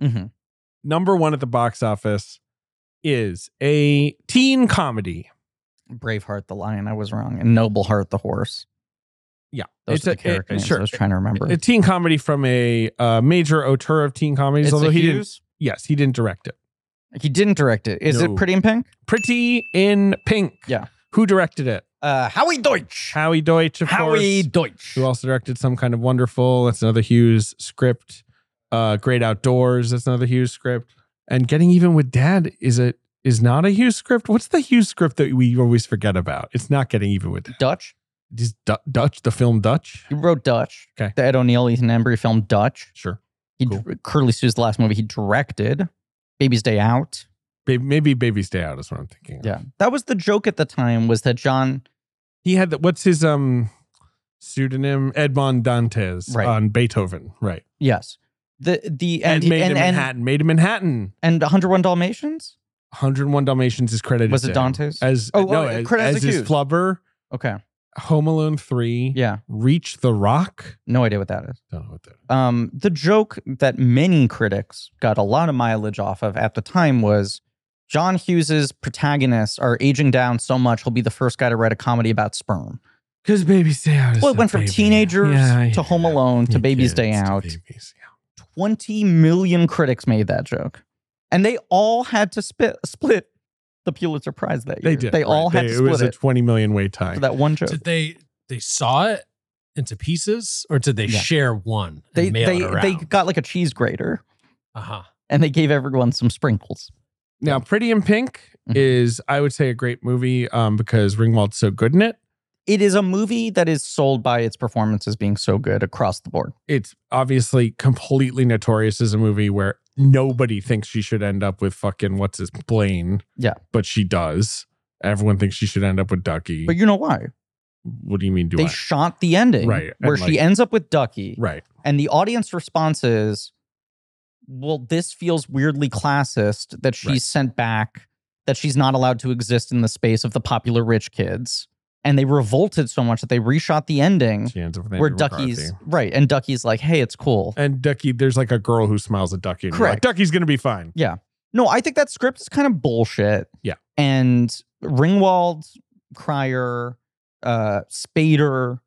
S1: hmm
S2: Number 1 at the box office is a teen comedy.
S1: Braveheart the lion. I was wrong. And Nobleheart the horse.
S2: Yeah.
S1: Those
S2: It's
S1: are
S2: a-
S1: the character
S2: it-
S1: names
S2: sure.
S1: I was trying to remember.
S2: a teen comedy from a uh, major auteur of teen comedies,
S1: It's
S2: although
S1: the
S2: he didn't.
S1: Hughes?
S2: Yes, he didn't direct it.
S1: He didn't direct it. Is
S2: No.
S1: it Pretty in Pink?
S2: Pretty in Pink.
S1: Yeah.
S2: Who directed it?
S1: Uh, Howie Deutsch.
S2: Howie Deutsch, of
S1: Howie
S2: course.
S1: Deutsch.
S2: Who also directed Some Kind of Wonderful? That's another Hughes script. Uh, Great Outdoors. That's another Hughes script. And Getting Even with Dad is it is not a Hughes script. What's the Hughes script that we always forget about? It's not Getting Even with Dad.
S1: Dutch.
S2: Is Du- Dutch the film Dutch?
S1: He wrote Dutch.
S2: Okay.
S1: The Ed O'Neill, Ethan Embry film Dutch.
S2: Sure.
S1: He
S2: Cool.
S1: dr- Curly Sue's the last movie he directed. Baby's Day Out.
S2: Ba- Maybe Baby's Day Out is what I'm thinking. of.
S1: Yeah. That was the joke at the time was that John
S2: He had the, what's his um pseudonym Edmond Dantes
S1: Right.
S2: on Beethoven, right?
S1: Yes. The the
S2: And,
S1: and
S2: made
S1: and,
S2: in
S1: and,
S2: Manhattan, made in Manhattan.
S1: and 101 Dalmatians?
S2: 101 Dalmatians is credited.
S1: Was it
S2: to him
S1: Dantes?
S2: as
S1: Oh,
S2: no
S1: oh,
S2: as,
S1: Credited
S2: as
S1: to
S2: his
S1: Hughes.
S2: flubber?
S1: Okay.
S2: Home Alone three,
S1: Yeah.
S2: Reach the Rock.
S1: No idea what that is.
S2: Don't know what that.
S1: Um, the joke that many critics got a lot of mileage off of at the time was John Hughes's protagonists are aging down so much he'll be the first guy to write a comedy about sperm.
S2: Because Baby's Day Out. is
S1: Well,
S2: a
S1: it went from
S2: baby.
S1: teenagers
S2: Yeah, yeah,
S1: to Home
S2: yeah.
S1: Alone to
S2: Yeah,
S1: Baby's Day
S2: kids to
S1: Out.
S2: babies, yeah.
S1: 20 million critics made that joke. And they all had to spit, split the Pulitzer Prize that
S2: They
S1: year.
S2: did.
S1: They
S2: right.
S1: all had
S2: They-
S1: to
S2: It was
S1: split it,
S2: a twenty million way tie.
S1: for that one joke.
S3: Did they they saw it into pieces or did they
S1: Yeah.
S3: share one?
S1: They
S3: and mail
S1: they
S3: it around?
S1: they got like a cheese grater
S3: uh-huh.
S1: and they gave everyone some sprinkles.
S2: Now, Pretty in Pink
S1: Mhm.
S2: is, I would say, a great movie um, because Ringwald's so good in it.
S1: It is a movie that is sold by its performances being so good across the board.
S2: it's obviously completely notorious as a movie where nobody thinks she should end up with fucking what's his Blaine.
S1: Yeah.
S2: But she does. Everyone thinks she should end up with Ducky.
S1: But you know why?
S2: what do you mean do
S1: they
S2: I?
S1: shot the ending
S2: Right, and
S1: where
S2: like-
S1: she ends up with Ducky
S2: right.
S1: and the audience response is well this feels weirdly classist that she's
S2: Right.
S1: sent back that she's not allowed to exist in the space of the popular rich kids and they revolted so much that they reshot the ending
S2: She ends up with
S1: where
S2: Andrew
S1: Ducky's
S2: McCarthy.
S1: right and Ducky's like hey it's cool
S2: And Ducky, there's like a girl who smiles at Ducky. And you're like,
S1: Correct.
S2: Ducky's going to be fine.
S1: No, I think that script is kind of bullshit.
S2: Yeah.
S1: And Ringwald, Cryer, uh, Spader,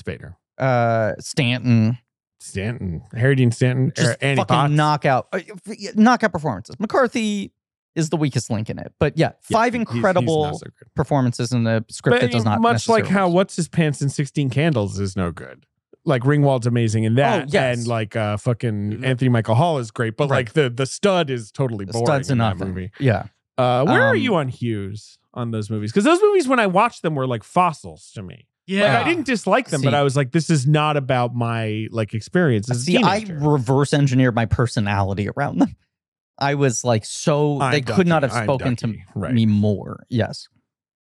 S2: Spader.
S1: uh, Stanton,
S2: Stanton. Harry Dean Stanton.
S1: just
S2: er, Annie
S1: fucking
S2: Potts.
S1: knockout, uh, f- knockout performances. McCarthy is the weakest link in it, but yeah,
S2: Yeah,
S1: five
S2: he- he's- he's
S1: incredible
S2: not so good.
S1: performances in a script
S2: But
S1: that does not
S2: much like how
S1: necessarily-
S2: what's his pants in 16 candles is no good like ringwald's amazing in that
S1: Oh, yes. Mm-hmm.
S2: and like uh fucking anthony michael hall is great but
S1: Right.
S2: like the the stud is totally
S1: The
S2: boring
S1: studs
S2: in
S1: and
S2: that
S1: nothing.
S2: movie
S1: Yeah,
S2: uh where are
S1: Um,
S2: you on hughes on those movies because those movies when i watched them were like fossils to me
S3: Yeah.
S2: like i didn't dislike them but
S1: See.
S2: i was like this is not about my like experience as a
S1: see, I
S2: teenager.
S1: reverse engineered my personality around them. I was like so
S2: I'm
S1: they could not have
S2: Ducky. I'm
S1: spoken to
S2: Ducky. Right.
S1: me more. Yes.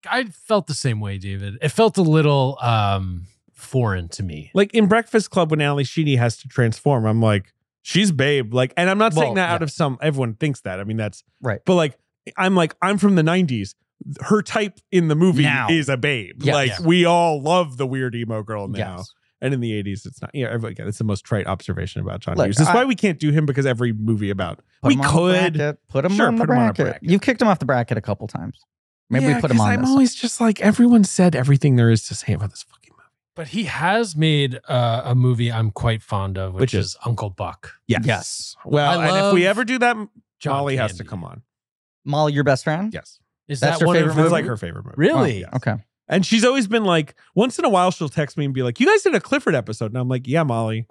S3: I felt the same way, David. It felt a little um foreign to me.
S2: like in Breakfast Club when Ali Sheedy has to transform, I'm like, she's babe. Like, and I'm not saying
S1: Well,
S2: that out
S1: yeah.
S2: of some everyone thinks that. I mean, that's
S1: Right.
S2: But like, I'm like, I'm from the '90s. Her type in the movie
S1: Now.
S2: is a babe.
S1: Yeah.
S2: like,
S3: Yeah.
S2: we all love the weird emo girl now.
S1: Yes.
S2: And in the 80s, it's not. Yeah, everybody, again, it's the most trite observation about John
S1: Look,
S2: Hughes. That's
S1: I-
S2: why we can't do him because every movie about
S1: Put
S2: we
S1: him on the
S2: could.
S1: bracket, put him
S2: Sure,
S1: on the
S2: put him on a
S1: bracket.
S2: bracket.
S1: You've kicked him off the bracket a couple times. Maybe
S2: Yeah,
S1: we put him
S2: 'cause
S1: on.
S2: I'm
S1: this.
S2: always just like everyone said everything there is to say about this fucking movie.
S3: But he has made uh, a movie I'm quite fond of, which,
S2: Which
S3: is,
S2: is-
S3: Uncle Buck.
S1: Yes.
S2: Well,
S3: I
S2: and if we
S3: love
S2: ever do that,
S3: John
S2: Molly has to
S3: Candy.
S2: come on.
S1: Molly, your best friend.
S2: Yes.
S3: Is
S1: That's
S3: that
S1: your
S3: one
S1: favorite
S3: of
S1: movie?
S2: It's like her favorite movie.
S3: Really?
S2: Wow, yes.
S1: Okay.
S2: And she's always been like, once in a while, she'll text me and be like, You guys did a Clifford episode. And I'm like, Yeah, Molly.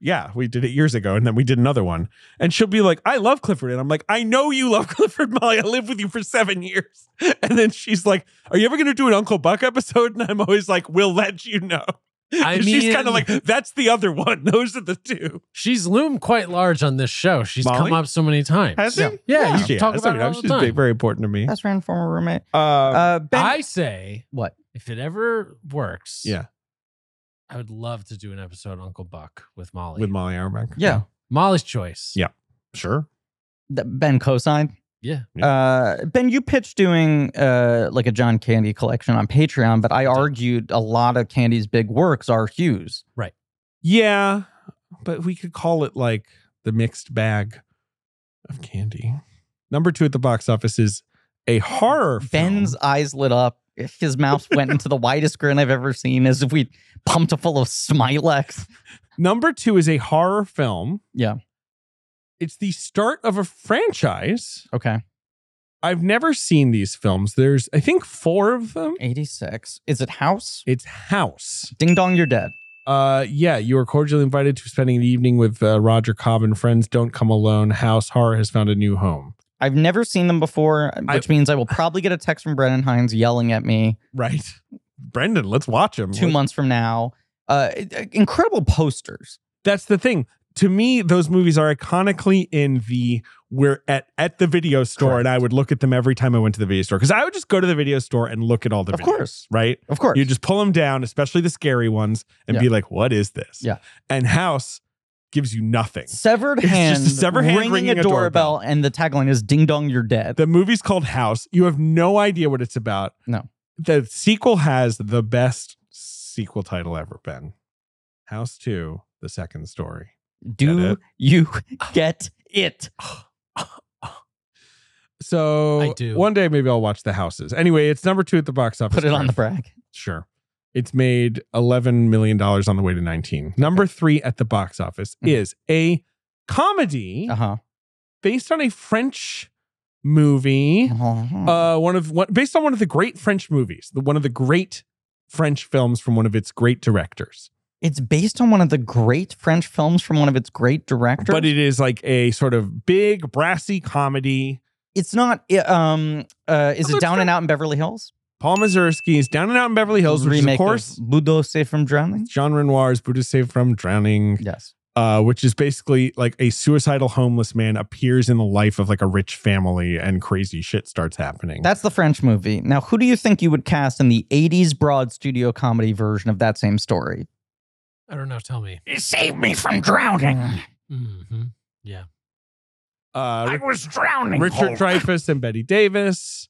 S2: Yeah, we did it years ago. And then we did another one. And she'll be like, I love Clifford. And I'm like, I know you love Clifford, Molly. I lived with you for seven years. And then she's like, Are you ever going to do an Uncle Buck episode? And I'm always like, We'll let you know.
S3: I
S2: And she's
S3: mean-
S2: kind of like, That's the other one. Those are the two.
S3: She's loomed quite large on this show. She's
S2: Molly?
S3: come up so many times.
S1: Yeah.
S3: Yeah, you
S2: She
S3: talk
S2: has.
S3: about
S2: I
S3: it
S2: mean,
S3: all the
S2: she's
S3: time.
S2: been very important to me.
S1: Best friend, former roommate.
S2: Uh,
S1: Uh, ben,
S3: I say,
S1: what?
S3: if it ever works,
S2: Yeah.
S3: I would love to do an episode on Uncle Buck with Molly.
S2: with Molly Auerbach.
S1: Yeah.
S3: Molly's choice.
S2: Yeah. Sure.
S1: Th- Ben co-signed.
S3: Yeah.
S1: Uh, ben, you pitched doing uh, like a John Candy collection on Patreon, but I argued a lot of Candy's big works are Hughes.
S2: Yeah, but we could call it like the mixed bag of candy. Number two at the box office is a horror
S1: Ben's
S2: film.
S1: eyes lit up. His mouth went into the widest grin I've ever seen, as if we pumped a full of Smilex.
S2: Number two is a horror film.
S1: Yeah.
S2: It's the start of a franchise.
S1: Okay,
S2: I've never seen these films. There's, I think, four of them.
S1: eighty-six. Is it House?
S2: It's House.
S1: Ding dong, you're dead.
S2: Uh, yeah, you are cordially invited to spending the evening with uh, Roger Cobb and friends. Don't come alone. House horror has found a new home.
S1: I've never seen them before,
S2: I-
S1: which means I will probably get a text from Brennan Hines yelling at me
S2: Right, Brendan. Let's watch him.
S1: 2
S2: Let's-
S1: months from now. Uh, incredible posters.
S2: that's the thing to me those movies are iconically in the we're at at the video store and i would look at them every time i went to the video store because i would just go to the video store and look at all the
S1: Of
S2: videos,
S1: course.
S2: right
S1: Of course,
S2: you just pull them down especially the scary ones and
S1: Yeah.
S2: be like what is this
S1: Yeah.
S2: and house gives you nothing
S1: severed
S2: It's
S1: hand,
S2: just a severed hand
S1: ringing,
S2: ringing
S1: a
S2: a
S1: doorbell, and the tagline is "Ding dong, you're dead."
S2: the movie's called house you have no idea what it's about
S1: No.
S2: the sequel has the best sequel title ever been house 2 the second story
S1: Do
S2: it.
S1: you get it?
S2: So
S3: I do.
S2: One day, maybe I'll watch The Houses. Anyway, it's number two at the box office.
S1: Put it on the
S2: Sure.
S1: bracket.
S2: Sure. It's made eleven million dollars on the way to nineteen. Number three at the box office
S1: Mhm.
S2: is a comedy
S1: Uh huh.
S2: based on a French movie.
S1: Uh,
S2: Uh, one of one based on one of the great French movies, the one of the great French films from one of its great directors.
S1: it's based on one of the great French films from one of its great directors.
S2: But it is like a sort of big brassy comedy.
S1: it's not. i- Um, uh, is
S2: I'm
S1: it
S2: not
S1: Down
S2: sure.
S1: and Out in Beverly Hills?
S2: Paul Mazursky's Down and Out in Beverly Hills, which
S1: remake
S2: is of course
S1: Budo Safe from Drowning.
S2: Jean Renoir's Buddha Saved from Drowning,
S1: Yes.
S2: uh, which is basically like a suicidal homeless man appears in the life of like a rich family and crazy shit starts happening.
S1: That's the French movie. Now, who do you think you would cast in the 80s broad studio comedy version of that same story?
S3: I don't know. Tell me.
S1: Save me from drowning.
S3: hmm
S2: uh,
S1: was drowning.
S2: Richard Dreyfuss and Betty Davis,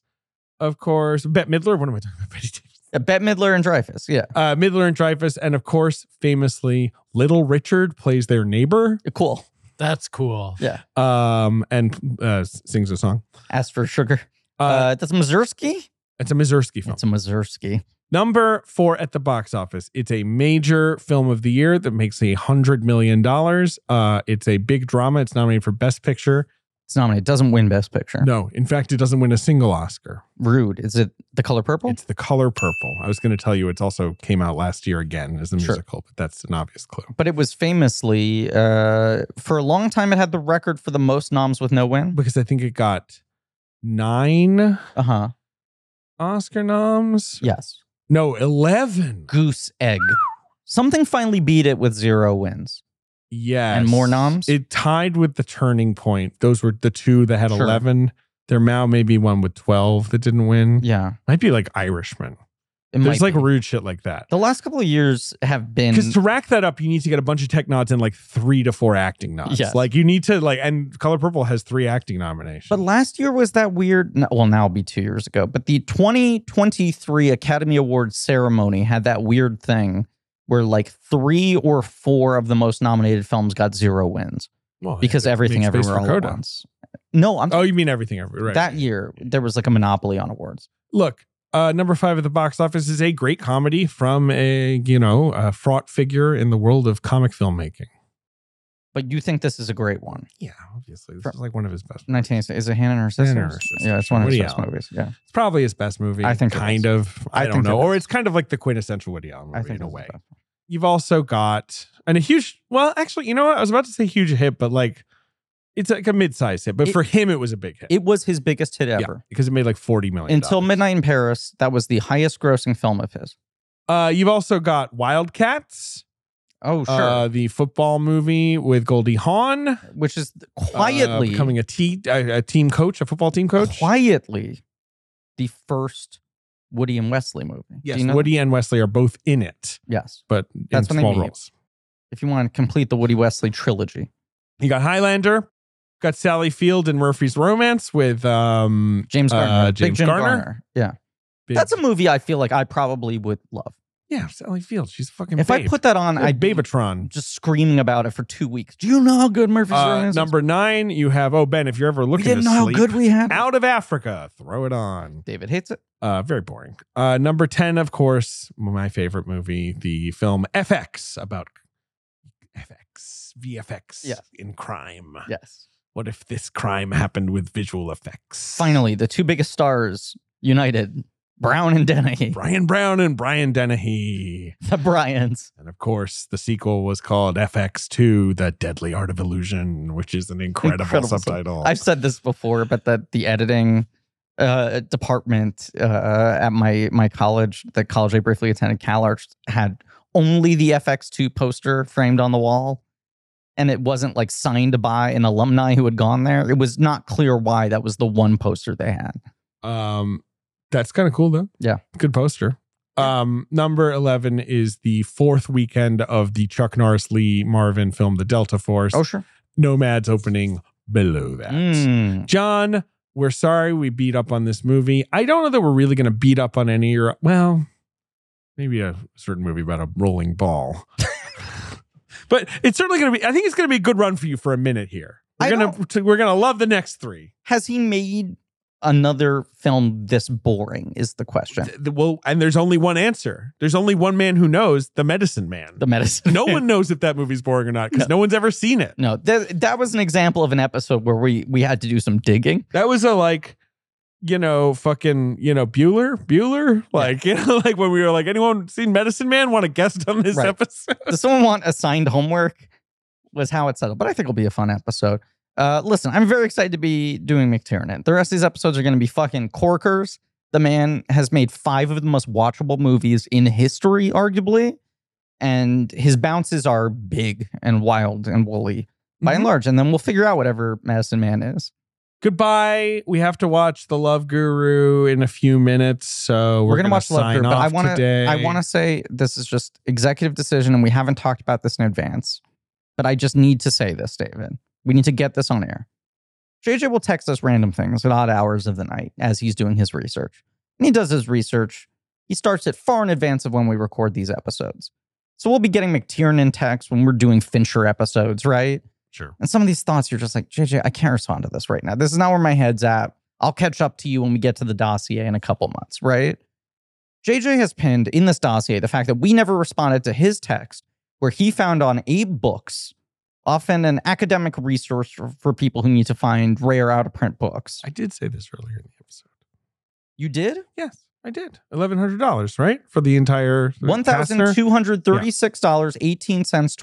S2: of course. Bette Midler. What am I talking about? Betty Davis.
S1: Uh, Bette Midler and Dreyfus. Yeah.
S2: Uh, Midler and Dreyfuss, and of course, famously, Little Richard plays their neighbor
S1: Cool.
S3: That's cool.
S1: Yeah.
S2: um, and uh, sings a song.
S1: As for sugar.
S2: Uh,
S1: Uh, that's Mazursky?
S2: it's a Mazursky film.
S1: It's a Mazursky.
S2: Number four at the box office. It's a major film of the year that makes a hundred million dollars. Uh, it's a big drama. It's nominated for Best Picture.
S1: It's nominated. Doesn't win Best Picture.
S2: No, in fact, it doesn't win a single Oscar.
S1: Rude. Is it The Color Purple?
S2: It's The Color Purple. I was going to tell you, it's also came out last year again as a
S1: Sure.
S2: musical, but that's an obvious clue.
S1: but it was famously, uh, for a long time, it had the record for the most noms with no win.
S2: Because I think it got nine
S1: Uh huh.
S2: Oscar noms.
S1: Yes.
S2: No, eleven.
S1: Goose Egg. Something finally beat it with zero wins.
S2: Yes.
S1: And more noms?
S2: It tied with the turning point. Those were the two that had
S1: Sure.
S2: eleven. There now may be one with twelve that didn't win.
S1: Yeah.
S2: Might be like Irishman.
S1: It
S2: There's
S1: might
S2: like
S1: be.
S2: rude shit like that.
S1: the last couple of years have been.
S2: Because to rack that up, you need to get a bunch of tech nods and like three to four acting nods.
S1: Yes.
S2: Like you need to like, and Color Purple has three acting nominations.
S1: But last year was that weird. no, Well, now it'll be two years ago. But the 2023 Academy Awards ceremony had that weird thing where like three or four of the most nominated films got zero wins
S2: Well,
S1: because
S2: it
S1: everything
S2: Oh, makes space
S1: everywhere
S2: for
S1: all at
S2: Coda.
S1: once. No, I'm
S2: Oh, you mean everything everywhere? Right.
S1: that year there was like a monopoly on awards.
S2: look uh, number five at the box office is a great comedy from a you know a fraught figure in the world of comic filmmaking
S1: But you think this is a great one?
S2: yeah obviously this
S1: From-
S2: is like one of his best
S1: 1980 is it Hannah and her sisters?
S2: Hannah and Her Sisters.
S1: Yeah, it's one of
S2: Woody
S1: his best
S2: Allen.
S1: movies. Yeah,
S2: it's probably his best movie
S1: I think it
S2: kind
S1: is.
S2: of i,
S1: I
S2: don't
S1: think it
S2: know or
S1: is.
S2: it's kind of like the quintessential woody allen movie
S1: I think
S2: in a
S1: this is
S2: way
S1: the best one.
S2: you've also got and a huge well actually you know what i was about to say huge hit but like it's like a mid-sized hit but
S1: It-
S2: for him it was a big hit
S1: It was his biggest hit
S2: Yeah,
S1: ever.
S2: because it made like 40 million
S1: Until
S2: dollars.
S1: Midnight in Paris, that was the highest grossing film of his.
S2: uh you've also got wildcats
S1: Oh, sure.
S2: uh the football movie with goldie hawn
S1: Which is
S2: uh,
S1: quietly
S2: becoming a, te- a, a team coach, a football team coach.
S1: quietly the first Woody and Wesley movie. Do
S2: Yes,
S1: you know-
S2: Woody and Wesley are both in it,
S1: Yes.
S2: but
S1: That's
S2: in
S1: what I
S2: small
S1: mean.
S2: roles.
S1: If you want to complete the Woody Wesley trilogy,
S2: You got Highlander, got Sally Field and Murphy's Romance with um
S1: James
S2: Uh,
S1: Garner,
S2: James
S1: Big Jim
S2: Garner?
S1: Garner. Yeah,
S2: big-
S1: that's a movie I feel like I probably would love.
S2: yeah Sally Field. She's a fucking.
S1: If I put that on,
S2: I
S1: I'd be
S2: Babytron.
S1: just screaming about it for two weeks. Do you know how good Murphy's Romance
S2: Uh,
S1: is?
S2: number nine, you have oh Ben. If you're ever
S1: We
S2: looking
S1: didn't
S2: to
S1: know how
S2: sleep,
S1: good we had. it.
S2: out of Africa, throw it on.
S1: David hates it.
S2: Uh, very boring. Uh, number ten, of course, my favorite movie, the film FX about FX VFX
S1: Yeah.
S2: in crime.
S1: Yes.
S2: What if this crime happened with visual effects?
S1: Finally, the two biggest stars united: Brown and Dennehy.
S2: Brian Brown and Brian Dennehy.
S1: The Bryans.
S2: And of course, the sequel was called FX2 The Deadly Art of Illusion, which is an incredible,
S1: Incredible sub-
S2: subtitle.
S1: I've said this before, but that the editing uh, department uh, at my my college, the college I briefly attended, CalArts, had only the FX2 poster framed on the wall, and it wasn't like signed by an alumni who had gone there. It was not clear why that was the one poster they had.
S2: um, that's kind of cool, though.
S1: Yeah.
S2: Good poster. Um, number 11 is the fourth weekend of the Chuck Norris Lee Marvin film, The Delta Force.
S1: Oh sure,
S2: Nomads opening below that.
S1: Mm.
S2: John, we're sorry we beat up on this movie. I don't know that we're really going to beat up on any or well, maybe a certain movie about a rolling ball. but it's certainly going to be. I think it's going to be a good run for you for a minute here.
S1: I
S2: We're going to we're going to love the next three.
S1: has he made another film this boring? Is the question.
S2: Th- th- well, and there's only one answer. There's only one man who knows, the medicine man.
S1: The medicine.
S2: no one knows if that movie's boring or not because no one's ever seen it.
S1: No, that that was an example of an episode where we we had to do some digging.
S2: That was a like, you know, fucking, you know, Bueller, Bueller, like, you know, like when we were like, anyone seen Medicine Man want to guest on this
S1: Right.
S2: episode?
S1: Does someone want assigned homework? Was how it settled, but I think it'll be a fun episode. Uh, listen, I'm very excited to be doing McTiernan. The rest of these episodes are going to be fucking corkers. The man has made five of the most watchable movies in history, arguably, and his bounces are big and wild and woolly by
S2: Mm-hmm.
S1: and large. And then we'll figure out whatever Medicine Man is.
S2: Goodbye. We have to watch The Love Guru in a few minutes, so we're,
S1: We're gonna watch The Love
S2: sign
S1: Guru, but I
S2: off
S1: wanna-
S2: today.
S1: I want to say this is just executive decision, and we haven't talked about this in advance. But I just need to say this, David. We need to get this on air. JJ will text us random things at odd hours of the night as he's doing his research. And he does his research. He starts it far in advance of when we record these episodes. So we'll be getting McTiernan texts when we're doing Fincher episodes, right?
S2: Sure.
S1: And some of these thoughts, you're just like, JJ, I can't respond to this right now. This is not where my head's at. I'll catch up to you when we get to the dossier in a couple months, right? JJ has pinned in this dossier the fact that we never responded to his text where he found on Abe Books, often an academic resource for- for people who need to find rare out of print books.
S2: I did say this earlier in the episode.
S1: You did?
S2: Yes, I did. Eleven hundred dollars, right, for the entire caster?
S1: $1,236, 18 cents,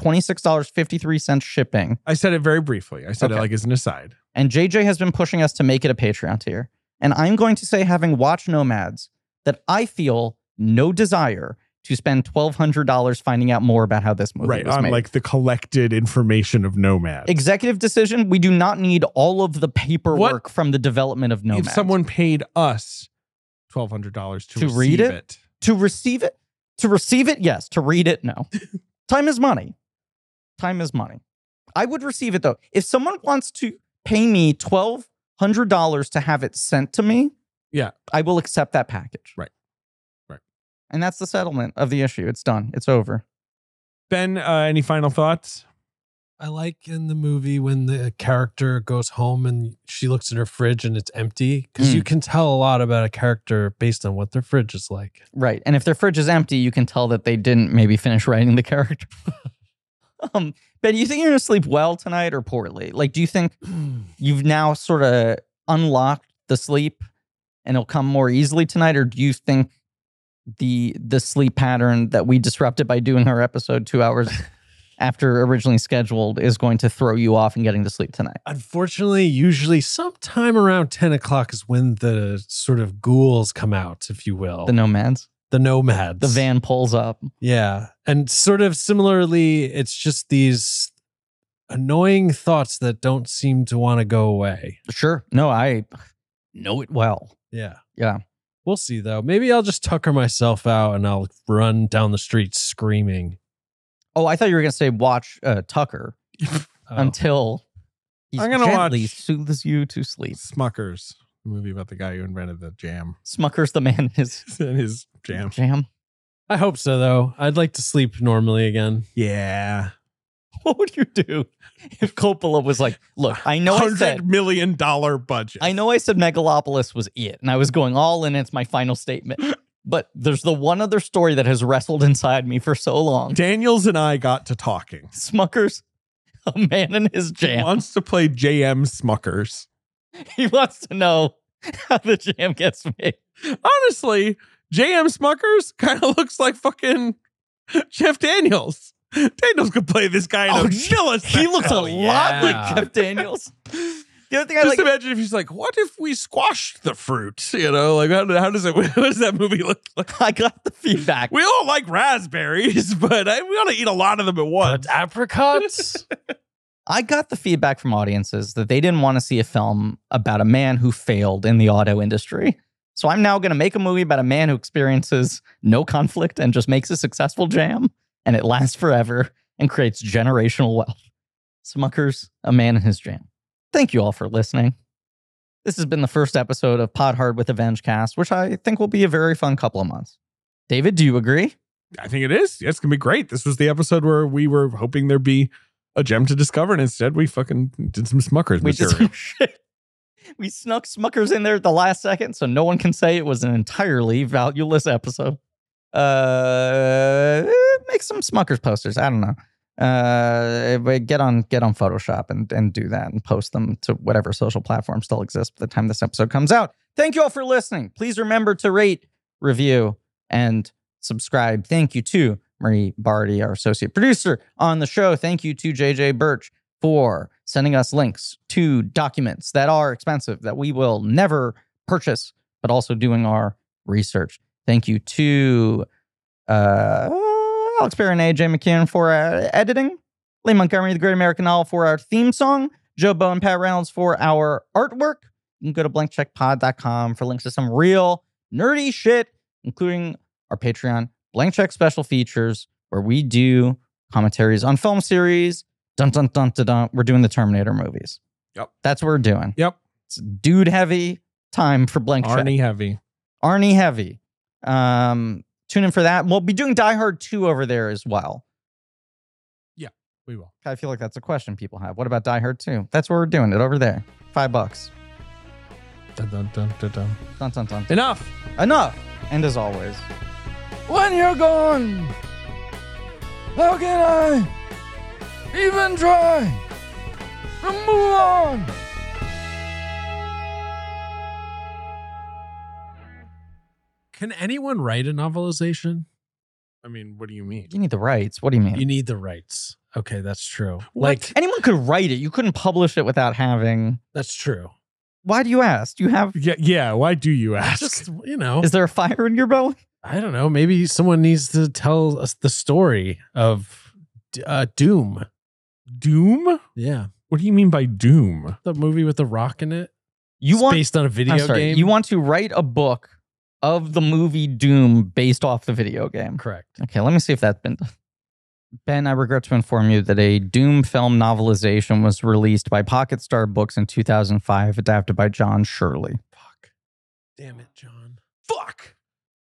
S1: $26.53 shipping.
S2: I said it very briefly. I said it
S1: Okay.
S2: like as an aside.
S1: And JJ has been pushing us to make it a Patreon tier. And I'm going to say, having watched Nomads, that I feel no desire to spend $1,200 finding out more about how this movie
S2: Right
S1: was
S2: on,
S1: made.
S2: like the collected information of Nomad.
S1: Executive decision. We do not need all of the paperwork from the development of Nomad.
S2: if someone paid us twelve hundred dollars to,
S1: To read
S2: receive
S1: it? to receive it, to receive it, yes. To read it, no. Time is money. Time is money. I would receive it though. If someone wants to pay me twelve hundred dollars to have it sent to me,
S2: Yeah.
S1: I will accept that package.
S2: Right. Right.
S1: And that's the settlement of the issue. It's done. It's over.
S2: Ben, uh, any final thoughts?
S3: I like in the movie when the character goes home and she looks in her fridge and it's empty because
S1: Mm.
S2: Hmm.
S3: you can tell a lot about a character based on what their fridge is like.
S1: Right. And if their fridge is empty, you can tell that they didn't maybe finish writing the character. um, ben, do you think you're going to sleep well tonight or poorly? Like, do you think you've now sort of unlocked the sleep and it'll come more easily tonight? Or do you think the the sleep pattern that we disrupted by doing our episode two hours after originally scheduled is going to throw you off in getting to sleep tonight?
S3: Unfortunately, usually sometime around 10 o'clock is when the sort of ghouls come out, if you will.
S1: The nomads.
S3: the nomads.
S1: The van pulls up.
S3: Yeah. And sort of similarly, it's just these annoying thoughts that don't seem to want to go away.
S1: Sure. No, I know it well.
S3: Yeah.
S1: Yeah.
S3: We'll see though. Maybe I'll just tucker myself out and I'll run down the street screaming.
S1: Oh, I thought you were going to say watch uh, Tucker.
S3: Oh.
S1: until he
S2: I'm gonna
S1: gently
S2: watch-
S1: soothes you to sleep.
S2: Smuckers, the movie about the guy who invented the jam
S1: Smucker's the man is
S2: and his jam.
S1: jam.
S3: I hope so though. I'd like to sleep normally again.
S2: Yeah,
S1: What would you do if Coppola was like, "Look, I know I said,
S2: hundred million dollar budget.
S1: I know I said Megalopolis was it, and I was going all in. It's my final statement." But there's the one other story that has wrestled inside me for so long.
S2: Daniels and I got to talking.
S1: Smucker's a man in his
S2: He
S1: jam.
S2: Wants to play JM Smuckers.
S1: He wants to know how the jam gets made.
S2: Honestly, JM Smuckers kind of looks like fucking Jeff Daniels. Daniels could play this guy
S1: Oh,
S2: in a
S1: gee,
S2: villa
S1: He looks a
S2: style.
S1: lot
S3: yeah.
S1: like Jeff Daniels. The other thing I
S2: Just
S1: like
S2: imagine if he's like, "What if we squashed the fruit?" You know, like how, how does it? What does that movie look like?
S1: I got the feedback.
S2: We all like raspberries, but I, we ought to eat a lot of them at once.
S3: But apricots?
S1: I got the feedback from audiences that they didn't want to see a film about a man who failed in the auto industry. So I'm now going to make a movie about a man who experiences no conflict and just makes a successful jam, and it lasts forever and creates generational wealth. Smuckers, a man in his jam. Thank you all for listening. This has been the first episode of Pod Hard with Avenge Cast, which I think will be a very fun couple of months. David, do you agree?
S2: I think it is. Yeah, it's gonna be great. This was the episode where we were hoping there'd be a gem to discover, and instead we fucking did some Smuckers
S1: We
S2: material.
S1: did some shit. We snuck Smuckers in there at the last second, so no one can say it was an entirely valueless episode. Uh, make some Smuckers posters. I don't know. Uh, but get on get on Photoshop and and do that and post them to whatever social platform still exists by the time this episode comes out. Thank you all for listening. Please remember to rate, review, and subscribe. Thank you to Marie Bardi, our associate producer on the show. Thank you to JJ Birch for sending us links to documents that are expensive that we will never purchase, but also doing our research. Thank you to uh, Alex Perrin, AJ McKeon for uh, editing, Lee Montgomery, the Great American Owl for our theme song, Joe Bow and Pat Reynolds for our artwork. You can go to blankcheckpod.com for links to some real nerdy shit, including our Patreon blank check special features where we do commentaries on film series, dun dun dun dun dun. We're doing the Terminator movies.
S2: Yep.
S1: That's what we're doing.
S2: Yep.
S1: It's dude heavy time for blank check.
S2: Arnie heavy.
S1: Arnie heavy. Um, tune in for that. We'll be doing Die Hard 2 over there as well.
S2: We will.
S1: I feel like that's a question people have. What about Die Hard 2? That's where we're doing it over there. Five bucks.
S2: Dun, dun, dun, dun, dun.
S1: Dun dun dun.
S2: Enough.
S1: Enough. And as always,
S4: When you're gone, how can I even try to move on?
S3: Can anyone write a novelization?
S2: I mean, what do you mean?
S1: you need the rights. What do you mean?
S3: You need the rights. Okay, that's true. Like
S1: Anyone could write it. You couldn't publish it without having.
S3: that's true.
S1: Why do you ask? Do you have.
S2: Yeah, yeah. Why do you ask?
S3: Just you know,
S1: Is there a fire in your belly?
S3: I don't know. Maybe someone needs to tell us the story of uh, Doom.
S2: doom?
S3: Yeah,
S2: What do you mean by doom?
S3: the movie with the rock in it.
S1: You
S3: It's
S1: want.
S3: based on a video
S1: I'm sorry.
S3: game.
S1: You want to write a book of the movie Doom based off the video game.
S3: correct?
S1: Okay, let me see if that's been done. Ben, I regret to inform you that a Doom film novelization was released by Pocket Star Books in 2005, adapted by John Shirley.
S3: Fuck. Damn it, John.
S2: Fuck.